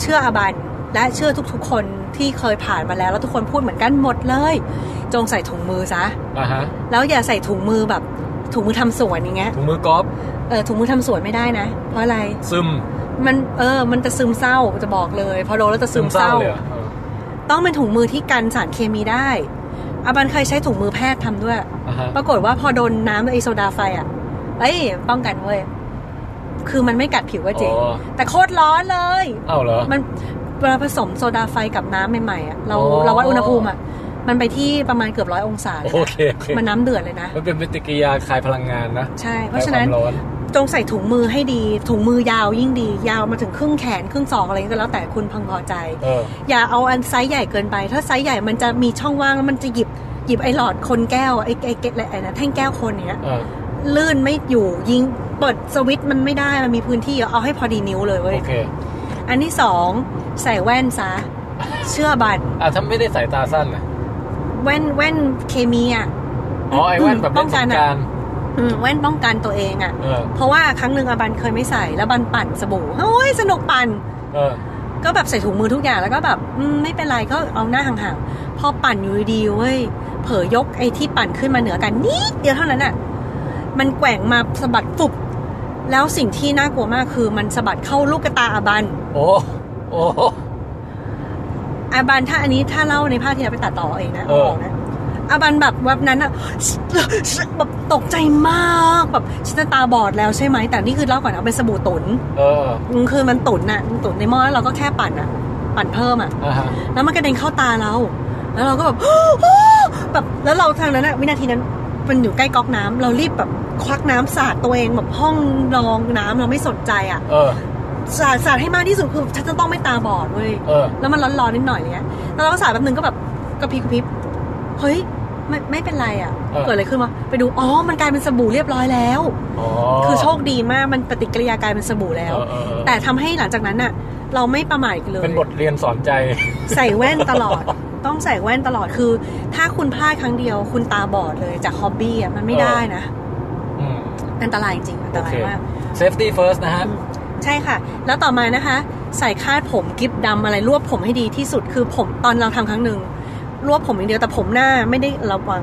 Speaker 2: เชื่ออาบันและเชื่อทุกๆ คนที่เคยผ่านมาแล้ว แล้วทุกคนพูดเหมือนกันหมดเลย จงใส่ถุงมือซะ
Speaker 1: อ่ะฮะ
Speaker 2: แล้วอย่าใส่ถุงมือแบบถุงมือทำสวนอย่างเงี้ย
Speaker 1: ถุงมือกอล์ฟ
Speaker 2: เออถุงมือทำสวนไม่ได้นะ เพราะอะไร
Speaker 1: ซึม
Speaker 2: มันเออมันจะซึมเศร้าจะบอกเลยพอโดนแล้วจะซึมเศร้า
Speaker 1: เลยหรอเออ
Speaker 2: ต้องเป็นถุงมือที่กันสารเคมีได้ อาบันเคยใช้ถุงมือแพทย์ทำด้วย
Speaker 1: อ่ะฮะ
Speaker 2: ปรากฏว่าพอโดนน้ำไอโซดาไฟอ่ะ เอ้ย ป้องกันเว้ย คือมันไม่กัดผิวก็จริง
Speaker 1: อ๋อ
Speaker 2: แต่โคตรร้อนเลย
Speaker 1: เอ้าเหรอ
Speaker 2: มันเวลาผสมโซดาไฟกับน้ำใหม่ๆอ่ะ เรา
Speaker 1: อ๋อ
Speaker 2: เราวัดอุณหภูมิอ่ะ มันไปที่ประมาณเกือบร้อยองศาเลย
Speaker 1: โอ
Speaker 2: นะ
Speaker 1: เคโอเค
Speaker 2: มันน้ำเดือดเลยนะ
Speaker 1: มันเป็นปฏิกิริยาคลายพลังงานนะ
Speaker 2: ใช่ เพราะฉะนั้น
Speaker 1: คลยควมร้อน
Speaker 2: จงใส่ถุงมือให้ดี ถุงมือยาวยิ่งดี ยาวมาถึงครึ่งแขนครึ่งศอกอะไรก็แล้วแต่คุณพึงพอใจ
Speaker 1: เออ
Speaker 2: อย่าเอาอันไซส์ใหญ่เกินไป ถ้าไซส์ใหญ่มันจะมีช่องว่างแล้วมันจะหยิบหยิบไอ้หลอดคนแก้วอะไอ้ไอ้เกล็ดอะไรไอ้นะแท่งแก้วคนเนี้ย
Speaker 1: เออ
Speaker 2: ลื่นไม่อยู่ยิงเปิดสวิตช์มันไม่ได้มันมีพื้นที่เยอะเอาให้พอดีนิ้วเลยเว้ย
Speaker 1: โอเค
Speaker 2: อันที่สองใส่แว่นซะ เชื่อบัตร
Speaker 1: อ่ะถ้าไม่ได้สายตาสั้นนะ
Speaker 2: แว่นแว่นเคมีอ่ะ
Speaker 1: อ๋อไอ้แว่นแบบ
Speaker 2: ป้
Speaker 1: เล่
Speaker 2: อน ง
Speaker 1: ส
Speaker 2: กัน
Speaker 1: งกรา
Speaker 2: อ่ะ
Speaker 1: ร
Speaker 2: อืมแว่นป้องกันตัวเองอ่ะ
Speaker 1: เออ
Speaker 2: เพราะว่าครั้งหนึ่งอาบันเคยไม่ใส่แล้วบันปั่นสบู่โอ้ยสนุกปั่น
Speaker 1: เออ
Speaker 2: ก็แบบใส่ถุงมือทุกอย่างแล้วก็แบบอืมไม่เป็นไรก็เอาหน้าห่างๆ พอปั่นอยู่ดีๆเว้ย เผลอยกไอ้ที่ปั่นขึ้นมาเหนือกันนิดเดียวเท่านั้นอ่ะ มันแกว่งมาสะบัดปุบ แล้วสิ่งที่น่ากลัวมากคือมันสะบัดเข้าลูกกระตาอาบัน
Speaker 1: โอ้ โอ้
Speaker 2: อาบันถ้าอันนี้ถ้าเล่าในภาคที่เราไปตัดต่อเองนะ
Speaker 1: เออ
Speaker 2: บอกนะอาบันแบบแวบนั้นอะ แบบตกใจมากแบบฉันจะตาบอดแล้วใช่ไหมแต่นี่คือเล่าก่อนเอาเป็นสบู่ตุน
Speaker 1: เออ
Speaker 2: อืมคือมันตุนอะมันตุนในหม้อแล้วเราก็แค่ปั่นอะปั่นเพิ่มอะ
Speaker 1: อ่ะฮะ
Speaker 2: แล้วมันกระเด็นเข้าตาเรา แล้วเราก็แบบ แบบแล้วเราทางนั้นอะวินาทีนั้นมันอยู่ใกล้ก๊อกน้ำเรารีบแบบควักน้ำสาดตัวเองแบบห้องรองน้ำเราไม่สนใจอะ
Speaker 1: เออ
Speaker 2: สาดสาดให้มากที่สุดคือฉันจะต้องไม่ตาบอดเว้ย
Speaker 1: เออ
Speaker 2: แล้วมันร้อนๆนิดหน่อยอะไรเนี้ยแล้วเราก็สาดแป๊บนึงก็แบบกระพริบกระพริบ เฮ้ยไม่ไม่เป็นไรอะ
Speaker 1: เออ
Speaker 2: เกิดอะไรขึ้นวะไปดู อ๋อ มันกลายเป็นสบู่เรียบร้อยแล้ว
Speaker 1: อ๋อ
Speaker 2: คือโชคดีมาก มันปฏิกิริยากลายเป็นสบู่แล้ว
Speaker 1: เออเออเออ
Speaker 2: แต่ทำให้หลังจากนั้นอะเราไม่ประมาทอีกเลย
Speaker 1: เป็นบทเรียนสอนใจ
Speaker 2: ใส่แว่นตลอด ต้องใส่แว่นตลอดคือ ถ้าคุณพลาดครั้งเดียว คุณตาบอดเลยจากฮอบบี้อ่ะมันไม่ได้นะ
Speaker 1: อืม
Speaker 2: อันตรายจริงอันตรายมาก
Speaker 1: safety first นะฮะ
Speaker 2: ใช่ค่ะ แล้วต่อมานะคะ ใส่คาดผมกิฟดำอะไรรวบผมให้ดีที่สุดคือผมตอนเราทำครั้งหนึ่งรวบผมอย่างเดียวแต่ผมหน้าไม่ได้ระวัง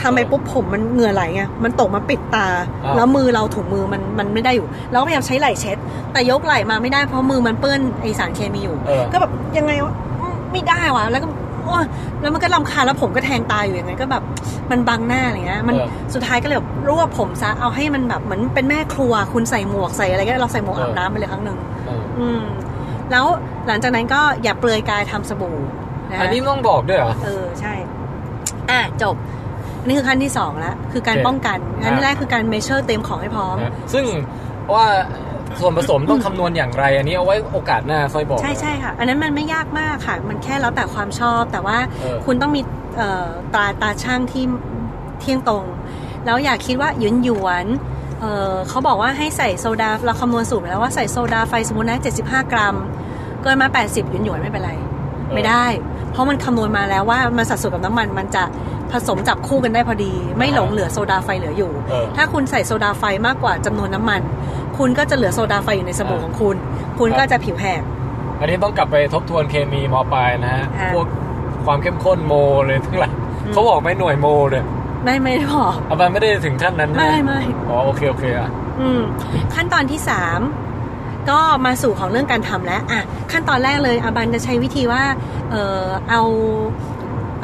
Speaker 2: ทำไปปุ๊บผมมันเหงื่อไหลไงมันตกมาปิดตา
Speaker 1: อ่า
Speaker 2: แล้วมือเราถุงมือมันมันไม่ได้อยู่เราก็พยายามใช้ไหล่เช็ด แต่ยกไหล่มาไม่ได้เพราะมือมันเปื้อนไอสารเคมีอยู่
Speaker 1: เออ
Speaker 2: ก็แบบยังไงวะอืมไม่ได้วะแล้วก็โอ๊ยแล้วมันก็ลำคาญแล้วผมก็แทงตาอยู่อย่างไงก็แบบมันบังหน้าอะไรเงี้ยมัน
Speaker 1: เออ
Speaker 2: สุดท้ายก็เลยแบบรวบผมซะเอาให้มันแบบเหมือนเป็นแม่ครัว คุณใส่หมวกใส่อะไรก็ได้เราใส่หมวก
Speaker 1: เอออ
Speaker 2: อาบน้ำไปเลยครั้งหนึ่ง
Speaker 1: เออ
Speaker 2: อืม แล้วหลังจากนั้นก็อย่าเปลือยกายทำสบู่ นะ
Speaker 1: อันนี้ต้องบอกด้วยเหรอ
Speaker 2: เออใช่ อ่ะจบอันนี่คือขั้นที่สองละคือการ
Speaker 1: โอเค
Speaker 2: ป้องกันขั้นที่
Speaker 1: อ่ะ
Speaker 2: แรกคือการ measure เต็มของให้พร้อม
Speaker 1: นะซึ่งว่าส่วนผสมต้องคำนวณอย่างไร อันนี้เอาไว้โอกาสหน้าค่อยบอก
Speaker 2: ใช่ใช่ค่ะ อันนั้นมันไม่ยากมากค่ะ มันแค่แล้วแต่ความชอบ แต่ว่า
Speaker 1: เออ
Speaker 2: คุณต้องมีเอ่อตาตาช่างที่เที่ยงตรง แล้วอย่าคิดว่าหยวนหยวนๆเอ่อเขาบอกว่าให้ใส่โซดา เราคำนวณสูตรมาแล้วว่าใส่โซดาไฟสมมตินะ 75 กรัม เกินมา 80หยวนหยวนๆไม่เป็นไร ไม่ได้ เพราะมันคำนวณมาแล้วว่ามันสัดส่วนกับน้ำมันมันจะผสมจับคู่กันได้พอดี ไม่หลงเหลือโซดาไฟเหลืออยู่
Speaker 1: เออ
Speaker 2: ถ้าคุณใส่โซดาไฟมากกว่าจำนวนน้ำมัน คุณก็จะเหลือโซดาไฟอยู่ในสมองของคุณ คุณก็จะผิวแหก
Speaker 1: อันนี้ต้องกลับไปทบทวนเคมีมปลายนะฮะ
Speaker 2: อ่ะ
Speaker 1: พวกความเข้มข้นโมเลยทั้งหลายเขาบอกไหม่หน่วยโมเลย
Speaker 2: ไม่ไม่ได้บอก
Speaker 1: อาบานไม่ได้ถึงขั้นนั้นนะ
Speaker 2: ไม่ไม่
Speaker 1: อ๋อโอเคโอเคอ่ะ
Speaker 2: อืมขั้นตอนที่สามก็มาสู่ของเรื่องการทำแล้วอ่ะขั้นตอนแรกเลยอาบันจะใช้วิธีว่าเออเอา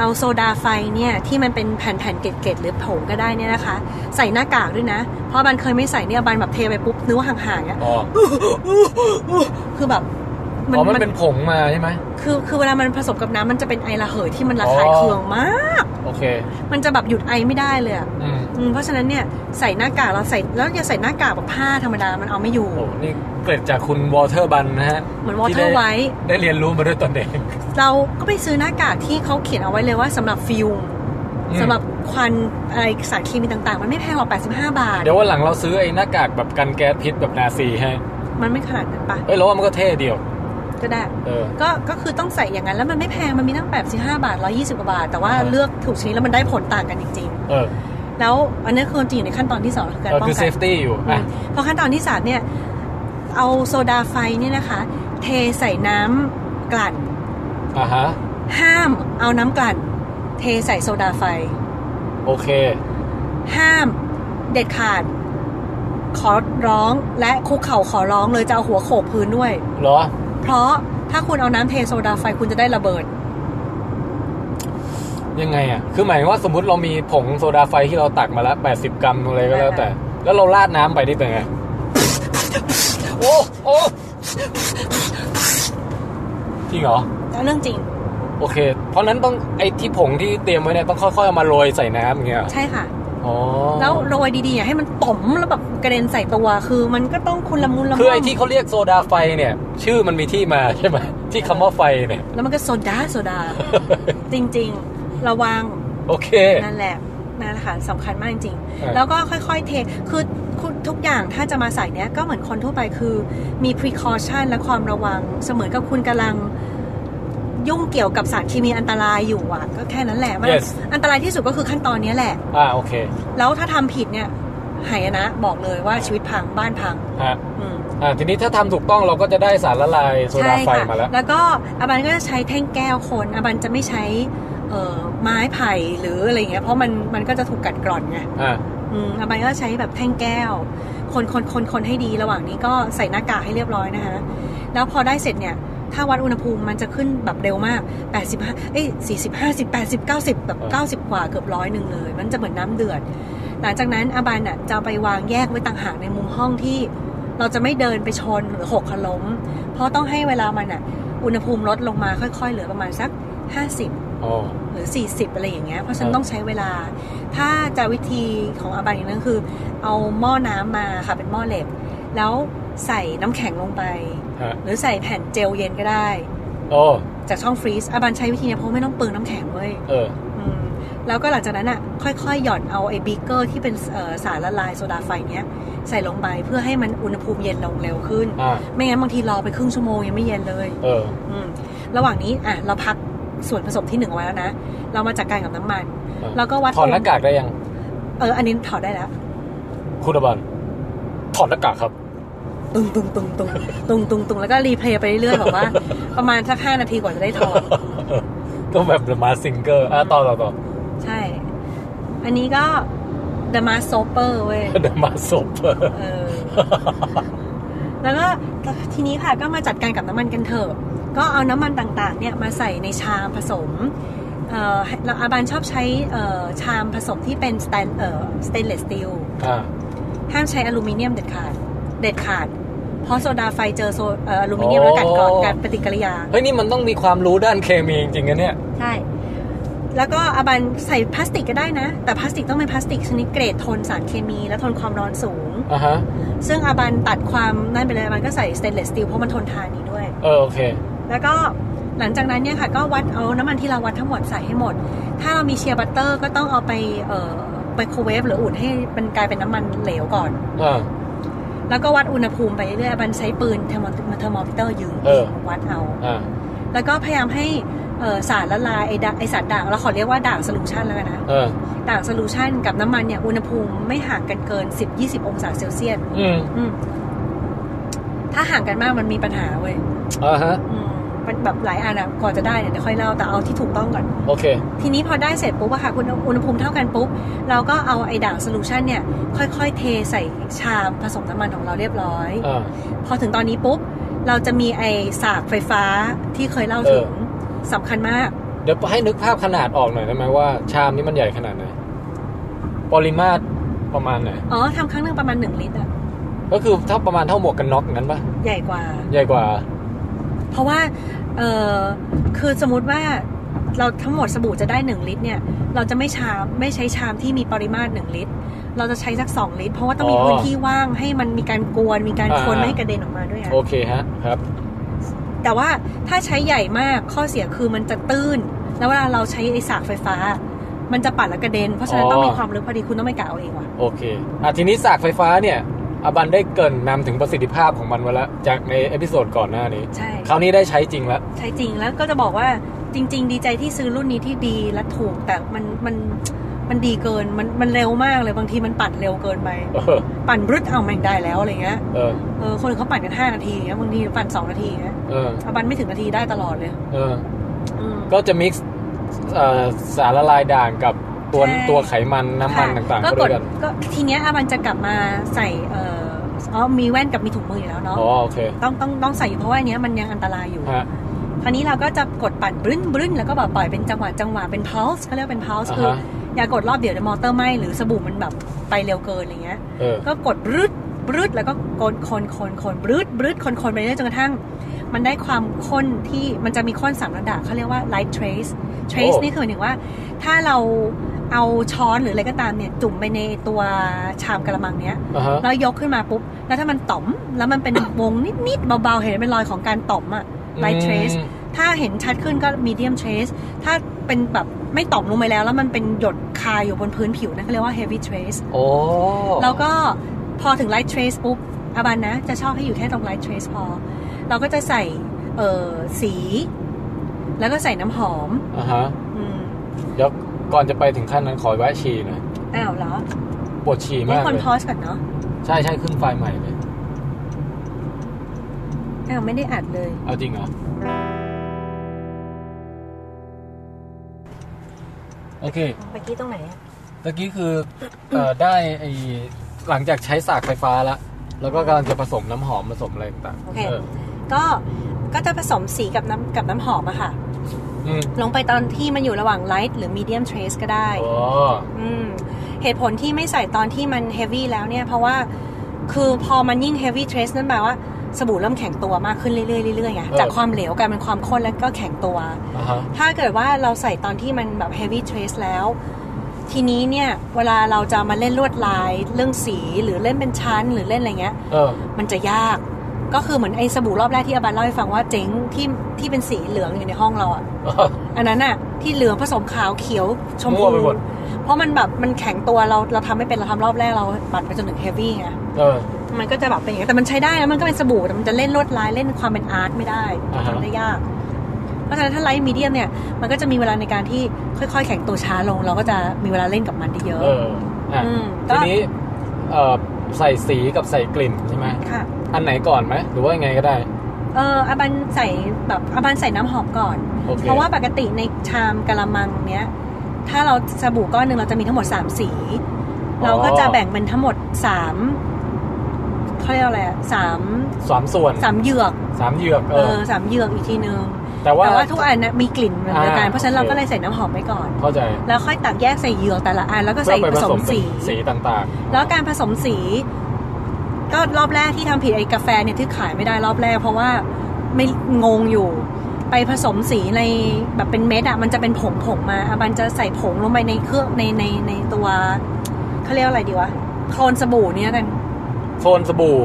Speaker 2: เอาโซดาไฟเนี่ยที่มันเป็นแผ่นแผ่นๆเกล็ดๆหรือผงก็ได้เนี่ยนะคะ ใส่หน้ากากด้วยนะ เพราะอาบันเคยไม่ใส่เนี่ยอาบันแบบเทไปปุ๊บนึกว่าห่างๆอ่ะ
Speaker 1: อ๋อ
Speaker 2: คือแบบ
Speaker 1: อ๋อมันเป็นผงมาใช่ไหม
Speaker 2: คือคือเวลามันผสมกับน้ำมันจะเป็นไอระเหยที่มันระคาย
Speaker 1: อ๋อ
Speaker 2: เคืองมาก
Speaker 1: โอเค
Speaker 2: มันจะแบบหยุดไอไม่ได้เลยอะ
Speaker 1: อืม
Speaker 2: อืมเพราะฉะนั้นเนี่ยใส่หน้ากากเราใส่แล้วอย่าใส่หน้ากากแบบผ้าธรรมดามันเอาไม่อยู่
Speaker 1: โอ้นี่เกร็ดจากคุณวอเตอร์บันนะฮะ
Speaker 2: เหมือนวอ
Speaker 1: ที่
Speaker 2: เตอ
Speaker 1: ได้
Speaker 2: ร์ไว้
Speaker 1: ได้เรียนรู้มาด้วยตนเอง
Speaker 2: เราก็ไปซื้อหน้ากากที่เขาเขียนเอาไว้เลยว่าสำหรับฟิว
Speaker 1: อืม
Speaker 2: สำหรับควันอะไรสารเคมีต่างๆ มันไม่แพงหรอก 85 บาท
Speaker 1: เดี๋ยววันหลังเราซื้อไอ้หน้ากากแบบกันแก๊สพิษแบบนาซีให้
Speaker 2: มันไม่ขนาดนั้นปะ
Speaker 1: เอ้ยเราว่ามันก็เท่เดียว
Speaker 2: ก็ได้
Speaker 1: เออ
Speaker 2: ก็ก็คือต้องใส่อย่างนั้น แล้วมันไม่แพง มันมีตั้ง 85 บาท 120 กว่าบาท แต่ว่า
Speaker 1: อ่าฮะ
Speaker 2: เลือกถูกชนิดแล้วมันได้ผลต่างกันจริง
Speaker 1: เออ
Speaker 2: ๆ แล้วอันนี้คือจริงอยู่ในขั้นตอนที่สองคือการ
Speaker 1: เออ
Speaker 2: ป้อง
Speaker 1: คือ
Speaker 2: กัน
Speaker 1: safety อยู่อ่ะ
Speaker 2: พอขั้นตอนที่สามเนี่ย เอาโซดาไฟเนี่ยนะคะ เทใส่น้ำกลั่น
Speaker 1: อ่าฮะ
Speaker 2: ห้ามเอาน้ำกลั่น เทใส่โซดาไฟ
Speaker 1: โอเค
Speaker 2: ห้ามเด็ดขาด ขอร้องและคุกเข่าขอร้องเลยจะเอาหัวโขกพื้นด้วย
Speaker 1: เหรอ
Speaker 2: เพราะถ้าคุณเอาน้ำเทโซดาไฟคุณจะได้ระเบิด
Speaker 1: ยังไงอ่ะ คือหมายว่าสมมติเรามีผงโซดาไฟที่เราตักมาแล้ว 80 กรัมอะไรก็แล้วแต่ แล้วเราราดน้ำไปนี่เป็นไง โอ้ โอ้จริงเหรอ
Speaker 2: แล้วเรื่องจริง
Speaker 1: โอเค เพราะนั้นต้องไอ้ที่ผงที่เตรียมไว้เนี่ยต้องค่อยๆเอามาโรยใส่น้ำอย่างเงี้ยเหรอ
Speaker 2: ใช่ค่ะ
Speaker 1: อ๋อ
Speaker 2: แล้วโรยดีๆอย่าให้มันต๋มแล้วแบบกระเด็นใส่ตัวคือ มันก็ต้องคุณละมุนละ
Speaker 1: คือ
Speaker 2: ม่อ
Speaker 1: ไอ้
Speaker 2: ม
Speaker 1: ที่เขาเรียกโซดาไฟเนี่ย ชื่อมันมีที่มา ใช่ไหมที่คำว่าไฟเนี่ย
Speaker 2: แล้วมันก็โซดาโซ ดา จริงๆ ระวัง
Speaker 1: โอเค
Speaker 2: นั่นแหละนั่นแหละค่ะสำคัญมากจริง
Speaker 1: เออ
Speaker 2: ๆ แล้วก็ค่อยๆ เท คือคุณทุกอย่างถ้าจะมาใส่เนี้ยก็เหมือนคนทั่วไปคือมี precaution และความระวัง เสมือนกับคุณกำลังยุ่งเกี่ยวกับสารเคมีอันตรายอยู่อ่ะ ก็แค่นั้นแหละมัน
Speaker 1: Yes
Speaker 2: อันตรายที่สุดก็คือขั้นตอนเนี้ยแหละ
Speaker 1: อ่าโอเค
Speaker 2: แล้วถ้าทำผิดเนี่ยหายนะบอกเลยว่าชีวิตพังบ้านพัง
Speaker 1: ฮะ
Speaker 2: อืม
Speaker 1: อ่าทีนี้ถ้าทำถูกต้องเราก็จะได้สารละลายโซดาไฟมาแล้ว
Speaker 2: แล้วก็อาบันก็จะใช้แท่งแก้วคนอาบันจะไม่ใช้เอ่อไม้ไผ่หรืออะไรอย่างเงี้ยเพราะมันมันก็จะถูกกัดกร่อนไง
Speaker 1: อ่า
Speaker 2: อืมอาบันก็ใช้แบบแท่งแก้ว คนคนคนคนให้ดีระหว่างนี้ก็ใส่หน้ากากให้เรียบร้อยนะคะ แล้วพอได้เสร็จเนี่ย ถ้าวัดอุณหภูมิมันจะขึ้นแบบเร็วมาก 85 เอ้ย40 50 80 90 แบบ
Speaker 1: เออ
Speaker 2: เก้าสิบ90 กว่าเกือบร้อยหนึ่งเลย มันจะเหมือนน้ำเดือด หลังจากนั้นอาบันอ่ะจะเอาไปวางแยกไว้ต่างหากในมุมห้องที่เราจะไม่เดินไปชนหรือหกขล้ม เพราะต้องให้เวลามันอ่ะ อุณหภูมิลดลงมาค่อยๆ เหลือประมาณสัก 50
Speaker 1: อ๋อ
Speaker 2: หรือ 40 อะไรอย่างเงี้ย เพราะฉะนัน
Speaker 1: ครับ
Speaker 2: ต้องใช้เวลา ถ้าจะวิธีของอาบันอีกนึงคือ เอาหม้อน้ำมาค่ะเป็นหม้อเหล็ก แล้วใส่น้ำแข็งลงไป
Speaker 1: ฮะ
Speaker 2: หรือใส่แผ่นเจลเย็นก็ได้
Speaker 1: โอ้
Speaker 2: จากช่องฟรีซอาบันใช้วิธีเนี้ยเพราะไม่ต้องเปลืองน้ำแข็งเว้ย
Speaker 1: เออ
Speaker 2: อืมแล้วก็หลังจากนั้นอ่ะ ค่อยๆ หย่อนเอาไอ้บีเกอร์ที่เป็นเอ่อสารละลายโซดาไฟเนี้ย ใส่ลงไปเพื่อให้มันอุณหภูมิเย็นลงเร็วขึ้น
Speaker 1: อ่า
Speaker 2: ไม่งั้นบางทีรอไปครึ่งชั่วโมงยังไม่เย็นเลย
Speaker 1: เออ
Speaker 2: อืมระหว่างนี้อ่ะเราพักส่วนผสมที่หนึ่งเอาไว้แล้วนะ เรามาจัดการกับน้ำมัน
Speaker 1: เออ
Speaker 2: แล้วก็วัด
Speaker 1: ถอดหน้ากากได้ยัง
Speaker 2: เอออันนี้ถอดได้แล้ว
Speaker 1: คุณอบันถอดหน้ากากครับ
Speaker 2: ตุงตุงตุงตุงตุงตุงตุงแล้วก็รีเพลย์ไปเรื่อยๆแบบว่า ประมาณสักห้านาทีกว่าจะได้ถอด
Speaker 1: ต้องแบบมาซิงเกอร์อ่ะต่อต่อต่อ
Speaker 2: ใช่ อันนี้ก็ The m a s s o p e r เว้ย
Speaker 1: เดมาศพ
Speaker 2: เออแล้วก็ทีนี้ค่ะก็มาจัดการกับน้ำมันกันเถอะ ก็เอาน้ำมันต่างๆ เนี่ยมาใส่ในชามผสมเอ่อเราอาบานชอบใช้เอ่อชามผสมที่เป็นสแตนเอ่อสเตนเลสสตีล
Speaker 1: อ่า
Speaker 2: ห้ามใช้อลูมิเนียมเด็ดขาด เด็ดขาด เพราะโซดาไฟเจอโซเอ่ออลูมิเนียมแล้วกัดกร่อนการปฏิกิริยา
Speaker 1: เฮ้ยนี่มันต้องมีความรู้ด้านเคมีจริงๆนะเนี่ย
Speaker 2: ใช่ แล้วก็อาบันใส่พลาสติกก็ได้นะ แต่พลาสติกต้องเป็นพลาสติกชนิดเกรดทนสารเคมีและทนความร้อนสูง
Speaker 1: อ่ะฮะ
Speaker 2: ซึ่งอาบันตัดความนั่นไปเลยอาบันก็ใส่สเตนเลสสตีลเพราะมันทนทานนี้ด้วย
Speaker 1: เออโอเค
Speaker 2: แล้วก็หลังจากนั้นเนี่ยค่ะ ก็วัดเอาน้ำมันที่เราวัดทั้งหมดใส่ให้หมด ถ้าเรามีเชียร์บัตเตอร์ก็ต้องเอาไปเอ่อไมโครเวฟหรืออุ่นให้มันกลายเป็นน้ำมันเหลวก่อน
Speaker 1: อ่า
Speaker 2: แล้วก็วัดอุณหภูมิไปเรื่อยๆอาบันใช้ปืนเทอร์โมเทอร์โมมิเตอร์ยืม
Speaker 1: เออ
Speaker 2: วัดเอา
Speaker 1: อ่า
Speaker 2: แล้วก็พยายามให้เอ่อสารละลายไอดะไอสารด่างเราขอเรียกว่าด่างโซลูชันแล้วกันนะ
Speaker 1: เออ
Speaker 2: ต่างโซลูชันกับน้ำมันเนี่ยอุณหภูมิไม่ห่างกันเกิน 10-20 องศาเซลเซียส
Speaker 1: อืม
Speaker 2: อืมถ้าห่างกันมากมันมีปัญหาเว้ย
Speaker 1: อ่าฮะ
Speaker 2: อืมมันแบบหลายอันอะก่อนจะได้เนี่ยเดี๋ยวค่อยเล่าแต่เอาที่ถูกต้องก่อน
Speaker 1: โอเค
Speaker 2: ทีนี้พอได้เสร็จปุ๊บอะค่ะคุณอุณหภูมิเท่ากันปุ๊บ เราก็เอาไอ้ด่างโซลูชันเนี่ย ค่อยๆ เทใส่ชามผสมน้ำมันของเราเรียบร้อย
Speaker 1: อ่า
Speaker 2: พอถึงตอนนี้ปุ๊บ เราจะมีไอ้สากไฟฟ้าที่เคยเล่าถึงสำคัญมาก
Speaker 1: เดี๋ยวให้นึกภาพขนาดออกหน่อยได้ไหมว่า ชามนี้มันใหญ่ขนาดไหน ปริมาตรประมาณไหน
Speaker 2: อ๋อทำครั้งหนึ่งประมาณ1ลิตรอะ
Speaker 1: ก็คือเท่าประมาณเท่าหมวกกันน็อกงั้นปะ
Speaker 2: ใหญ่กว่า
Speaker 1: ใหญ่กว่า
Speaker 2: เพราะว่า เออคือสมมติว่าเราทั้งหมดสบู่จะได้ 1 ลิตรเนี่ย เราจะไม่ชามไม่ใช้ชามที่มีปริมาตร 1 ลิตร เราจะใช้สัก 2 ลิตร เพราะว่าต้องมี
Speaker 1: อ๋อ
Speaker 2: พื้นที่ว่างให้มันมีการกวน มีการ
Speaker 1: อ่า
Speaker 2: คนไม่ให้กระเด็นออกมาด้วยอะ
Speaker 1: โอเคฮะ ครับ
Speaker 2: แต่ว่าถ้าใช้ใหญ่มากข้อเสียคือมันจะตื้น แล้วเวลาเราใช้ไอ้สากไฟฟ้า มันจะปัดแล้วกระเด็น เพราะฉะนั้น
Speaker 1: อ๋อ
Speaker 2: ต้องมีความลึกพอดีคุณต้องไม่กะเอาเองว่ะ
Speaker 1: โอเค อ่ะทีนี้สากไฟฟ้าเนี่ยอบันได้เกรินนำถึงประสิทธิภาพของมันไว้แล้วจากในเอพิโซดก่อนหน้านี้
Speaker 2: ใช่
Speaker 1: คราวนี้ได้ใช้จริงแล้ว
Speaker 2: ใช้จริงแล้วก็จะบอกว่าจริง ๆ ดีใจที่ซื้อรุ่นนี้ที่ดีและถูกแต่มันมันมันดีเกินมันมันเร็วมากเลยบางทีมันปั่นเร็วเกินไป
Speaker 1: เออ
Speaker 2: ปั่นบรึดเอาแม่งได้แล้วอะไรเงี้ย
Speaker 1: เออ
Speaker 2: เออคนอื่นเขาปั่นกันห้านาทีอย่างเงี้ยบางทีปั่นสองนาทีอย่างเงี้ย
Speaker 1: เออ
Speaker 2: อาบันไม่ถึงนาทีได้ตลอดเลย
Speaker 1: เออ
Speaker 2: อืม
Speaker 1: ก็จะมิกซ์สารละลายด่างกับตัว
Speaker 2: ใช่
Speaker 1: ตัวไขมันน้ำมัน
Speaker 2: ค่ะ
Speaker 1: ต่างๆ
Speaker 2: ก็
Speaker 1: เข้าก ด้ว
Speaker 2: ด
Speaker 1: ยกัน
Speaker 2: ก็ทีเนี้ยอาบันจะกลับมาใส่เอ่ออ๋อมีแว่นกับมีถุงมืออยู่แล้วเนาะ
Speaker 1: อ๋อโอเค
Speaker 2: ต้องต้องต้องใส่อยู่เพราะว่าอันเนี้ยมันยังอันตรายอยู่
Speaker 1: ฮะ
Speaker 2: คราวนี้เราก็จะกดปั่นบรึ้นบรึ้นแล้วก็แบบปล่อยเป็นจังหวะจังหวะเป็น pulse เขาเรียกว่าเป็น pulse คือ
Speaker 1: อ่าฮะ
Speaker 2: อย่ากดรอบเดียวเดี๋ยวมอเตอร์ไหมหรือสบู่มันแบบไปเร็วเกินอะไรเงี้ย
Speaker 1: เออ
Speaker 2: ก็กดบรืดบรืดแล้วก็โกนคนคนคนบรืดบรืดคนคนไปเรื่อยจนกระทั่ง มันได้ความข้นที่มันจะมีข้นสามระดับเขาเรียกว่า light trace trace
Speaker 1: โอ้
Speaker 2: นี่คือหมายถึงว่า ถ้าเราเอาช้อนหรืออะไรก็ตามเนี่ย จุ่มไปในตัวชามกระมังเนี้ย
Speaker 1: อ่ะฮะ
Speaker 2: แล้วยกขึ้นมาปุ๊บ แล้วถ้ามันต่อม แล้วมันเป็น วงนิด ๆ เบา ๆ เห็นเป็นรอยของการต่อมอะ light trace
Speaker 1: อืม
Speaker 2: ถ้าเห็นชัดขึ้นก็ medium trace ถ้าเป็นแบบไม่ต่อมลงไปแล้ว แล้วมันเป็นหยดคาอยู่บนพื้นผิวนะเขาเรียกว่า heavy trace
Speaker 1: โอ้
Speaker 2: แล้วก็พอถึง light trace ปุ๊บอาบันนะ จะชอบให้อยู่แค่ตรง light trace พอ เราก็จะใส่เออสี แล้วก็ใส่น้ำหอม
Speaker 1: อ่ะฮะ
Speaker 2: อืม
Speaker 1: เดี๋ยวก่อนจะไปถึงขั้นนั้นขอแวะฉี่หน่อย
Speaker 2: อ้าวเหรอ
Speaker 1: ปวดฉี่
Speaker 2: ให้
Speaker 1: มาก
Speaker 2: คน
Speaker 1: เลย
Speaker 2: pause ก่อนเนาะ
Speaker 1: ใช่ใช่ขึ้นไฟล์ใหม่เลย
Speaker 2: อ้าวไม่ได้อัดเลย
Speaker 1: เอาจริงเหรอ โอเค
Speaker 2: เมื่อกี้ตรงไหนอะ
Speaker 1: ตะกี้คือเอ่อ ได้ไอหลังจากใช้สากไฟฟ้าแล้ว แล้วก็กำลังจะผสมน้ำหอมผสมอะไรต่าง
Speaker 2: โอเค
Speaker 1: ๆเออ
Speaker 2: ก็ก็จะผสมสีกับน้ำกับน้ำหอมอะค่ะ
Speaker 1: อืม
Speaker 2: ลงไปตอนที่มันอยู่ระหว่าง light หรือ medium trace ก็ได้
Speaker 1: อ๋อ
Speaker 2: อืมเหตุผลที่ไม่ใส่ตอนที่มันเฮฟวี่แล้วเนี่ย เพราะว่าคือพอมันยิ่งเฮฟวี่เทรสนั่นแปลว่าสบู่เริ่มแข็งตัวมากขึ้นเรื่อยๆเรื่อยๆไงจากความเหลวกลายเป็นความข้นแล้วก็แข็งตัว
Speaker 1: อ่ะฮะ
Speaker 2: ถ้าเกิดว่าเราใส่ตอนที่มันแบบเฮฟวี่เทรสแล้ว ทีนี้เนี่ย เวลาเราจะมาเล่นลวดลายเรื่องสีหรือเล่นเป็นชั้นหรือเล่นอะไรเงี้ย
Speaker 1: เออ
Speaker 2: มันจะยาก ก็คือเหมือนไอ้สบู่รอบแรกที่อาบันเล่าให้ฟังว่าเจ๊งที่ที่เป็นสีเหลืองอยู่ในห้องเราอะ อันนั้นน่ะที่เหลืองผสมขาวเขียวชม
Speaker 1: มั่
Speaker 2: พู
Speaker 1: วไปหมด
Speaker 2: เพราะมันแบบมันแข็งตัวเราเราทำไม่เป็นเราทำรอบแรกเราปั่นไปจนถึงเฮฟวี่ไง
Speaker 1: เออ
Speaker 2: มันก็จะแบบเป็นอย่างนี้แต่มันใช้ได้นะมันก็เป็นสบู่แต่มันจะเล่นลวดลายเล่นความเป็นอาร์ตไม่ได้
Speaker 1: อ่าฮะ
Speaker 2: ทำได้ยาก เพราะฉะนั้นถ้าไลท์มีเดียมเนี่ยมันก็จะมีเวลาในการที่ค่อยๆ แข็งตัวช้าลง เราก็จะมีเวลาเล่นกับมันได้เยอะ
Speaker 1: เออ อ่ะ
Speaker 2: อืมก็
Speaker 1: ทีนี้เอ่อใส่สีกับใส่กลิ่นใช่ไหม
Speaker 2: ค่ะ
Speaker 1: อันไหนก่อนไหม หรือว่ายังไงก็ได้
Speaker 2: เอออาบันใส่แบบอาบันใส่น้ำหอมก่อน
Speaker 1: โอเค
Speaker 2: เพราะว่าปกติในชามกะละมังเนี้ย ถ้าเราสบู่ก้อนหนึ่งเราจะมีทั้งหมดสามสี เราก็จะแบ่งเป็นทั้งหมดสามเขาเรียกว่าอะไรอะสาม
Speaker 1: สามส่วน
Speaker 2: สามเหยือก
Speaker 1: สามเหยือกเอ
Speaker 2: เอ
Speaker 1: อ
Speaker 2: อสามเหยือกอีกทีนึง
Speaker 1: แต่ว่า
Speaker 2: แต่ว่าทุกอันนะมีกลิ่นเหมือนกัน
Speaker 1: อ่า
Speaker 2: เพราะฉะนั้นเรา
Speaker 1: โอเค
Speaker 2: ก็เลยใส่น้ำหอมไปก่อน
Speaker 1: เข้าใจ
Speaker 2: แล้วค่อยตักแยกใส่เหยือกแต่ละอันแล้วก็ใส่
Speaker 1: เพื่อไป
Speaker 2: ผสม
Speaker 1: เป็น
Speaker 2: สี
Speaker 1: สีต่าง
Speaker 2: แล้วการผสมสี ก็รอบแรกที่ทำผิดไอ้กาแฟเนี่ยที่ขายไม่ได้รอบแรก เพราะว่าไม่งงอยู่ ไปผสมสีในแบบเป็นเม็ดอะมันจะเป็นผงผงมาอะบันจะใส่ผงลงไปในเครื่องในในในตัวเขาเรียกอะไรดีวะโคลนสบู่เนี่ยกัน
Speaker 1: โฟนสบู่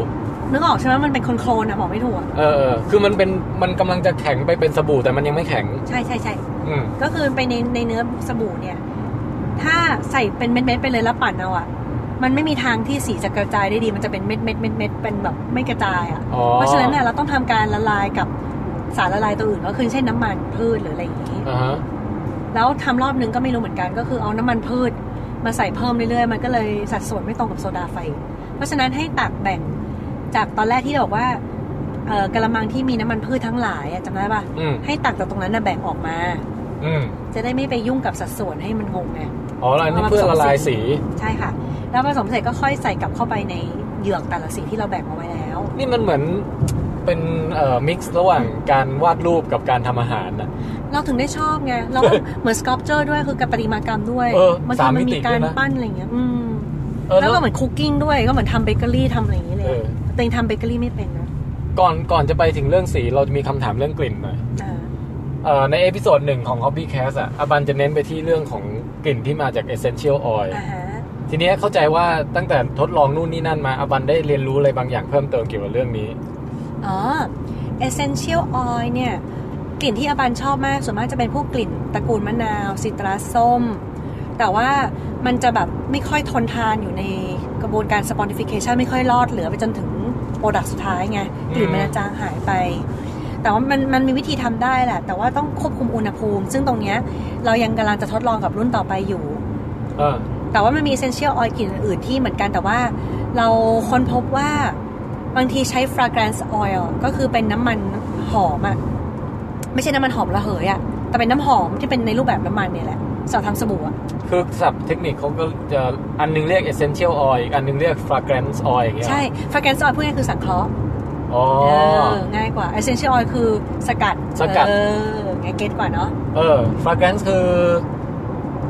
Speaker 2: นึกออกใช่ไหมมันเป็นโคลนๆอะบอกไม่ถูกอะ
Speaker 1: เออเออคือมันเป็นมันกำลังจะแข็งไปเป็นสบู่แต่มันยังไม่แข็ง
Speaker 2: ใช่ใช่ใช่
Speaker 1: อืม
Speaker 2: ก็คือไปในในเนื้อสบู่เนี่ย ถ้าใส่เป็นเม็ดๆไปเลยแล้วปั่นเอาอะมันไม่มีทางที่สีจะกระจายได้ดี มันจะเป็นเม็ดเม็ดเม็ดเม็ดเป็นแบบไม่กระจายอะ
Speaker 1: อ๋อ
Speaker 2: เพราะฉะนั้นเนี่ยเราต้องทำการละลายกับสารละลายตัวอื่นก็คือเช่นน้ำมันพืชหรืออะไรอย่างนี้
Speaker 1: อ่าฮะ
Speaker 2: แล้วทำรอบนึงก็ไม่รู้เหมือนกัน ก็คือเอาน้ำมันพืช มาใส่เพิ่มเรื่อยๆ มันก็เลยสัดส่วนไม่ตรงกับโซดาไฟ เพราะฉะนั้นให้ตักแบ่งจากตอนแรกที่เราบอกว่าเอ่อกระมังที่มีน้ำมันพืชทั้งหลายอะจำได้ปะ
Speaker 1: อืม
Speaker 2: ให้ตักจากตรงนั้นนะแบ่งออกมา
Speaker 1: อืม
Speaker 2: จะได้ไม่ไปยุ่งกับสัดส่วนให้มันงงไง
Speaker 1: อ๋อแล้วอันนี้เพื่อละลายสี
Speaker 2: ใช่ค่ะ แล้วผสมเสร็จก็ค่อยใส่กลับเข้าไปในเหยือกแต่ละสีที่เราแบ่งเอาไว้แล้ว
Speaker 1: นี่มันเหมือนเป็นเอ่อมิกซ์ระหว่างการวาดรูปกับการทำอาหารนะ
Speaker 2: เราถึงได้ชอบไง เราก็ เหมือนสก u ปเจอร์ด้วยคือการประติมากรรมด้วย
Speaker 1: เออ
Speaker 2: มัน
Speaker 1: สาม
Speaker 2: มั
Speaker 1: มิติ
Speaker 2: มีการ
Speaker 1: ด้วยนะ
Speaker 2: ปั้นอะไรอย่างเงี้ยอืม
Speaker 1: เออ
Speaker 2: แล้
Speaker 1: แล้ว ว
Speaker 2: ก็เหมือนคุกกิ้งด้วยก็เหมือนทำเบเกอรี่ทำอะไรอย่างเงี้ยเล
Speaker 1: เอย อ
Speaker 2: แต่ยังทำเบเกอรี่ไม่เป็นนะ
Speaker 1: ก่อนก่อนจะไปถึงเรื่องสีเราจะมีคำถามเรื่องกลิ่นหน่อย
Speaker 2: อ่า
Speaker 1: เอ่อในเอพิโซดหนึ่งของ Hobby Cast อ่ะอบันจะเน้นไปที่เรื่องของกลิ่นที่มาจาก Essential Oil
Speaker 2: อ่าฮะ
Speaker 1: ทีเนี้ยเข้าใจว่าตั้งแต่ทดลองนู่นนี่นั่นมาอบันได้เรียนรู้อะไรบางอย่างเพิ่มเติมเกี่ยวกับเรื่องนี้
Speaker 2: อ๋อ essential oil เนี่ยกลิ่นที่อาบันชอบมากส่วนมากจะเป็นพวกกลิ่นตระกูลมะนาวซิตรัสส้ม แต่ว่ามันจะแบบไม่ค่อยทนทานอยู่ในกระบวนการ spondification ไม่ค่อยรอดเหลือไปจนถึงโปรดักต์สุดท้ายไงกลิ่น
Speaker 1: อืม
Speaker 2: มันจะจางหายไป แต่ว่ามันมันมีวิธีทำได้แหละ แต่ว่าต้องควบคุมอุณหภูมิ ซึ่งตรงเนี้ยเรายังกำลังจะทดลองกับรุ่นต่อไปอยู่
Speaker 1: เออ
Speaker 2: แต่ว่ามันมี essential oil กลิ่นอื่นๆที่เหมือนกันแต่ว่าเราค้นพบว่าบางทีใช้ fragrance oil ก็คือเป็นน้ำมันหอมอะไม่ใช่น้ำมันหอมระเหยอะแต่เป็นน้ำหอมที่เป็นในรูปแบบน้ำมันเนี่ยแหละสำหรับทำสบู่อะ
Speaker 1: คือศัพท์เทคนิคเขาก็จะอันหนึงเรียก essential oil อีกอันหนึงเรียก fragrance oil อย่างเงี้ย
Speaker 2: ใช่ fragrance oil พูดง่ายๆคือสังเคราะห์
Speaker 1: อ๋อ
Speaker 2: เออ ง่ายกว่า essential oil คือสกัด
Speaker 1: สกัด
Speaker 2: เออง่ายเก็ตกว่าเนาะ
Speaker 1: เออ fragrance คือ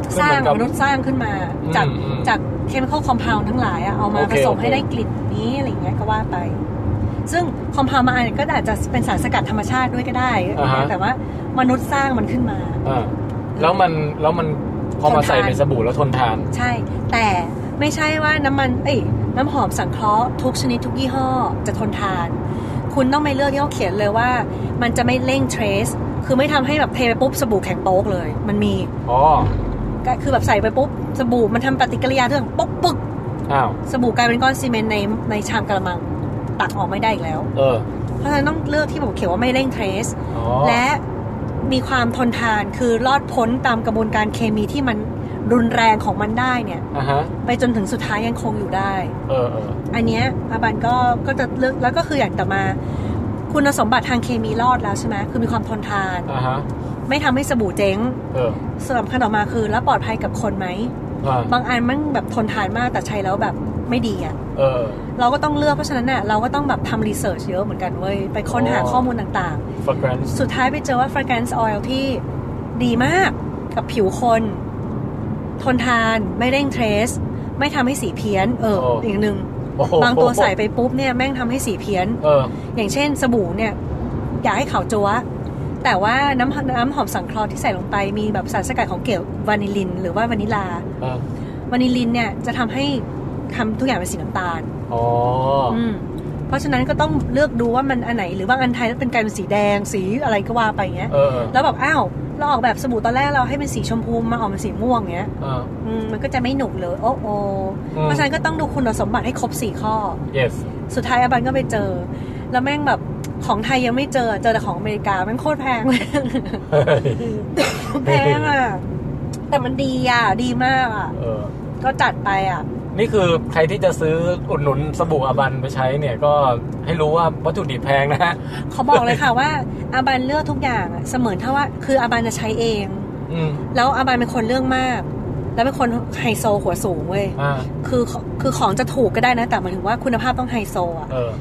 Speaker 1: คือ
Speaker 2: สร้า
Speaker 1: เหมื
Speaker 2: ง
Speaker 1: อนกับ
Speaker 2: มนุษย์สร้างขึ้นมาจาก
Speaker 1: อืม
Speaker 2: จาก chemical compound ทั้งหลายอะเอามา
Speaker 1: โอ
Speaker 2: ผ
Speaker 1: เค
Speaker 2: สมให้
Speaker 1: โอเค
Speaker 2: ได้กลิ่นนี้อะไรอย่างเงี้ยก็ว่าไป ซึ่ง compound มาอันก็อาจจะเป็นสารสกัดธรรมชาติด้วยก็ได้
Speaker 1: อ่าฮะ
Speaker 2: แต่ว่ามนุษย์สร้างมันขึ้นมา
Speaker 1: อ่าแล้วมันแล้วมันพอมาใส่ในสบู่แล้วทนทาน
Speaker 2: ใช่ แต่ไม่ใช่ว่าน้ำมันเอ้ยน้ำหอมสังเคราะห์ทุกชนิดทุกยี่ห้อจะทนทาน คุณต้องไม่เลือกที่เขาเขียนเลยว่า มันจะไม่เร่ง trace คือไม่ทำให้แบบเทไปปุ๊บสบู่แข็งโป๊กเลย มันมี
Speaker 1: อ๋อ
Speaker 2: ก็คือแบบใส่ไปปุ๊บสบู่มันทำปฏิกิริยาเรื่องปุ๊บปึ๊ก
Speaker 1: อ้าว
Speaker 2: สบู่กลายเป็นก้อนซีเมนต์ในในชามกระมังตักออกไม่ได้อีกแล้ว
Speaker 1: เออ
Speaker 2: เพราะฉะนั้นต้องเลือกที่ผมเขียนว่าไม่เร่งเทรส
Speaker 1: อ๋อ
Speaker 2: และมีความทนทานคือรอดพ้นตามกระบวนการเคมีที่มันรุนแรงของมันได้เนี่ย
Speaker 1: อ่ะฮะ
Speaker 2: ไปจนถึงสุดท้ายยังคงอยู่ได้
Speaker 1: เออเออ
Speaker 2: อันเนี้ยอาบันก็ก็จะเลือกแล้วก็คืออย่างต่อมา คุณสมบัติทางเคมีรอดแล้วใช่ไหมคือมีความทนทาน
Speaker 1: อ่ะฮะ
Speaker 2: ไม่ทำให้สบู่เจ๊ง
Speaker 1: เออ
Speaker 2: ส่วนสำคัญต่อมาคือ แล้วปลอดภัยกับคนไหม
Speaker 1: อ่า
Speaker 2: บางอันมันแบบทนทานมากแต่ใช้แล้วแบบไม่ดีอ่ะ
Speaker 1: เออ
Speaker 2: เราก็ต้องเลือกเพราะฉะนั้นน่ะเราก็ต้องแบบทำรีเสิร์ชเยอะเหมือนกันเว้ย ไปค้นหา
Speaker 1: อ๋อ
Speaker 2: ข้อมูลต่าง
Speaker 1: fragrance
Speaker 2: ๆ สุดท้ายไปเจอว่า fragrance oil ที่ดีมากกับผิวคน ทนทานไม่เร่งเทรส ไม่ทำให้สีเพี้ยน เออ
Speaker 1: โอ้
Speaker 2: อีกหนึ่ง
Speaker 1: โอ้โห
Speaker 2: บางตัวใส่ไปปุ๊บเนี่ยแม่งทำให้สีเพี้ยน
Speaker 1: เออ
Speaker 2: อย่างเช่นสบู่เนี่ย อยากให้ขาวจัวะแต่ว่าน้ำหอมน้ำหอมสังเคราะห์ที่ใส่ลงไปมีแบบสารสกัดของเกลวานิลลิน หรือว่าวานิลา
Speaker 1: เออ
Speaker 2: วานิลลินเนี่ยจะทำให้ทำทุกอย่างเป็นสีน้ำตาล
Speaker 1: อ๋อ
Speaker 2: อืมเพราะฉะนั้นก็ต้องเลือกดูว่ามันอันไหน หรือบางอันไทยเป็นกลายเป็นสีแดงสีอะไรก็ว่าไปเงี้ย
Speaker 1: เออ เอ
Speaker 2: แล้วแบบอ้าวเราออกแบบสบู่ตอนแรกเราให้เป็นสีชมพูมาออกเป็นสีม่วงเงี้ย
Speaker 1: อ
Speaker 2: อืมมันก็จะไม่หนุกเลยโอ้โอ
Speaker 1: อืม
Speaker 2: เพราะฉะนั้นก็ต้องดูคุณสมบัติให้ครบสี่ข้อ
Speaker 1: yes
Speaker 2: สุดท้ายอาบันก็ไปเจอ แล้วแม่งแบบของไทยยังไม่เจอเจอแต่ของอเมริกาแม่งโคตรแพงเลย แพงอ่ะแต่มันดีอ่ะดีมากอ่ะ
Speaker 1: เออ
Speaker 2: ก็จัดไปอ่ะ
Speaker 1: นี่คือใครที่จะซื้ออุดหนุนสบู่อาบันไปใช้เนี่ยก็ให้รู้ว่าวัตถุดิบแพงนะฮะ
Speaker 2: เขาบอกเลยค่ะว่าอาบันเลือกทุกอย่างอะเสมือนถ้าว่าคืออาบันจะใช้เอง
Speaker 1: อืม
Speaker 2: แล้วอาบานเป็นคนเรื่องมาก แล้วเป็นคนไฮโซหัวสูงเว้ย
Speaker 1: อ่า
Speaker 2: คือคือของจะถูกก็ได้นะ แต่หมายถึงว่าคุณภาพต้องไฮโซอะ
Speaker 1: เออ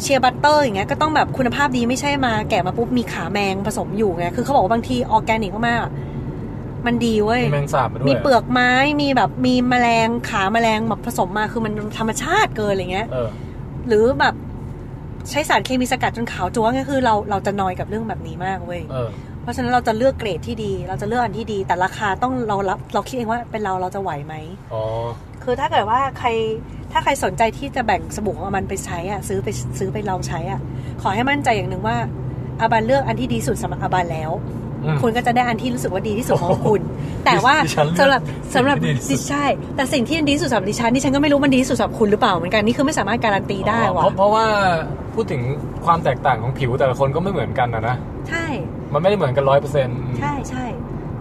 Speaker 2: เชียร์บัตเตอร์อย่างเงี้ยก็ต้องแบบคุณภาพดีไม่ใช่มาแกะมาปุ๊บมีขาแมงผสมอยู่ไง คือเขาบอกว่าบางทีออร์แกนิกมากๆอะมันดีเว้ย
Speaker 1: มีแมงสาบมาด้วย
Speaker 2: มีเปลือกไม้ มีแบบมีแมลงขาแมลงแบบผสมมา คือมันธรรมชาติเกินอะไรเงี้ย
Speaker 1: เออ
Speaker 2: หรือแบบใช้สารเคมีสกัดจนขาวจ้วงก็คือเราเราจะนอยกับเรื่องแบบนี้มากเว้ย
Speaker 1: เออ
Speaker 2: เพราะฉะนั้นเราจะเลือกเกรดที่ดี เราจะเลือกอันที่ดี แต่ราคาต้องเรารับเราคิดเองว่าเป็นเราเราจะไหวไหม
Speaker 1: อ๋อ
Speaker 2: คือถ้าเกิดว่าใครถ้าใครสนใจที่จะแบ่งสบู่ของอามันไปใช้อ่ะซื้อไปซื้อไปลองใช้อ่ะ ขอให้มั่นใจอย่างหนึ่งว่าอาบันเลือกอันที่ดีสุดสำหรับอาบันแล้ว
Speaker 1: อืม
Speaker 2: คุณก็จะได้อันที่รู้สึกว่าดีที่สุดของ คุณ แต่ว่า
Speaker 1: ดิฉันเลือก
Speaker 2: สำหรับสำหรับ
Speaker 1: สิ่งที่ดีที่สุด
Speaker 2: ดิใช่ แต่สิ่งที่ดีที่สุดสำหรับดิฉันดิฉันก็ไม่รู้มันดีที่สุดสำหรับคุณหรือเปล่าเหมือนกันนี่คือไม่สามารถการันตีได้ว่ะ
Speaker 1: เพราะเพราะว่าพูดถึงความแตกต่างของผิวแต่ละคนก็ไม่เหมือนกันนะนะ
Speaker 2: ใช่
Speaker 1: มันไม่ได้เหมือนกันร้อยเปอร์เซ็นต์
Speaker 2: ใช่ใช่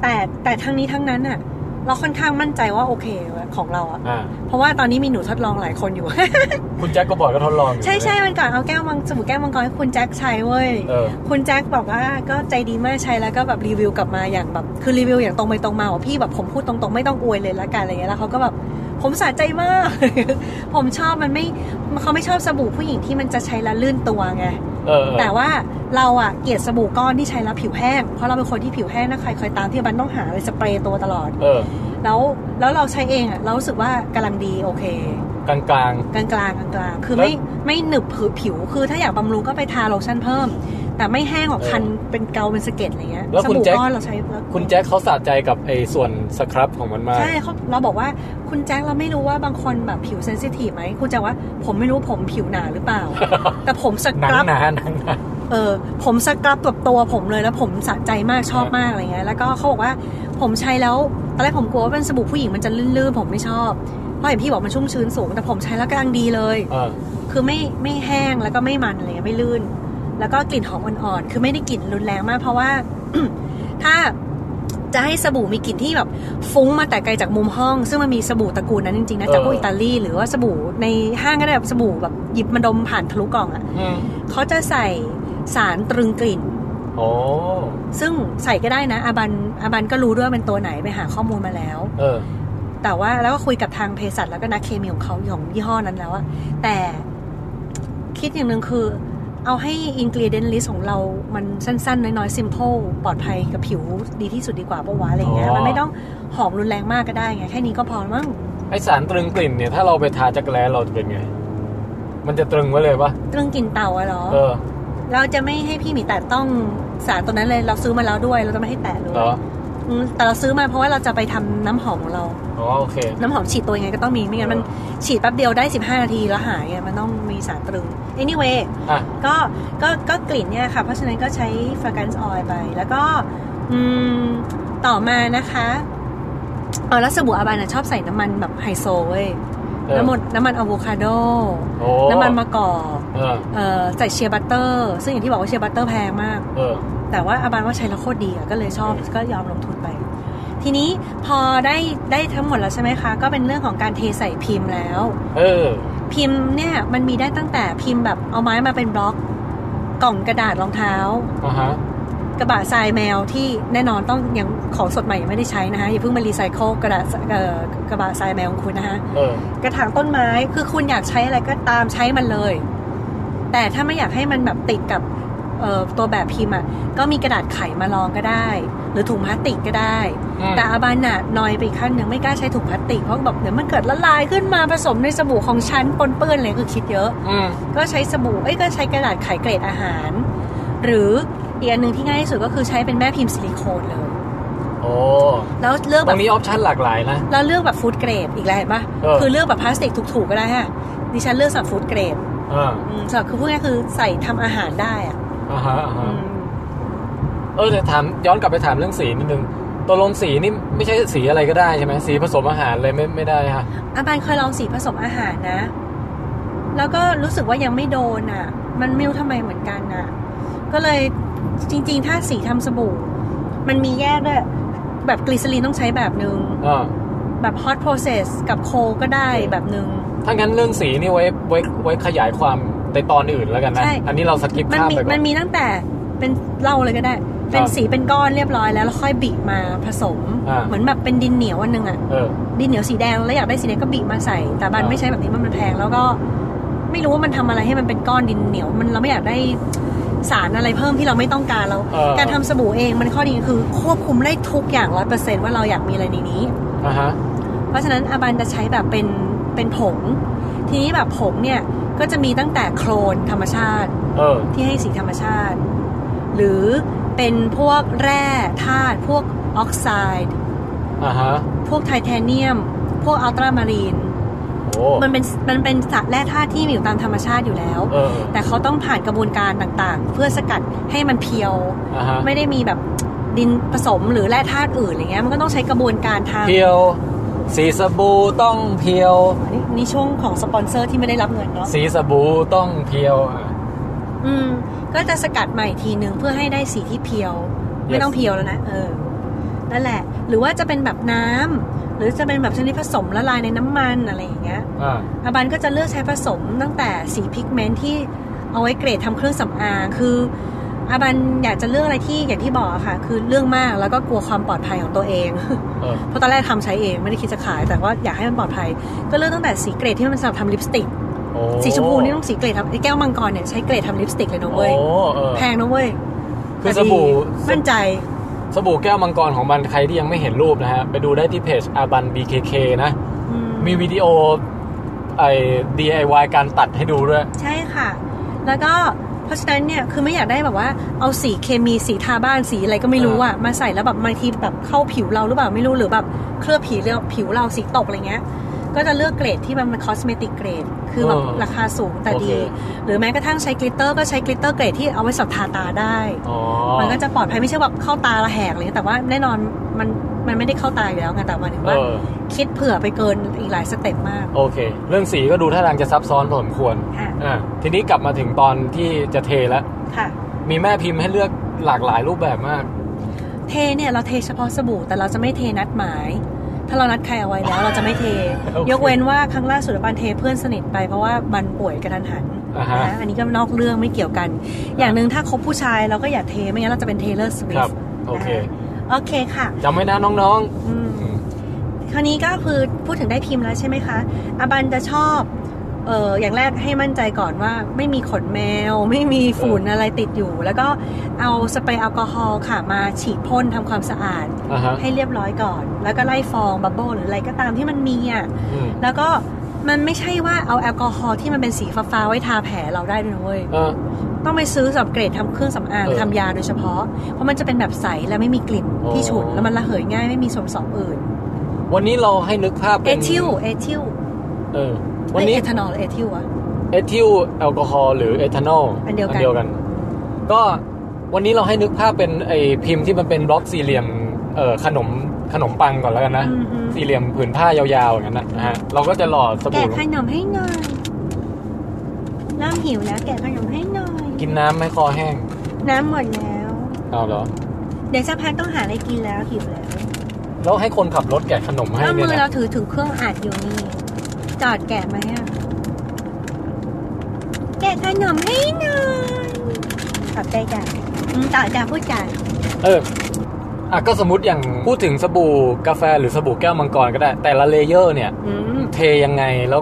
Speaker 2: แต่แต่ทั้งนี้ทั้งนั้นอ่ะ เราค่อนข้างมั่นใจว่าโอเคเว้ยของเราอ่ะ
Speaker 1: อ่า
Speaker 2: เพราะว่าตอนนี้มีหนูทดลองหลายคนอยู่
Speaker 1: คุณแจ็คก็บอกก็ทดลองอยู่
Speaker 2: ใช่ใช่มันก่อนเอาแก้วมังสมุนแก้วมังกรให้คุณแจ็คใช้เว้ย
Speaker 1: เออ
Speaker 2: คุณแจ็คบอกว่าก็ใจดีมากใช้แล้วก็แบบรีวิวกลับมาอย่างแบบคือรีวิวอย่างตรงไปตรงมาว่าพี่แบบผมพูดตรงๆไม่ต้องอวยเลยละกันอะไรเงี้ยแล้วเขาก็แบบผมสะใจมาก ผมชอบมันไม่เขาไม่ชอบสบู่ผู้หญิงที่มันจะใช้แล้วลื่นตัวไง
Speaker 1: เออเออ
Speaker 2: แต่ว่าเราอะเกลียดสบู่ก้อนที่ใช้แล้วผิวแห้ง เพราะเราเป็นคนที่ผิวแห้งนะใครเคยตามที่บันต้องหาเลยสเปรย์ตัวตลอด
Speaker 1: เออ
Speaker 2: แล้วแล้วเราใช้เองอะเรารู้สึกว่ากำลังดีโอเค
Speaker 1: กลางกลาง
Speaker 2: กลางกลางกลางๆคือไม่ไม่หนึบผือผิว คือถ้าอยากบำรุงก็ไปทาโลชั่นเพิ่ม แต่ไม่แห้งออกคันเป็นเกาเป็นสะเก็ดอะไรเงี้ย
Speaker 1: ๆแล้ว
Speaker 2: ส
Speaker 1: คุณ
Speaker 2: บู่
Speaker 1: แจ็ค
Speaker 2: ก้อนเราใช้แล้ว
Speaker 1: คุณแจ็คเขาสะใจกับไอ้ส่วนสครับของมันมาก
Speaker 2: ใช่เขาเราบอกว่าคุณแจ็คเราไม่รู้ว่าบางคนแบบผิวเซนซิทีฟไหมคุณแจ็คว่าผมไม่รู้ผมผิวหนาหรือเปล่า แต่ผมส
Speaker 1: หนั
Speaker 2: ค
Speaker 1: ง
Speaker 2: รับ
Speaker 1: หนาหนังหนา
Speaker 2: เออผมสครับตัวตัวผมเลยแล้วผมสะใจมากชอบ
Speaker 1: เออ
Speaker 2: มากอะไรเงี้ยแล้วก็เขาบอกว่าผมใช้แล้วตอนแรกผมกลัวว่าเป็นสบู่ผู้หญิงมันจะลื่นๆผมไม่ชอบเพราะเห็นพี่บอกมันชุ่มชื้นสูง แต่ผมใช้แล้วกำลังดีเลย
Speaker 1: เออ
Speaker 2: คือไม่ไม่แห้งแล้วก็ไม่มันอะไรเงี้ยไม่ลื่น แล้วก็กลิ่นหอมอ่อนๆ คือไม่ได้กลิ่นรุนแรงมาก เพราะ ว่า ถ้าจะให้สบู่มีกลิ่นที่แบบฟุ้งมาแต่ไกลจากมุมห้อง ซึ่งมันมีสบู่ตระกูลนั้นจริงๆนะ
Speaker 1: เออ
Speaker 2: จากพวกอิตาลีหรือว่าสบู่ในห้างก็ได้แบบสบู่แบบหยิบมาดมผ่านทะลุกล่องอะ่ะ
Speaker 1: อืม
Speaker 2: เขาจะใส่สารตรึงกลิ่น
Speaker 1: โอ้
Speaker 2: ซึ่งใส่ก็ได้นะอาบันอาบันก็รู้ด้วยว่าเป็นตัวไหนไปหาข้อมูลมาแล้ว
Speaker 1: เออ
Speaker 2: แต่ว่าแล้วก็คุยกับทางเภสัชแล้วก็นักเคมีของเขาของยี่ห้อนั้นแล้วอะแต่คิดอย่างหนึ่งคือ เอาให้อินก e ีเดน list ของเรามันสั้นๆ น้อยๆ simple ปลอดภัยกับผิวดีที่สุดดีกว่าปะวะอะไรอย่างเงี้ย
Speaker 1: อ๋อ
Speaker 2: มันไม่ต้องหอมรุนแรงมากก็ได้ไง แค่นี้ก็พอแล้วมั้ง
Speaker 1: ไอสารตรึงกลิ่นเนี่ย ถ้าเราไปทาจักรแร้เราจะเป็นไง มันจะตรึงไว้เลยปะ
Speaker 2: เรื่องกลินเต่าอะเหรอ
Speaker 1: เออ
Speaker 2: เราจะไม่ให้พี่หมีแตะต้องสารตัวนั้นเลย เราซื้อมาแล้วด้วย เราจะไม่ให้แตะเลย
Speaker 1: เหรอ
Speaker 2: อืมแต่เราซื้อมาเพราะว่าเราจะไปทำน้ำหอมของเรา
Speaker 1: อ๋อโอเค
Speaker 2: น้ำหอมฉีดตัวยังไงก็ต้องมีไม่งั้นมันฉีดแป๊บเดียวได้ 15 นาทีแล้วหายไงมันต้องมีสารตรึง anyway
Speaker 1: อ่ะ
Speaker 2: ก็ก็ก็กลิ่นเนี่ยค่ะ เพราะฉะนั้นก็ใช้ fragrance oil ไป แล้วก็อืมต่อมานะคะเออแล้วสบู่อาบานนะชอบใส่น้ำมันแบบไฮโซเว้ย
Speaker 1: เออ
Speaker 2: น้ำมันน้ำมันอะโวคาโด
Speaker 1: โอ้
Speaker 2: น้ำมันมะกอก
Speaker 1: เออ
Speaker 2: เอ่อใส่เชียร์บัตเตอร์ซึ่งอย่างที่บอกว่าเชียร์บัตเตอร์แพงมาก
Speaker 1: เออ
Speaker 2: แต่ว่าอาบานว่าใช้แล้วโคตรดีอะก็เลยชอบก็ยอมลงทุนไป ทีนี้พอได้ได้ทั้งหมดแล้วใช่ไหมคะ ก็เป็นเรื่องของการเทใส่พิมพ์แล้ว
Speaker 1: เออ
Speaker 2: พิมพ์เนี่ยมันมีได้ตั้งแต่พิมพ์แบบเอาไม้มาเป็นบล็อก กล่องกระดาษรองเท้า
Speaker 1: อ่ะฮะ
Speaker 2: กระบะทรายแมวที่แน่นอนต้องยังของสดใหม่ยังไม่ได้ใช้นะคะอย่าเพิ่งมารีไซเคิลกระดาษเอ่อกระบะทรายแมวของคุณนะคะ
Speaker 1: เออ
Speaker 2: กระถางต้นไม้คือคุณอยากใช้อะไรก็ตามใช้มันเลย แต่ถ้าไม่อยากให้มันแบบติดกับเอ่อตัวแบบพิมพ์อ่ะก็มีกระดาษไขมารองก็ได้ หรือถุงพลาสติกก็ได้
Speaker 1: อืม
Speaker 2: แต่อาบานน่ะนอยไปอีกขั้นหนึ่งไม่กล้าใช้ถุงพลาสติกเพราะแบบเดี๋ยวมันเกิดละลายขึ้นมาผสมในสบู่ของฉันปนเปื้อนอะไรคือคิดเยอะ
Speaker 1: อืม
Speaker 2: ก็ใช้สบู่ เอ้ยก็ใช้กระดาษไขเกรดอาหาร หรืออีกอันหนึ่งที่ง่ายที่สุดก็คือใช้เป็นแม่พิมพ์ซิลิโคนเลย
Speaker 1: โอ้
Speaker 2: แล้วเลือก
Speaker 1: ต
Speaker 2: แบ
Speaker 1: ร
Speaker 2: บ
Speaker 1: งนี้ออปชั่นหลากหลายนะ
Speaker 2: แล้วเลือกแบบฟู้ดเกรดอีกแล้วเห็นปะ
Speaker 1: เออ
Speaker 2: คือเลือกแบบพลาสติกถูกๆก็ได้ฮะดิฉันเลือกสั่ฟู้ดเกรด
Speaker 1: เออ
Speaker 2: อืมสำหรับคือพูดง่ายๆคือใส่ทำอาหารได้อะ
Speaker 1: อ่ะฮะอ่ะ
Speaker 2: อื
Speaker 1: ฮะ
Speaker 2: ม
Speaker 1: เออเดี๋ยวถามย้อนกลับไปถามเรื่องสีนิดนึงตกลงสีนี่ไม่ใช่สีอะไรก็ได้ใช่ไหมสีผสมอาหารเลยไม่ไม่ได้ฮะ
Speaker 2: อาบานเคยลองสีผสมอาหารนะ แล้วก็รู้สึกว่ายังไม่โดนอ่ะ มันไม่รู้ทำไมเหมือนกันอ่ะ ก็เลยจริงๆ ถ้าสีทำสบู่ มันมีแยกด้วยแบบกลีเซอรีนต้องใช้แบบนึง
Speaker 1: อ่า
Speaker 2: แบบ hot process กับ cold ก็ได้แบบหนึง
Speaker 1: ถ้างั้นเรื่องสีนี่ไว้ไว้ไว้ขยายความในตอนอื่นแล้วกันนะ
Speaker 2: ใช่
Speaker 1: อันนี้เราสกิป
Speaker 2: มัน
Speaker 1: ข้าม
Speaker 2: มี
Speaker 1: ไปก่อ
Speaker 2: มัน นมีตั้งแต่เป็นเล่าเลยก็ได้ เป็นสีเป็นก้อนเรียบร้อยแล้ว แล้วค่อยบีบมาผสม
Speaker 1: อ่า
Speaker 2: เหมือนแบบเป็นดินเหนียวอันหนึงอะ
Speaker 1: เออ
Speaker 2: ดินเหนียวสีแดงแล้วอยากได้สีแดงก็บีบมาใส่ แต่บัน
Speaker 1: อ่า
Speaker 2: ไม่ใช้แบบนี้มันมันแพงแล้วก็ไม่รู้ว่ามันทำอะไรให้มันเป็นก้อนดินเหนียว มันเราไม่อยากได้สารอะไรเพิ่มที่เราไม่ต้องการเรา
Speaker 1: เออ
Speaker 2: การทำสบู่เองมันข้อดีคือควบคุมได้ทุกอย่างร้อยเปอร์เซนต์ว่าเราอยากมีอะไรในนี้
Speaker 1: อ่ะฮะ
Speaker 2: เพราะฉะนั้นอาบันจะใช้แบบเป็นเป็นผง ทีนี้แบบผงเนี่ย ก็ ก็จะมีตั้งแต่โครนธรรมชาติ
Speaker 1: เออ
Speaker 2: ที่ให้สีธรรมชาติ หรือเป็นพวกแร่ธาตุพวกออกไซด์
Speaker 1: อ่าฮะ
Speaker 2: พวกไทเทเนียม พวกอัลตรามารีน
Speaker 1: โอ้
Speaker 2: มันเป็นมันเป็นสารแร่ธาตุที่มีอยู่ตามธรรมชาติอยู่แล้ว
Speaker 1: เออ
Speaker 2: แต่เขาต้องผ่านกระบวนการต่างๆ เพื่อสกัดให้มันเพียว
Speaker 1: อ่าฮะ
Speaker 2: ไม่ได้มีแบบดินผสมหรือแร่ธาตุอื่นอะไรเงี้ยมันก็ต้องใช้กระบวนการทาง
Speaker 1: เพียว สีสบู่ต้องเพียว
Speaker 2: นี่นี่ช่วงของสปอนเซอร์ที่ไม่ได้รับเงินเนาะ
Speaker 1: สีสบู่ต้องเพียวอ่ะ
Speaker 2: อืม ก็จะสกัดใหม่ทีนึงเพื่อให้ได้สีที่เพียว ไม่
Speaker 1: Yes
Speaker 2: ต้องเพียวแล้วนะเออนั่นแหละ หรือว่าจะเป็นแบบน้ำหรือจะเป็นแบบชนิดผสมละลายในน้ำมันอะไรอย่างเงี้ย
Speaker 1: อ่า
Speaker 2: อาบันก็จะเลือกใช้ผสมตั้งแต่สีพิกเมนต์ที่เอาไว้เกรดทำเครื่องสำอางคืออาบันอยากจะเลือกอะไรที่อย่างที่บอกอะค่ะ คือเรื่องมากแล้วก็กลัวความปลอดภัยของตัวเอง
Speaker 1: เออ
Speaker 2: เพราะตอนแรกทำใช้เองไม่ได้คิดจะขาย แต่ว่าอยากให้มันปลอดภัย ก็เลือกตั้งแต่สีเกรดที่มันสำหรับทำลิปสติก
Speaker 1: โอ้
Speaker 2: สีชมพูนี่ต้องสีเกรดทำไอ้แก้วมังกรเนี่ยใช้เกรดทำลิปสติกเลยนะ
Speaker 1: โอ้
Speaker 2: เว้ย
Speaker 1: เออ
Speaker 2: แพงนะเว้ย
Speaker 1: คือ
Speaker 2: แต่
Speaker 1: ส
Speaker 2: ดี
Speaker 1: บู่
Speaker 2: มั่นใจ
Speaker 1: สบู่แก้วมังกรของมันใครที่ยังไม่เห็นรูปนะฮะ ไปดูได้ที่เพจอาบัน BKK นะ
Speaker 2: อืม
Speaker 1: มีวิดีโอไอ้ DIY การตัดให้ดูด้วย
Speaker 2: ใช่ค่ะ แล้วก็เพราะฉะนั้นเนี่ยคือไม่อยากได้แบบว่าเอาสีเคมีสีทาบ้านสีอะไรก็ไม่รู้อะมาใส่แล้วแบบบางทีแบบเข้าผิวเราหรือเปล่าไม่รู้หรือแบบเคลือบผิวเราผิวเราสีตกอะไรเงี้ย ก็จะเลือกเกรดที่มันเป็นคอสเมติกเกรด คือแบบ
Speaker 1: เออ
Speaker 2: ราคาสูงแต่
Speaker 1: โอเค
Speaker 2: ดี หรือแม้กระทั่งใช้กลิตเตอร์ก็ใช้กลิตเตอร์เกรดที่เอาไว้สับทาตาได้
Speaker 1: อ๋อ
Speaker 2: มันก็จะปลอดภัยไม่ใช่แบบเข้าตาละแหกอะไรเงี้ยแต่ว่าแน่นอนมันมันไม่ได้เข้าตาอยู่แล้วไงแต่หมายถึง
Speaker 1: เอ
Speaker 2: ว่า
Speaker 1: อ
Speaker 2: คิดเผื่อไปเกินอีกหลายสเต็ปมาก
Speaker 1: โอเค เรื่องสีก็ดูท่าทางจะซับซ้อนพอสมควร
Speaker 2: อ่ะ
Speaker 1: อ่า ทีนี้กลับมาถึงตอนที่จะเทแล้ว
Speaker 2: ค่ะ
Speaker 1: มีแม่พิมพ์ให้เลือกหลากหลายรูปแบบมาก
Speaker 2: เทเนี่ยเราเทเฉพาะสบู่แต่เราจะไม่เทนัดหมาย ถ้าเรานัดใครเอาไว้แล้วเราจะไม่เท
Speaker 1: โอเค
Speaker 2: ยกเว้นว่าครั้งล่าสุดบันเทเพื่อนสนิทไปเพราะว่าบันป่วยกระทันหัน
Speaker 1: อ่าฮะ
Speaker 2: นะอันนี้ก็นอกเรื่องไม่เกี่ยวกัน อย่างหนึ่งถ้าคบผู้ชายเราก็อย่าเทไม่งั้นเราจะเป็นเทเลอร์สวิ
Speaker 1: ครั
Speaker 2: ฟ
Speaker 1: บ โอเค
Speaker 2: โอเคค่ะ
Speaker 1: จำไว้นะน้อง
Speaker 2: อืม
Speaker 1: ๆอืม
Speaker 2: คราวนี้ก็คือพูดถึงได้พิมพ์แล้วใช่ไหมคะอาบันจะชอบเอออย่างแรกให้มั่นใจก่อนว่าไม่มีขนแมว ไม่มีฝุ่นอะไรติดอยู่ แล้วก็เอาสเปรย์แอลกอฮอล์ค่ะมาฉีดพ่นทำความสะอาด
Speaker 1: อ่าฮะ
Speaker 2: ให้เรียบร้อยก่อน แล้วก็ไล่ฟองบับเบิ้ลหรืออะไรก็ตามที่มันมีอ่ะ
Speaker 1: อืม
Speaker 2: แล้วก็มันไม่ใช่ว่าเอาแอลกอฮอล์ที่มันเป็นสีฟ้าๆไว้ทาแผลเราได้ด้วยนะเว้ย
Speaker 1: เออ
Speaker 2: ต้องไปซื้อสำหรับเกรดทำเครื่องสำอาง
Speaker 1: เออ
Speaker 2: ทำยาโดยเฉพาะ เพราะมันจะเป็นแบบใสและไม่มีกลิ่น
Speaker 1: อ๋อ
Speaker 2: ที่ฉุนแล้วมันระเหยง่ายไม่มีส่วนผสมอื่น
Speaker 1: วันนี้เราให้นึกภาพ
Speaker 2: เอ
Speaker 1: เป็น
Speaker 2: ทิล เอทิล
Speaker 1: เออ วันนี้
Speaker 2: เอทานอล เอทิลอะ
Speaker 1: เอทิลแอลกอฮอล์หรือเอทานอล
Speaker 2: อันเดียวกัน
Speaker 1: ก็วันนี้เราให้นึกภาพเป็นไอพิมพ์ที่มันเป็นบล็อกสี่เหลี่ยมเอ่อขนมขนมปังก่อนแล้วกันนะ
Speaker 2: อือฮึ
Speaker 1: สี่เหลี่ยมผืนผ้ายาวๆอย่างนั้นนะนะฮะเราก็จะหล่อส
Speaker 2: แกะ
Speaker 1: บู่ลง
Speaker 2: ขนมให้หน่อยเริ่มหิวแล้วแกะขนมให้หน่อย
Speaker 1: กินน้ำไหม่คอแห้ง
Speaker 2: น้ำหมดแล้ว
Speaker 1: เอาเหรอ
Speaker 2: เดี๋ยวสักพักต้องหาอะไรกินแล้วหิวแล้ว
Speaker 1: แล้วให้คนขับรถแกะขนมให้
Speaker 2: ก็
Speaker 1: เนี่ย
Speaker 2: มือเรา
Speaker 1: นะ
Speaker 2: ถือถึงเครื่องอัดอยู่นี่ จอดแกะไหมอะแกะขนมให้หน่อยตอบได้จ้ะอืมตอบจ้ะพูดจ้ะ
Speaker 1: เอออ่ะก็สมมติอย่างพูดถึงสบู่กาแฟหรือสบู่แก้วมังกรก็ได้ แต่ละเลเยอร์เนี่ย
Speaker 2: อืม
Speaker 1: เทยังไงแล้ว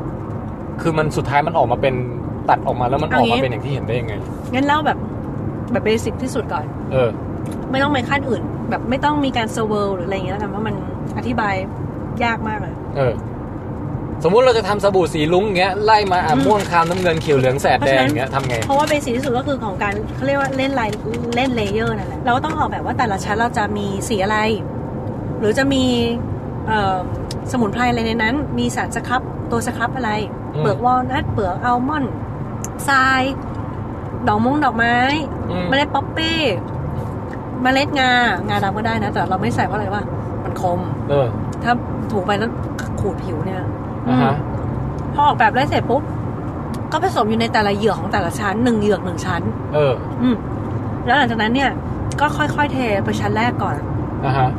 Speaker 1: คือมันสุดท้ายมันออกมาเป็นตัดออกมาแล้วมันออก
Speaker 2: เอางี้
Speaker 1: มาเป็นอย่างที่เห็นได้ยังไง
Speaker 2: งั้นเล่าแบบแบบเบสิกที่สุดก่อน
Speaker 1: เออ
Speaker 2: ไม่ต้องไปขั้นอื่น แบบไม่ต้องมีการเซอร์เวลหรืออะไรอย่างเงี้ยแล้วกันเพราะมันอธิบายยากมากเลย
Speaker 1: เออ สมมุติเราจะทำสบู่สีลุ้งเงี้ย ไล่มาอ่ะ
Speaker 2: อืม
Speaker 1: ม่วงคามน้ำเงินเขียวเหลืองแสดแดง
Speaker 2: เพราะฉะนั้น
Speaker 1: เงี้ยทำไง
Speaker 2: เพราะว่าเบสิกที่สุดก็คือของการเขาเรียกว่าเล่นลายเล่นเลเยอร์นั่นแหละเราก็ต้องออกแบบว่าแต่ละชั้นเราจะมีสีอะไร หรือจะมีเอ่อสมุนไพรอะไรในนั้น มีสารสครับตัวสครับอะไร
Speaker 1: อืม
Speaker 2: เปลือกวอลนัทเปลือกอัลมอนด์ทรายดอกมงดอกไม้
Speaker 1: อืม
Speaker 2: เมล็ดป๊อปปี้เมล็ดงางาดำก็ได้นะ แต่เราไม่ใส่เพราะอะไรว่ามันคม
Speaker 1: เออ
Speaker 2: ถ้าถูไปแล้วขูดผิวเนี่ย
Speaker 1: อ่ะฮะ
Speaker 2: อืม พอออกแบบได้เสร็จปุ๊บก็ผสมอยู่ในแต่ละเหยือกของแต่ละชั้นหนึ่งเหยือกหนึ่งชั้น
Speaker 1: เออ
Speaker 2: อืมแล้วหลังจากนั้นเนี่ย ก็ค่อยๆเทไปชั้นแรกก่อน
Speaker 1: อ่ะฮะ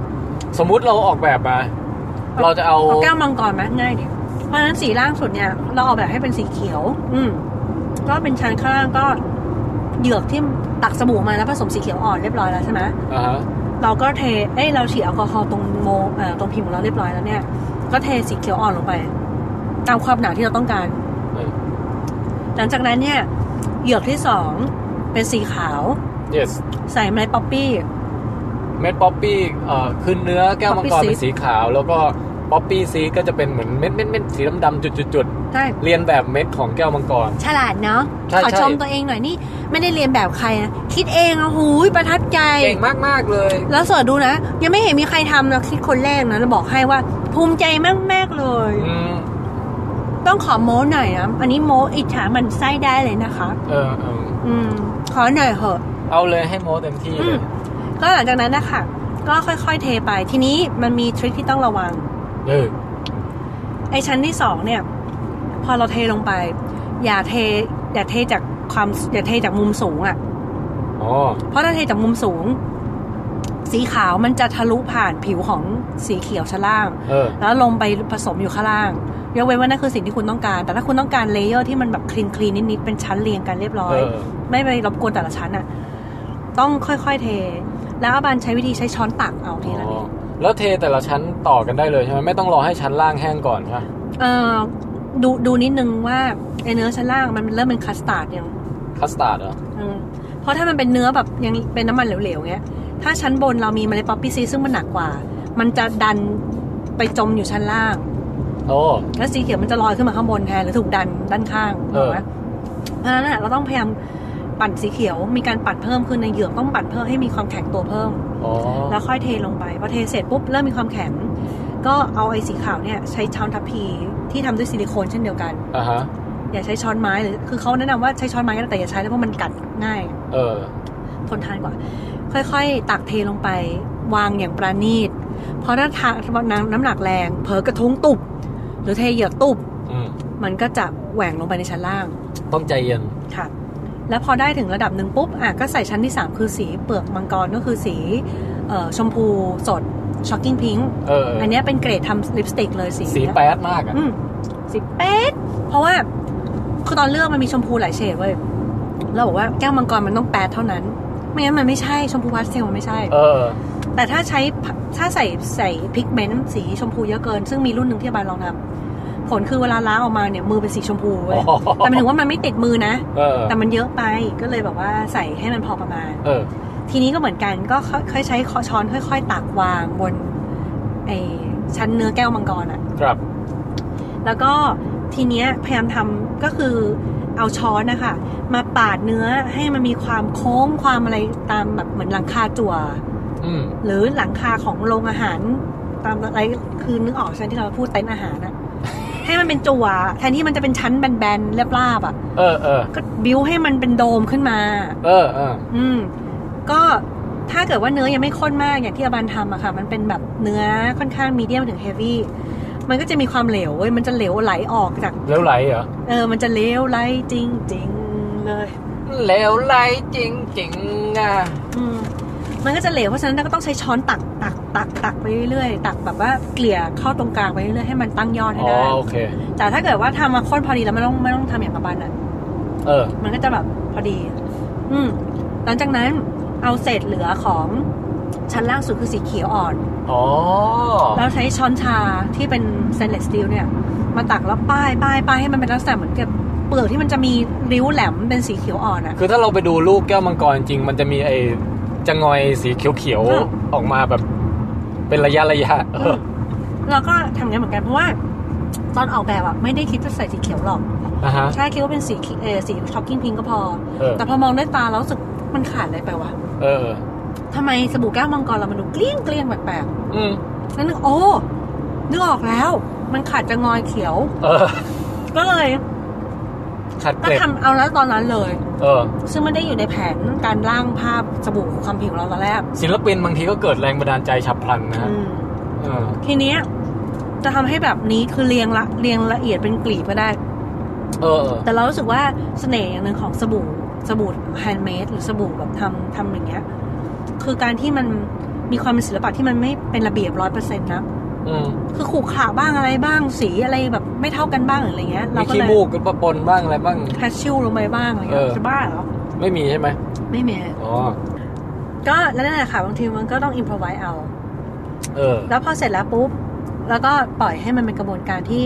Speaker 1: สมมุติเราออกแบบมา เราจะเอา
Speaker 2: เอาแก้วมังกรไหมง่ายดิเพราะฉะนั้นสีล่างสุดเนี่ย เราออกแบบให้เป็นสีเขียว อืมก็เป็นชั้นข้างล่างก็เหยือกที่ตักสบู่มาแล้วผสมสีเขียวอ่อนเรียบร้อยแล้วใช่ไหม
Speaker 1: อ่ะฮะ
Speaker 2: เราก็เทเอ้ยเราฉีดแอลกอฮอล์ตรงโมเอ่อตรงผิวของเราเรียบร้อยแล้วเนี่ย ก็เทสีเขียวอ่อนลงไป ตามความหนาที่เราต้องการ
Speaker 1: เออ
Speaker 2: หลังจากนั้นเนี่ยเหยือกที่สองเป็นสีขาว
Speaker 1: yes
Speaker 2: ใส่ไม้ป๊อปปี้
Speaker 1: เม็ดป๊อปปี้เอ่อขึ้นเนื้อแก้วมังกร
Speaker 2: Poppy seed
Speaker 1: เป็นสีขาว แล้วก็ ป๊อปปี้ซีก็จะเป็นเหมือนเม็ดเม็ดเม็ดสีดำๆจุด
Speaker 2: ใช่
Speaker 1: ๆเรียนแบบเม็ดของแก้วมังกร
Speaker 2: ฉลาดเนาะ
Speaker 1: ใช่
Speaker 2: ขอ
Speaker 1: ใช่
Speaker 2: ชมตัวเองหน่อยนี่ ไม่ได้เรียนแบบใครนะคิดเองอะหูยประทับใจ
Speaker 1: เก่งมากๆเลย
Speaker 2: แล้วเสิร์ชดูนะ ยังไม่เห็นมีใครทำนะคิดคนแรกนะแล้วบอกให้ว่าภูมิใจมากๆเลย
Speaker 1: อืม
Speaker 2: ต้องขอโม้หน่อยนะอันนี้โม้อิจฉามันไส้ได้เลยนะคะ
Speaker 1: เออเออ
Speaker 2: อืม ขอหน่อยเหอะ
Speaker 1: เอาเลยให้โมเต็มที่เลย
Speaker 2: อืม ก็หลังจากนั้นนะคะก็ค่อยๆเทไป ทีนี้มันมีทริคที่ต้องระวัง
Speaker 1: เออ
Speaker 2: ไอชั้นที่สองเนี่ย พอเราเทลงไป อย่าเท อย่าเทจากความอย่าเทจากมุมสูงอะ่ะ
Speaker 1: อ๋อ
Speaker 2: เพราะถ้าเทจากมุมสูง สีขาวมันจะทะลุผ่านผิวของสีเขียวชั้นล่าง
Speaker 1: เออ
Speaker 2: แล้วลงไปผสมอยู่ข้างล่างยกเว้นว่านั่นคือสิ่งที่คุณต้องการ แต่ถ้าคุณต้องการเลเยอร์ที่มันแบบคลีนคลีนนิดๆเป็นชั้นเรียงกันเรียบร้อย
Speaker 1: เออ
Speaker 2: ไม่ไปรบกวนแต่ละชั้นอ่ะ ต้องค่อยๆเท แล้วอาบานใช้วิธีใช้ช้อนตักเอาทีละนิด
Speaker 1: แล้วเทแต่ละชั้นต่อกันได้เลยใช่ไหมไม่ต้องรอให้ชั้นล่างแห้งก่อนใช่ไหม
Speaker 2: เอ่อดูดูนิดนึงว่าไอเนื้อชั้นล่างมันเริ่มเป็นคัสตาร์ดยัง
Speaker 1: คัสตาร์ดเหรอ
Speaker 2: เออเพราะถ้ามันเป็นเนื้อแบบยังเป็นน้ำมันเหลวๆเงี้ย ถ้าชั้นบนเรามีเมล็ดป๊อปปี้ซีดซึ่งมันหนักกว่า มันจะดันไปจมอยู่ชั้นล่าง
Speaker 1: โอ้
Speaker 2: แล้วสีเขียวมันจะลอยขึ้นมาข้างบนแทนหรือถูกดันด้านข้าง
Speaker 1: เออ
Speaker 2: ถูกไหมเพราะฉะนั้นน่ะเราต้องพยายามปั่นสีเขียว มีการปั่นเพิ่มคือในเหยือกต้องปั่นเพิ่มให้มีความแข็งตัวเพิ่ม
Speaker 1: อ๋อ
Speaker 2: แล้วค่อยเทลงไปพอเทเสร็จปุ๊บเริ่มมีความแข็ง ก็เอาไอ้สีขาวเนี่ยใช้ช้อนทัพพีที่ทำด้วยซิลิโคนเช่นเดียวกัน
Speaker 1: อ่ะฮะ
Speaker 2: อย่าใช้ช้อนไม้หรือคือเขาแนะนำว่าใช้ช้อนไม้ก็ได้แต่อย่าใช้แล้วเพราะมันกัดง่าย
Speaker 1: เออ
Speaker 2: ทนทานกว่า ค่อยๆ ตักเทลงไป วางอย่างประณีตเพราะถ้าทานน้ำหนักแรง เผลอกระทุ้งตุบหรือเทเหยือกตุบ
Speaker 1: อืม
Speaker 2: มันก็จะแหว่งลงไปในชั้นล่าง
Speaker 1: ต้องใจเย็น
Speaker 2: ค่ะ แล้วพอได้ถึงระดับหนึ่งปุ๊บอ่ะก็ใส่ชั้นที่ 3 คือสีเปลือกมังกรก็คือสีเอ่อชมพูสดช็อกกิ้งพิงค์
Speaker 1: เออ
Speaker 2: อันเนี้ยเป็นเกรดทำลิปสติกเลยสี
Speaker 1: สี
Speaker 2: เนี้ย
Speaker 1: แป๊ดมากอ่ะ
Speaker 2: อืมสิบเป๊ดเพราะว่าคือตอนเลือกมันมีชมพูหลายเฉดเว้ยเราบอกว่าแก้วมังกรมันต้องแปดเท่านั้น ไม่งั้นมันไม่ใช่ชมพูพาสเทลมันไม่ใช่
Speaker 1: เออ
Speaker 2: แต่ถ้าใช้ถ้าใส่ใส่พิกเมนต์สีชมพูเยอะเกิน ซึ่งมีรุ่นหนึ่งที่อาบานลองทำผลคือเวลาล้างออกมาเนี่ยมือเป็นสีชมพูเว้ย
Speaker 1: อ๋อ
Speaker 2: แต่หมายถึงว่ามันไม่ติดมือนะ
Speaker 1: เออ
Speaker 2: แต่มันเยอะไปก็เลยแบบว่าใส่ให้มันพอประมาณ
Speaker 1: เออ
Speaker 2: ทีนี้ก็เหมือนกันก็ค่อยๆใช้ช้อนค่อย ๆ ตักวางบนไอชั้นเนื้อแก้วมังกรอะ
Speaker 1: ครับ
Speaker 2: แล้วก็ทีเนี้ยพยายามทำก็คือเอาช้อนนะคะ มาปาดเนื้อให้มันมีความโค้งความอะไรตามแบบเหมือนหลังคาจั่ว
Speaker 1: อืม
Speaker 2: หรือหลังคาของโรงอาหาร ตามอะไรคือนึกออกใช่ไหมที่เราพูดเต็นท์อาหารนะ ให้มันเป็นจั่วแทนที่มันจะเป็นชั้นแบนๆเรียบราบๆอ่ะ
Speaker 1: เออเออ
Speaker 2: ก็บิ้วให้มันเป็นโดมขึ้นมา
Speaker 1: เออเออ
Speaker 2: อืม ก็ถ้าเกิดว่าเนื้อยังไม่ข้นมากอย่างที่อาบันทำอะค่ะ มันเป็นแบบเนื้อค่อนข้างมีเดียมถึงเฮฟวี่มันก็จะมีความเหลวเว้ยมันจะเหลวไหลออกจาก
Speaker 1: แล้วไหลเหรอ
Speaker 2: เออ มันจะเลวไหลจริง ๆ เลย
Speaker 1: แล้วไหลจริงจริงๆอ่ะ
Speaker 2: อืม มันก็จะเหลว เพราะฉะนั้นเราก็ต้องใช้ช้อนตักตักตักตักไปเรื่อยๆ ตักแบบว่าเกลี่ยเข้าตรงกลางไปเรื่อยๆ ให้มันตั้งยอดให้
Speaker 1: อ๋อ
Speaker 2: ได้
Speaker 1: โอเค
Speaker 2: แต่ถ้าเกิดว่าทำมาข้นพอดีแล้วไม่ต้องไม่ต้องทำอย่างกระบันอ่ะ
Speaker 1: เออ
Speaker 2: มันก็จะแบบพอดี อืม หลังจากนั้นเอาเศษเหลือของชั้นล่างสุดคือสีเขียวอ่อน
Speaker 1: อ๋อ
Speaker 2: แล้วใช้ช้อนชาที่เป็น stainless steel เนี่ย มาตักแล้วป้ายป้ายป้ายให้มันเป็นลักษณะเหมือนกับเปลือกที่มันจะมีริ้วแหลมเป็นสีเขียวอ่อนอ่ะ
Speaker 1: คือถ้าเราไปดูลูกแก้วมังกรจริง มันจะมีไอ้จะงอยสีเขียว
Speaker 2: อืม
Speaker 1: ๆออกมาแบบเป็นระยะระยะเออ
Speaker 2: เราก็ทำอย่างนั้นเหมือนกันเพราะว่า ตอนออกแบบอะไม่ได้คิดจะใส่สีเขียวหรอก
Speaker 1: นะฮะ
Speaker 2: ใช่คิดว่าเป็นสีเขีเออสีช็อกกิ้งพิงก็พอ
Speaker 1: เออ
Speaker 2: แต่พอมองด้วยตาแล้วรู้สึกมันขาดอะไรไปวะ
Speaker 1: เออ
Speaker 2: ทำไมสบู่แก้วมังกรเรามันดูเกลี้ยงเกลี้ยงแปลก
Speaker 1: อืม
Speaker 2: ๆแล้วนึกโอ้นึกออกแล้ว มันขาดจะงอยเขียว
Speaker 1: เออ
Speaker 2: ก็เลย
Speaker 1: ขัด
Speaker 2: ก็
Speaker 1: เกล็ด
Speaker 2: ทำเอาแล้วตอนนั้นเลย
Speaker 1: เออ
Speaker 2: ซึ่งไม่ได้อยู่ในแผนการร่างภาพสบู่ความผิวเราตอนแรก
Speaker 1: ศิลปินบางทีก็เกิดแรงบันดาลใจฉับพลันนะ
Speaker 2: อื
Speaker 1: ฮะ
Speaker 2: ม
Speaker 1: เออ
Speaker 2: ทีเนี้ยจะทำให้แบบนี้คือเรียงละเรียงละเอียดเป็นกลีบก็ได้
Speaker 1: เออเออ
Speaker 2: แต่เรารู้สึกว่าเสน่ห์อย่างหนึ่งของสบู่สบู่แฮนด์เมดหรือสบู่แบบทำทำอย่างเงี้ย คือการที่มันมีความเป็นศิลปะที่มันไม่เป็นระเบียบร้อยเปอร์เซ็นต์นะ
Speaker 1: อืม
Speaker 2: คือขู่ขาบ้างอะไรบ้างสีอะไรแบบไม่เท่ากันบ้างหรืออะไรเงี้ย
Speaker 1: มี
Speaker 2: เราก็
Speaker 1: ขี้
Speaker 2: เลย
Speaker 1: มูกก็ปนบ้างอะไรบ้าง
Speaker 2: แพชชิลลงไปบ้างอะไร
Speaker 1: เอ
Speaker 2: เงี้ย
Speaker 1: อ
Speaker 2: จะบ้าเหรอ
Speaker 1: ไม่มีใช่ไหม
Speaker 2: ไม่มี
Speaker 1: อ๋อ
Speaker 2: ก็แล้วนั่นแหละค่ะบางทีมันก็ต้องอิมพอไวเอา
Speaker 1: เออ
Speaker 2: แล้วพอเสร็จแล้วปุ๊บ แล้วก็ปล่อยให้มันเป็นกระบวนการที่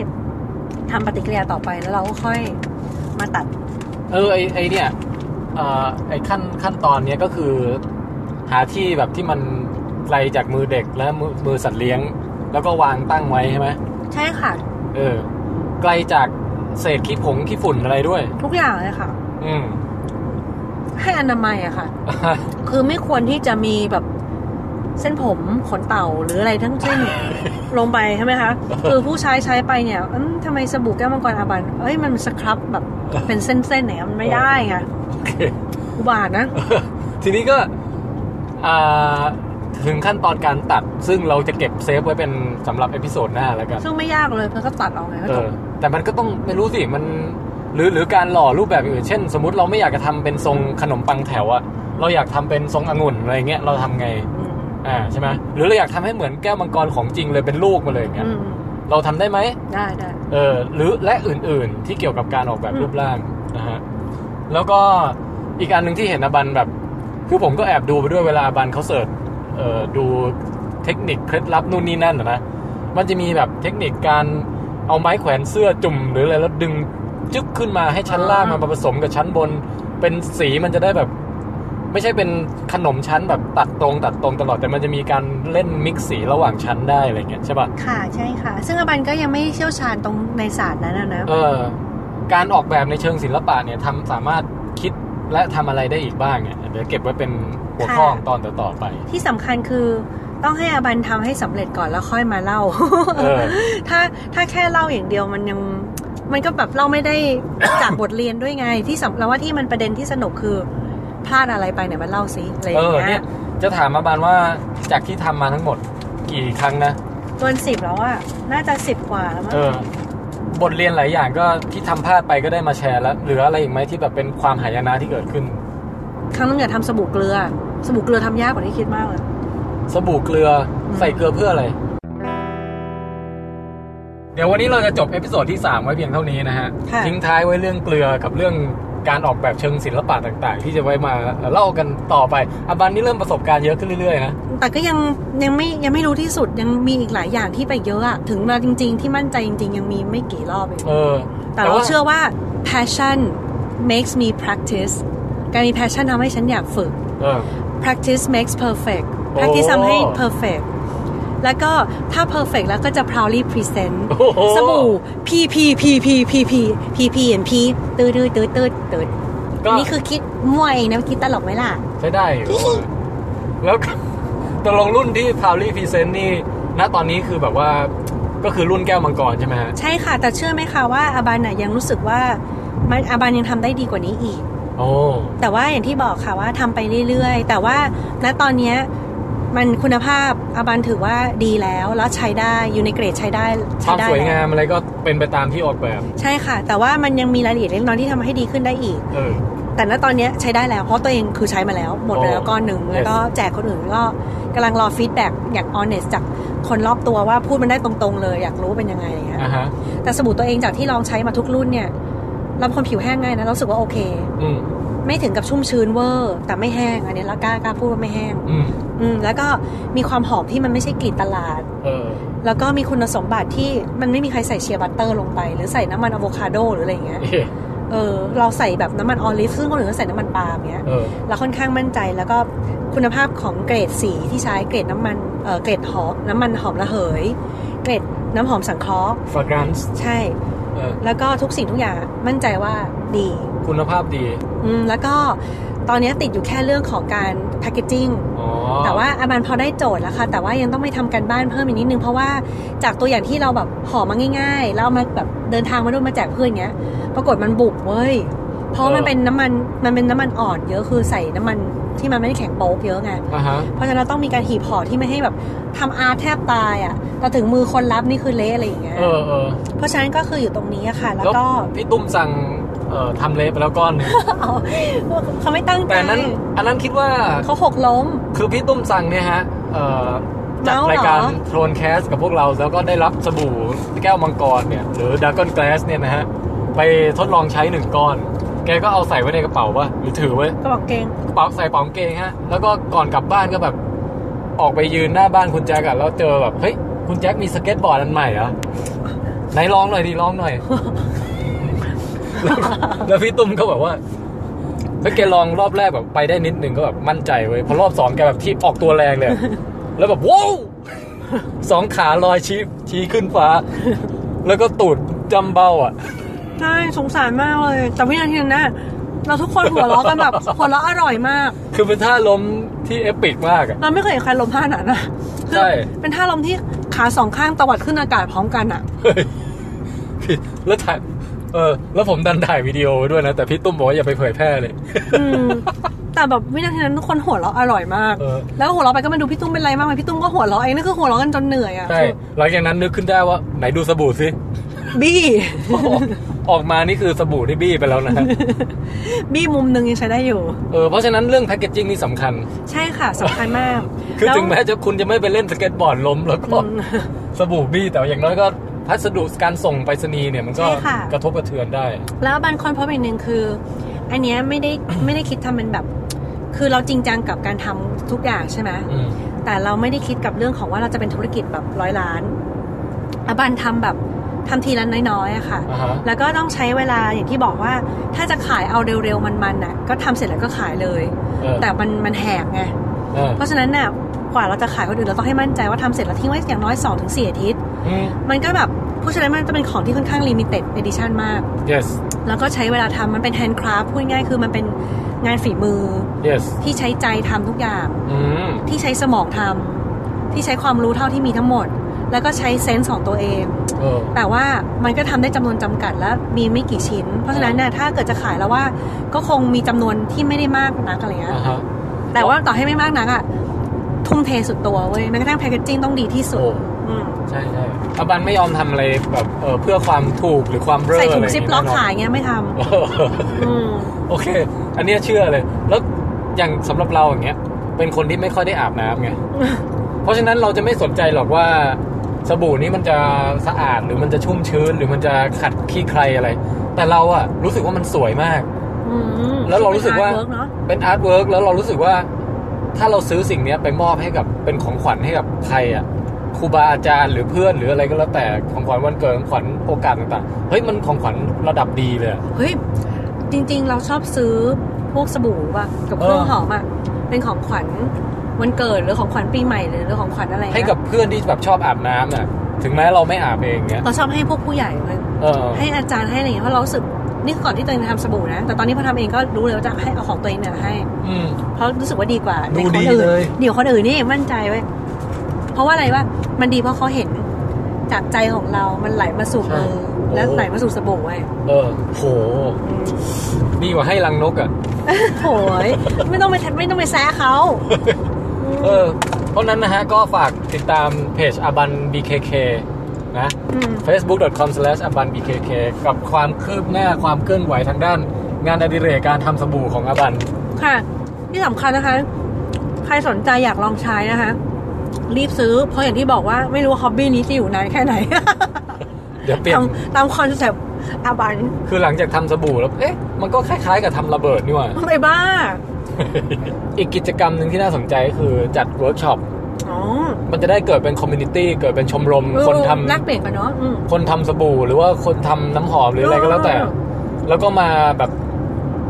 Speaker 2: ทำปฏิกิริยาต่อไปแล้วเราก็ค่อยมาตัด
Speaker 1: เออไอไอเนี่ยเอ่อไอขั้นขั้นตอนเนี้ยก็คือ หาที่แบบที่มันไกลจากมือเด็กและมือมือสัตว์เลี้ยง แล้วก็วางตั้งไว้ใช่ไหม
Speaker 2: ใช่ค่ะ
Speaker 1: เออ ไกลจากเศษขี้ผงขี้ฝุ่นอะไรด้วย
Speaker 2: ทุกอย่างเลยค่ะ
Speaker 1: อืม
Speaker 2: ให้อนามัยอะค่ะ คือไม่ควรที่จะมีแบบเส้นผมขนเต่าหรืออะไรทั้ง สิ้น ลงไปใช่ไหมคะ คือผู้ใช้ใช้ไปเนี่ยอืมทำไมสบู่แก้วมังกรอาบัน เอ้ยมันสครับแบบเป็นเส้นๆเนี่ยมันไม่ได้ไง
Speaker 1: โอเค
Speaker 2: อุบาทนะ
Speaker 1: ทีนี้ก็อ่าถึงขั้นตอนการตัด ซึ่งเราจะเก็บเซฟไว้เป็นสำหรับเอพิโซดหน้าแล้วกัน
Speaker 2: ซึ่งไม่ยากเลยมันก็ตัดออกไงก็
Speaker 1: เอ
Speaker 2: จบ
Speaker 1: อแต่มันก็ต้องไม่รู้สิมันหรือหรือการหล่อรูปแบบอื่นเช่น สมมติเราไม่อยากจะทำเป็นทรงขนมปังแถวอะเราอยากทำเป็นทรงองุ่นอะไรเงี้ยเราทำไง
Speaker 2: ม
Speaker 1: อ่าใช่ไหมหรือเราอยากทำให้เหมือนแก้วมังกรของจริงเลยเป็นลูกมาเลยอย่างเงี้ย
Speaker 2: อืม
Speaker 1: เราทำได้ไหม
Speaker 2: ได้ได้
Speaker 1: เออหรือและอื่นๆที่เกี่ยวกับการออกแบบ
Speaker 2: อืม
Speaker 1: รูปร่างนะฮะแล้วก็อีกอันหนึ่งที่เห็นอาบันแบบ คือผมก็แอบดูไปด้วยเวลาอาบันเขาเสิร์ชเอ่อดูเทคนิคเคล็ดลับนู่นนี่นั่นอะนะ มันจะมีแบบเทคนิคการเอาไม้แขวนเสื้อจุ่มหรืออะไรแล้วดึงจึ๊กขึ้นมาให้ชั้นล่าง
Speaker 2: อ่าม
Speaker 1: มาผสมกับชั้นบน เป็นสีมันจะได้แบบ ไม่ใช่เป็นขนมชั้นแบบตัดตรงตัดตรงตลอดแต่มันจะมีการเล่นมิกซ์สีระหว่างชั้นได้อะไรเงี้ยใช่ป่ะ
Speaker 2: ค่ะใช่ค่ะ ซึ่งอาบันก็ยังไม่เชี่ยวชาญตรงในศาสตร์นั้นอะนะ
Speaker 1: เออ การออกแบบในเชิงศิลปะเนี่ยทำสามารถคิดและทำอะไรได้อีกบ้างเนี่ยเดี๋ยวเก็บไว้เป็นหัวข้อของตอนต่อๆไป
Speaker 2: ที่สำคัญคือต้องให้อาบันทำให้สำเร็จก่อนแล้วค่อยมาเล่า
Speaker 1: เออ
Speaker 2: ถ้าถ้าแค่เล่าอย่างเดียวมันยังมันก็แบบเล่าไม่ได้ จากบทเรียนด้วยไง ที่สำเราว่าที่มันประเด็นที่สนุกคือพลาดอะไรไปเนี่ยมันเล่าซิอะไรอ
Speaker 1: เอย่าง อ
Speaker 2: เงี้
Speaker 1: เนี่ย ยจะถามอาบานว่าจากที่ทำมาทั้งหมดกี่ครั้งนะ
Speaker 2: เกินสิบแล้วอะน่าจะสิบกว่าแล้วมั้ง
Speaker 1: เออบทเรียนหลายอย่างก็ที่ทำพลาดไปก็ได้มาแชร์แล้วเหลืออะไรอีกไหมที่แบบเป็นความหายนะที่เกิดขึ้น
Speaker 2: ครั้งนึงอย่าทำสบู่เกลือ สบู่เกลือทำยากกว่าที่คิดมากเลย
Speaker 1: สบู่เกลืออ
Speaker 2: ม
Speaker 1: ใส่เกลือเพื่ออะไร เดี๋ยววันนี้เราจะจบเอพิโซดที่ 3 ไว้เพียงเท่านี้นะฮะ
Speaker 2: ค่ะ
Speaker 1: ทิ้งท้ายไว้เรื่องเกลือกับเรื่องการออกแบบเชิงศิลปะต่างๆ ที่จะไว้มาเล่ากันต่อไปอาบันนี่เริ่มประสบการณ์เยอะขึ้นเรื่อยๆนะ
Speaker 2: แต่ก็ยังยังไม่ยังไม่รู้ที่สุดยังมีอีกหลายอย่างที่ไปเยอะอะถึงมาจริง ๆ ที่มั่นใจจริง ๆ ยังมีไม่กี่รอบเอง
Speaker 1: เออ
Speaker 2: แต่เราเชื่อว่า passion makes me practice การมี passion ทำให้ฉันอยากฝึก
Speaker 1: เออ
Speaker 2: practice makes perfect practice
Speaker 1: โอ้
Speaker 2: ทำให้ perfect แล้วก็ถ้า perfect แล้วก็จะ proudly present
Speaker 1: โอ้โห
Speaker 2: สบู่ p p p p p p p p and p ตืดตืดตืดตืดตืด
Speaker 1: ก็
Speaker 2: นี่คือคิดมั่วเองนะคิดตลกไหมล่ะ
Speaker 1: ใช้ได้อยู่ แล้วก็ ตกลงรุ่นที่ p o w l y Present นี่ ณ ตอนนี้คือแบบว่า ก็คือรุ่นแก้วมังกรใช่ไหมฮะ
Speaker 2: ใช่ค่ะ แต่เชื่อไหมคะว่าอาบันน่ะยังรู้สึกว่ามันอาบันยังทำได้ดีกว่านี้อีก
Speaker 1: โอ้
Speaker 2: แต่ว่าอย่างที่บอกค่ะว่าทำไปเรื่อยๆ แต่ว่าณตอนเนี้ยมันคุณภาพอาบันถือว่าดีแล้ว แล้วใช้ได้อยู่ในเกรดใช้ได้
Speaker 1: ค
Speaker 2: ใช้
Speaker 1: วาม
Speaker 2: ได้
Speaker 1: สวย
Speaker 2: แล้
Speaker 1: งามอะไรก็เป็นไปตามที่ออกแบบ
Speaker 2: ใช่ค่ะ แต่ว่ามันยังมีรายละเอียดเล็กน้อยที่ทำให้ดีขึ้นได้อีก
Speaker 1: เออ
Speaker 2: แต่ณตอนเนี้ยใช้ได้แล้ว เพราะตัวเองคือใช้มาแล้ว หมดไปแล้ว
Speaker 1: โอ้
Speaker 2: ก้อนหนึ่ง แล้วก็แจกคนอื่นก็กำลังรอฟีดแบ็กอยากออนเนสจากคนรอบตัวว่าพูดมันได้ตรงๆเลย อยากรู้เป็นยังไงอะไรเงี้ย
Speaker 1: อ่ะฮะ
Speaker 2: แต่สบู่ตัวเองจากที่ลองใช้มาทุกรุ่นเนี่ยเราเป็นคนผิวแห้งง่ายนะเรารู้สึกว่าโอเค
Speaker 1: อืม
Speaker 2: ไม่ถึงกับชุ่มชื้นเวอร์แต่ไม่แห้งอันนี้ละกล้ากล้าพูดว่าไม่แห้ง
Speaker 1: อืม
Speaker 2: อืมแล้วก็มีความหอมที่มันไม่ใช่กลิ่นตลาด
Speaker 1: เออ
Speaker 2: แล้วก็มีคุณสมบัติที่มันไม่มีใครใส่เชียร์บัตเตอร์ลงไป หรือใส่น้ำมันอะโวคาโดหรืออะไรอย่างเงี้ย
Speaker 1: เอ๊ะ
Speaker 2: เออ เราใส่แบบน้ำมันออลิฟซึ่งคนอื่นก็ใส่น้ำมันปาล์มเงี้ย
Speaker 1: เออ
Speaker 2: เราค่อนข้างมั่นใจแล้วก็คุณภาพของเกรดสีที่ใช้เกรดน้ำมันเออเกรดหอมน้ำมันหอมระเหย เกรดน้ำหอมสังเคราะห์
Speaker 1: fragrance
Speaker 2: ใช่
Speaker 1: เออ
Speaker 2: แล้วก็ทุกสิ่งทุกอย่างมั่นใจว่าดี
Speaker 1: คุณภาพดี
Speaker 2: อืมแล้วก็ตอนเนี้ยติดอยู่แค่เรื่องของการแพคเกจจิ้ง
Speaker 1: อ๋อ
Speaker 2: แต่ว่าอาบันพอได้โจทย์แล้วค่ะ แต่ว่ายังต้องไปทำกันบ้านเพิ่มอีกนิดนึง เพราะว่าจากตัวอย่างที่เราแบบห่อมาง่าย ๆ แล้วเอามาแบบเดินทางมาด้วยมาแจกเพื่อนอย่างเงี้ย ปรากฏมันบุบเว้ย เพราะมันเป็นน้ำมันมันเป็นน้ำมันอ่อนเยอะคือใส่น้ำมันที่มันไม่ได้แข็งโป๊กเยอะไง
Speaker 1: อ่ะฮะ
Speaker 2: เพราะฉะนั้นเราต้องมีการหีบห่อที่ไม่ให้แบบทำอาร์ตแทบตายอ่ะแต่ถึงมือคนรับนี่คือเละอะไรอย่างเงี้ย
Speaker 1: เออเออ
Speaker 2: เพราะฉะนั้นก็คืออยู่ตรงนี้อะค่ะ แล้วก็
Speaker 1: พี่ตุ้มสั่ง เอ่อทำเละไปแล้วก้อนหนึ่ง
Speaker 2: เอาเขาไม่ตั้งใจ
Speaker 1: แต่นั้น อันนั้นคิดว่า
Speaker 2: เขาหกล้ม
Speaker 1: คือพี่ตุ้มสั่งเนี่ยฮะ เอ่อจัด
Speaker 2: เมาส์เหรอ
Speaker 1: รายการโทรนแคสกับพวกเราแล้วก็ได้รับสบู่แก้วมังกรเนี่ย หรือด a ก o n นแกลสเนี่ยนะฮะ ไปทดลองใช้หนึ่งก้อน แกก็เอาใส่ไว้ในกระเป๋าวะหรือถือไว้
Speaker 2: กระบอกเกง
Speaker 1: กระเป๋าใส่กระเป๋าเกงฮะ แล้วก็ก่อนกลับบ้านก็แบบ ออกไปยืนหน้าบ้านคุณแจ็คอะแล้วเจอแบบ เฮ้ย คุณแจ็คมีสเก็ตบอร์ดอันใหม่เหรอไหนลองหน่อยดิลองหน่อย แล้วแล้วพี่ตุ้มก็แบบว่าแล้วแกลองรอบแรกแบบไปได้นิดนึงก็แบบมั่นใจเว้ยพอรอบสองแกแบบที่ออกตัวแรงเลย แล้วแบบว้าว สองขาลอยชี้ชี้ขึ้นฟ้า แล้วก็ตูดจำเบ้าอ่ะ
Speaker 2: ใช่สงสารมากเลย แต่วินาทีนั้นนะเราทุกคนหัวเราะกันแบบ หัวเราะอร่อยมาก
Speaker 1: คือเป็นท่าล้มที่เอปิกมากอ่ะ
Speaker 2: เราไม่เคยเห็นใครล้มท่านั้นนะคื
Speaker 1: ใช่
Speaker 2: เป็นท่าล้มที่ขาสองข้างตวัดขึ้นอากาศพร้อมกันอะ
Speaker 1: เฮ้ยพี่ แล้วถ่ายเออ แล้วผมดันถ่ายวิดีโอไว้ด้วยนะ แต่พี่ตุ้มบอกว่าอย่าไปเผยแพร่เลย
Speaker 2: อืม แต่แบบวินาทีนั้นทุกคนหัวเราะอร่อยมาก
Speaker 1: เออ
Speaker 2: แล้วหัวเราะไปก็มาดูพี่ตุ้มเป็นไรมากไหมพี่ตุ้มก็หัวเราะเองนั่นคือหัวเราะกันจนเหนื่อยอะ
Speaker 1: ใช่หลังจากนั้นนึกขึ้นได้ว่า ไหนดูสบู่ สิ
Speaker 2: บี้
Speaker 1: ออกออกมานี่คือสบู่ที่บี้ไปแล้วนะ
Speaker 2: บี้มุมหนึ่งยังใช้ได้อยู่
Speaker 1: เออเพราะฉะนั้นเรื่องแพคเกจจิ้งนี่สำคัญ
Speaker 2: ใช่ค่ะสำคัญมาก
Speaker 1: คือ
Speaker 2: ล้ว
Speaker 1: ถึงแม้จะคุณจะไม่ไปเล่นสเก็ตบอร์ดล้มแล้วก็
Speaker 2: อืม
Speaker 1: สบู่บี้แต่อย่างน้อยก็พัสดุการส่งไปรษณีย์เนี่ยมันก็
Speaker 2: ใช่ค่ะ
Speaker 1: กระทบกระเทือนได้
Speaker 2: แล้วบางคนพบอีกหนึ่งคือ อันเนี้ยไม่ได้ ไม่ได้คิดทำเป็นแบบ คือเราจริงจังกับการทำทุกอย่างใช่ไหม
Speaker 1: อืม
Speaker 2: แต่เราไม่ได้คิดกับเรื่องของว่าเราจะเป็นธุรกิจแบบร้อยล้านอบันทำแบบทำทีละน้อยๆอะค่ะ
Speaker 1: อ่าฮะ
Speaker 2: แล้วก็ต้องใช้เวลาอย่างที่บอกว่า ถ้าจะขายเอาเร็วๆมันๆน่ะก็ทำเสร็จแล้วก็ขายเลย
Speaker 1: เออ
Speaker 2: แต่มันมันแหกไง
Speaker 1: เออ
Speaker 2: เพราะฉะนั้นน่ะกว่าเราจะขายคนอื่นเราต้องให้มั่นใจว่าทำเสร็จแล้วทิ้งไว้อย่างน้อย2-4ถึงอาทิตย์
Speaker 1: อืม
Speaker 2: มันก็แบบเพราะฉะนั้นมันจะเป็นของที่ค่อนข้างลิมิเต็ดเอดิชันมาก
Speaker 1: yes
Speaker 2: แล้วก็ใช้เวลาทำมันเป็นแฮนด์คราฟพูดง่ายๆคือมันเป็นงานฝีมือ
Speaker 1: yes
Speaker 2: ที่ใช้ใจทำทุกอย่าง
Speaker 1: อืม
Speaker 2: ที่ใช้สมองทำที่ใช้ความรู้เท่าที่มีทั้งหมด แล้วก็ใช้เซนส์ของตัวเอง
Speaker 1: เออ
Speaker 2: แต่ว่ามันก็ทำได้จำนวนจำกัดและมีไม่กี่ชิ้น เพราะฉะนั้นเนี่ยถ้าเกิดจะขายแล้วว่าก็คงมีจำนวนที่ไม่ได้มากนักอะไรเงี้ย
Speaker 1: อ่าฮะ
Speaker 2: แต่ว่าต่อให้ไม่มากนักอะทุ่มเทสุดตัวเว้ยแม้กระทั่งแพคเกจจิ้งต้องดีที่สุด
Speaker 1: โอ้
Speaker 2: อืม
Speaker 1: ใช่ใช่อบันไม่ยอมทำอะไรแบบเออเพื่อความถูกหรือความเร่อ
Speaker 2: ใส่ถุ
Speaker 1: อะ
Speaker 2: ง
Speaker 1: ไร
Speaker 2: ซิป
Speaker 1: ย่า
Speaker 2: ล็อก
Speaker 1: แน่นน
Speaker 2: ขายเงี้ยไม่ทำ
Speaker 1: เออ
Speaker 2: อืม
Speaker 1: โอเค อันเนี้ยเชื่อเลย แล้วอย่างสำหรับเราอย่างเงี้ย เป็นคนที่ไม่ค่อยได้อาบน้ำไง เพราะฉะนั้นเราจะไม่สนใจหรอกว่าสบู่นี้มันจะสะอาดหรือมันจะชุ่มชื้น หรือมันจะขัดขี้ใครอะไร แต่เราอะรู้สึกว่ามันสวยมาก
Speaker 2: อืม
Speaker 1: แล้วเรารู้สึกว่า
Speaker 2: เป็น
Speaker 1: เป็น
Speaker 2: artwork เนอะ
Speaker 1: อาร์ตเวิร์กแล้วเรารู้สึกว่า ถ้าเราซื้อสิ่งเนี้ยไปมอบให้กับเป็นของขวัญให้กับใครอ่ะครูบาอาจารย์หรือเพื่อนหรืออะไรก็แล้วแต่ของขวัญวันเกิดของขวัญโอกาสต่างๆเฮ้ยมันของขวัญระดับดีเลยอะ
Speaker 2: เฮ้ย จริงๆ เราชอบซื้อพวกสบู่อะกับเครื่อง
Speaker 1: เออ
Speaker 2: หอมอะเป็นของขวัญวันเกิดหรือของขวัญปีใหม่หรือหรือของขวัญอะไรนะ
Speaker 1: ให้กับเพื่อนที่แบบชอบอาบน้ำน่ะถึงแม้เราไม่อาบเองเนี้ย
Speaker 2: เราชอบให้พวกผู้ใหญ่เลย
Speaker 1: เออ
Speaker 2: ให้อาจารย์ให้อะไรอย่างเงี้ยเพราะเรารู้สึกนี่ก่อนที่ตัวเองจะทำสบู่นะ แต่ตอนนี้พอทำเองก็รู้เลยว่าจะให้เอาของตัวเองเนี่ยให้
Speaker 1: อืม
Speaker 2: เพราะรู้สึกว่าดีกว่า
Speaker 1: ดู
Speaker 2: ในคน
Speaker 1: ดี
Speaker 2: อื่น
Speaker 1: เลย
Speaker 2: เดี๋ยวคนอื่นนี่มั่นใจไว้ยเพราะว่าอะไรว่ามันดีเพราะเขาเห็นจากใจของเรา มันไหลมาสู่มือและไหลมาสู่สบู่ไว้ย
Speaker 1: เออโห
Speaker 2: อืม
Speaker 1: ดีกว่าให้รังนกอ่ะ
Speaker 2: โถยไม่ต้องไปแทไม่ต้องไปแซะเขา
Speaker 1: เออ เพราะฉะนั้นนะฮะก็ฝากติดตามเพจอาบัน BKK นะ
Speaker 2: ม
Speaker 1: facebook.com/abanbkk กับความคืบหน้าความเคลื่อนไหวทางด้าน งานอดิเรกการทำสบู่ของอบัน
Speaker 2: ค่ะ ที่สำคัญนะคะ ใครสนใจอยากลองใช้นะคะ รีบซื้อ เพราะอย่างที่บอกว่าไม่รู้ว่าฮอบบี้นี้จะอยู่นานแค่ไหน
Speaker 1: เดี๋ยวเปลี่ยน
Speaker 2: ตามตามคอนเซปต์อาบัน
Speaker 1: คือหลังจากทำสบู่แล้ว เอ๊ะ มันก็คล้ายๆกับทำระเบิดนี่หว่า
Speaker 2: ไอ้บ้า
Speaker 1: อีกกิจกรรมหนึ่งที่น่าสนใจก็คือจัดเวิร์กช็อป
Speaker 2: อ๋อ
Speaker 1: มันจะได้เกิดเป็นคอมมูนิตี้ เกิดเป็นชมรม
Speaker 2: เออ
Speaker 1: คนท
Speaker 2: นักเปลี่ยนกันเนาะอืม
Speaker 1: ำคนทำสบู่ หรือว่าคนทำน้ำหอมหรืออะไรก็แล้วแต่
Speaker 2: เออ
Speaker 1: แล้วก็มาแบบ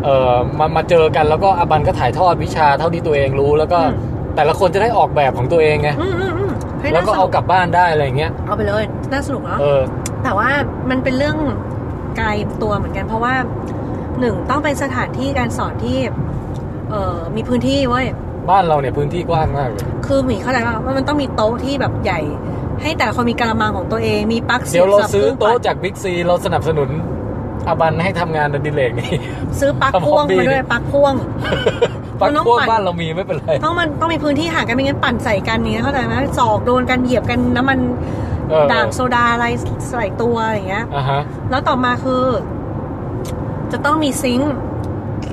Speaker 1: เออมามาเจอกันแล้วก็อบันก็ถ่ายทอดวิชาเท่าที่ตัวเองรู้ แล้วก็แต่ละคนจะได้ออกแบบของตัวเองไง
Speaker 2: อืมอืมอืมฮ้ย
Speaker 1: แล้ว
Speaker 2: น่
Speaker 1: ก็
Speaker 2: ส
Speaker 1: เอา
Speaker 2: นุ
Speaker 1: กลับบ้านได้อะไรอย่างเงี้ย
Speaker 2: เอาไปเลย น่าสนุกเนาะ
Speaker 1: เออ
Speaker 2: แต่ว่ามันเป็นเรื่องไกลตัวเหมือนกัน เพราะว่าหนึ่งต้องเป็นสถานที่การสอนที่ เอ่อมีพื้นที่เว้ย
Speaker 1: บ้านเราเนี่ยพื้นที่กว้างมากเลย
Speaker 2: คือหมีเข้าใจว่าว่ามันต้องมีโต๊ะที่แบบใหญ่ ให้แต่ละคนมีกระมังของตัวเองมีปลั๊กเสี
Speaker 1: เดี๋
Speaker 2: ย
Speaker 1: ยว
Speaker 2: บ
Speaker 1: เรา
Speaker 2: สำหบ
Speaker 1: ซื้อโต๊ะ
Speaker 2: คงปัด
Speaker 1: จากบิ๊กซีเราสนับสนุนอาบันให้ทำงานอดิเรกนี่
Speaker 2: ซื้อปลั๊ก
Speaker 1: ทำ
Speaker 2: พ่วง
Speaker 1: hobby
Speaker 2: มาด้วยปลั๊กพ่วง
Speaker 1: ปัก
Speaker 2: มันต้อง
Speaker 1: พวก
Speaker 2: ปั่น
Speaker 1: บ้านเรามีไม่เป็นไร
Speaker 2: ต้องมันต้องมีพื้นที่ห่างกันไม่งั้นปั่นใส่กันอย่างเงี้ยเข้าใจไหมศอกโดนกันเหยียบกันน้ำมัน
Speaker 1: เออ
Speaker 2: ด่างโซดาอะไรใส่ตัวอย่างเงี้ย
Speaker 1: อ่ะฮะ
Speaker 2: แล้วต่อมาคือ จะต้องมีซิงค์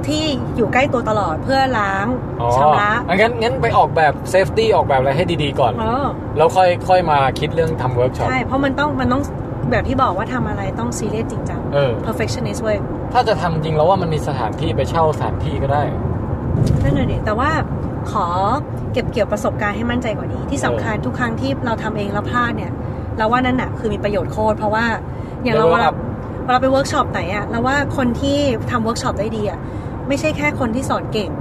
Speaker 2: ที่อยู่ใกล้ตัวตลอดเพื่อล้าง
Speaker 1: อ๋อ
Speaker 2: ชำระ
Speaker 1: งั้นงั้นไปออกแบบเซฟตี้ออกแบบอะไรให้ดีๆก่อน
Speaker 2: เออ
Speaker 1: แล้วค่อยค่อยมาคิดเรื่องทำเวิร์กช็อป
Speaker 2: ใช่เพราะมันต้องมันต้องแบบที่บอกว่าทำอะไรต้องซีเรียสจริงจัง
Speaker 1: เออ
Speaker 2: perfectionist เว้ย
Speaker 1: ถ้าจะทำจริงแล้วว่ามันมีสถานที่ไปเช่าสถานที่ก็ได้
Speaker 2: นั่นแหละดิแต่ว่าขอเก็บเกี่ยวประสบการณ์ให้มั่นใจกว่านี้ ที่สำคัญทุกครั้งที่เราทำเองแล้วพลาดเนี่ย เราว่านั่นน่ะคือมีประโยชน์โคตรเพราะว่าอย่างเรา
Speaker 1: เดี๋ยว
Speaker 2: เว
Speaker 1: เรา
Speaker 2: ลา
Speaker 1: อัพ
Speaker 2: เวลาไปเวิร์กช็อปไหนอะเราว่าคนที่ทำเวิร์กช็อปได้ดีอะไม่ใช่แค่คนที่สอนเก่ง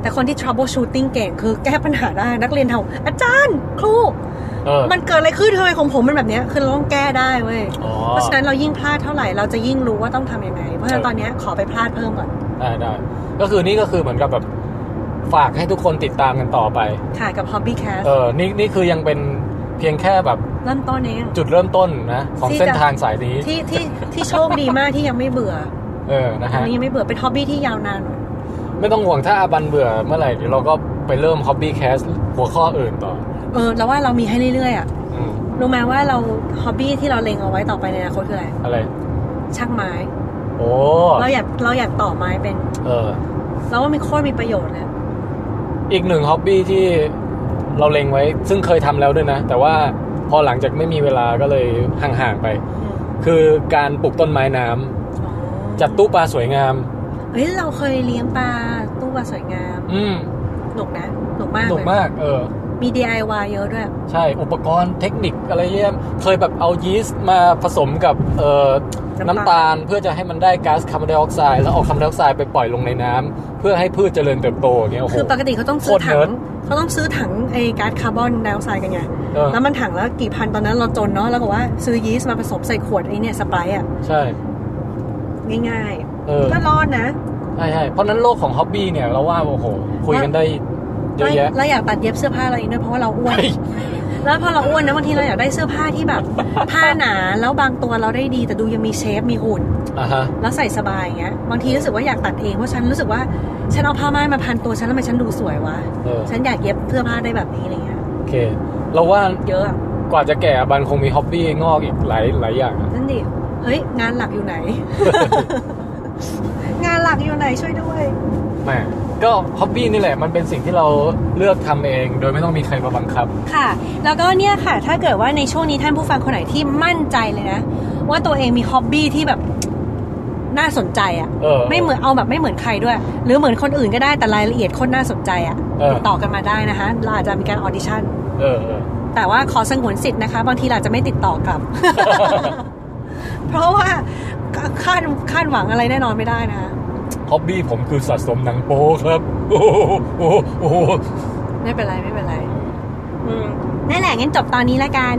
Speaker 2: แต่คนที่ troubleshooting เก่งคือแก้ปัญหาได้นักเรียนทำอาจารย์ ครู
Speaker 1: เออ
Speaker 2: มันเกิดอะไรขึ้นทำไมของผมมันแบบเนี้ยคือเราต้องแก้ได้เว้ย
Speaker 1: อ๋อ
Speaker 2: เพราะฉะนั้นเรายิ่งพลาดเท่าไหร่เราจะยิ่งรู้ว่าต้องทำยังไง เพราะฉะนั้น
Speaker 1: เออ
Speaker 2: ตอนเนี้ยขอไปพลาดเพิ่มก่อน
Speaker 1: ได้ได้ก็คือนี่ก็คือเหมือนกับแบบฝากให้ทุกคนติดตามกันต่อไป
Speaker 2: ค่ะกับ Hobby Cast
Speaker 1: เออนี่นี่คือยังเป็นเพียงแค่แบบ
Speaker 2: เริ่มต้นเอง
Speaker 1: จุดเริ่มต้นนะ ของ
Speaker 2: ที่จะ
Speaker 1: เส้นทางสายนี้
Speaker 2: ที่ที่ที่โชคดีมากที่ยังไม่เบื่อ
Speaker 1: เออนะ
Speaker 2: อัน
Speaker 1: ฮะ
Speaker 2: นี้ยังไม่เบื่อเป็น Hobby ที่ยาวนานหน่อย
Speaker 1: ไม่ต้องห่วงถ้าอาบันเบื่อเมื่อไหร่เดี๋ยวเราก็ไปเริ่ม Hobby Cast หัวข้ออื่นต่อ
Speaker 2: เออเราว่าเรามีให้เรื่อยๆอ่ะ
Speaker 1: อืม
Speaker 2: รู้ไหมว่าเรา Hobby ที่เราเล็งเอาไว้ต่อไปในอนาคตคืออะไร
Speaker 1: อะไร
Speaker 2: ช่างไม้
Speaker 1: โอ้
Speaker 2: เราอยากเราอยากต่อไม้เป็น
Speaker 1: เออ
Speaker 2: เราว่ามันโคตรมีประโยชน์เลย
Speaker 1: อีกหนึ่งฮ็อบบี้ที่เราเล็งไว้ ซึ่งเคยทำแล้วด้วยนะ แต่ว่าพอหลังจากไม่มีเวลาก็เลยห่างๆไป
Speaker 2: อืม
Speaker 1: คือการปลูกต้นไม้น้ำ
Speaker 2: อ๋อ
Speaker 1: จัดตู้ปลาสวยงาม
Speaker 2: เฮ้ยเราเคยเลี้ยงปลาตู้ปลาสวยงาม
Speaker 1: อืม
Speaker 2: หนุกนะหนุกมาก
Speaker 1: สนุก
Speaker 2: เลย
Speaker 1: มาก เออ
Speaker 2: มี DIY เยอะด้วย
Speaker 1: ใช่อุปกรณ์เทคนิคอะไรเยี่ยม เคยแบบเอายีสต์มาผสมกับเอ่อ
Speaker 2: น้ำ
Speaker 1: น้ำ
Speaker 2: ตาล
Speaker 1: ตาลเพื่อจะให้มันได้ก๊าซคาร์บอนไดออกไซด์แล้วเอาคาร์บอนไดออกไซด์ไปปล่อยลงในน้ำเพื่อให้พืชเจริญเติบโตอย่างเงี้ยโอ้โห
Speaker 2: คือปกติเขาต้องซื้อ
Speaker 1: โคตร
Speaker 2: ถั
Speaker 1: เนิร์
Speaker 2: ง
Speaker 1: ด
Speaker 2: เขาต้องซื้อถังไอ้ก๊าซคาร์บอนไดออกไซด์กันไง
Speaker 1: เออ
Speaker 2: แล้วมันถังแล้วกี่พันตอนนั้นเราจนเนาะแล้วก็ว่าซื้อยีสต์มาผสมใส่ขวดไอ้เนี่ยสไปร์อ่ะ
Speaker 1: ใช่
Speaker 2: ง่าย
Speaker 1: เออ
Speaker 2: ๆก็รอดนะ
Speaker 1: ใช่ใช่เพราะฉะนั้นโลกของฮ็อบบี้เนี่ยเราว่าโอ้โหคุยกันได้เยอะแยะ
Speaker 2: เราอยากตัดเย็บเสื้อผ้าเราเองด้วยเพราะว่าเรา อ้วน แล้วพอเราอ้วนนะบางทีเราอยากได้เสื้อผ้าที่แบบ ผ้าหนาแล้วบางตัวเราได้ดีแต่ดูยังมีเชฟมีหุ่น
Speaker 1: อ่าฮะ
Speaker 2: แล้วใส่สบายอย่างเงี้ยบางทีรู้สึกว่าอยากตัดเองเพราะฉันรู้สึกว่าฉันเอาผ้าม่านมาพันตัวฉันแล้วทำไมฉันดูสวยวะ
Speaker 1: เออ
Speaker 2: ฉันอยากเย็บเสื้อผ้าได้แบบนี้อะไรเงี้ย
Speaker 1: โอเค เราว่า
Speaker 2: เยอะอะ
Speaker 1: กว่าจะแก่บันคงมีฮ็อบบี้งอกอีกหลายหลายอย่างอะ
Speaker 2: นั่นดิเฮ้ยงานหลัก อยู่ไหน งานหลักอยู่ไหนช่วยด้วย
Speaker 1: แหม่ก็ฮ็อบบี้นี่แหละ มันเป็นสิ่งที่เราเลือกทำเอง โดยไม่ต้องมีใครมาบังคับ
Speaker 2: ค่ะ แล้วก็เนี่ยค่ะ ถ้าเกิดว่าในช่วงนี้ท่านผู้ฟังคนไหนที่มั่นใจเลยนะ ว่าตัวเองมีฮ็อบบี้ที่แบบน่าสนใจอะ่ะ
Speaker 1: เออ
Speaker 2: ไม่เหมือนเอาแบบไม่เหมือนใครด้วย หรือเหมือนคนอื่นก็ได้แต่รายละเอียดคนน่าสนใจอะ่ะ
Speaker 1: เออ
Speaker 2: ติดต่อกันมาได้นะคะ เราอาจจะมีการออดิชั่น
Speaker 1: เออเออ
Speaker 2: แต่ว่าขอสงวนสิทธิ์นะคะ บางทีเราอาจจะไม่ติดต่อกลับ เพราะว่าคาดคาดหวังอะไรแน่นอนไม่ได้นะคะ
Speaker 1: ฮ็อบบี้ผมคือสะสมหนังโป๊ครับ โอ้โหโอ้โหโอ้โห
Speaker 2: ไม่เป็นไรไม่เป็นไรอืมนั่นแหละงั้นจบตอนนี้ละกัน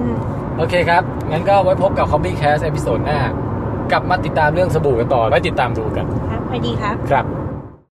Speaker 1: โอเคครับ งั้นก็ไว้พบกับ Hobby Cast เอพิโซดหน้ากลับมาติดตามเรื่องสบู่กันต่อไว้ติดตามดูกัน
Speaker 2: ครับสวัสดีครับ
Speaker 1: ครับ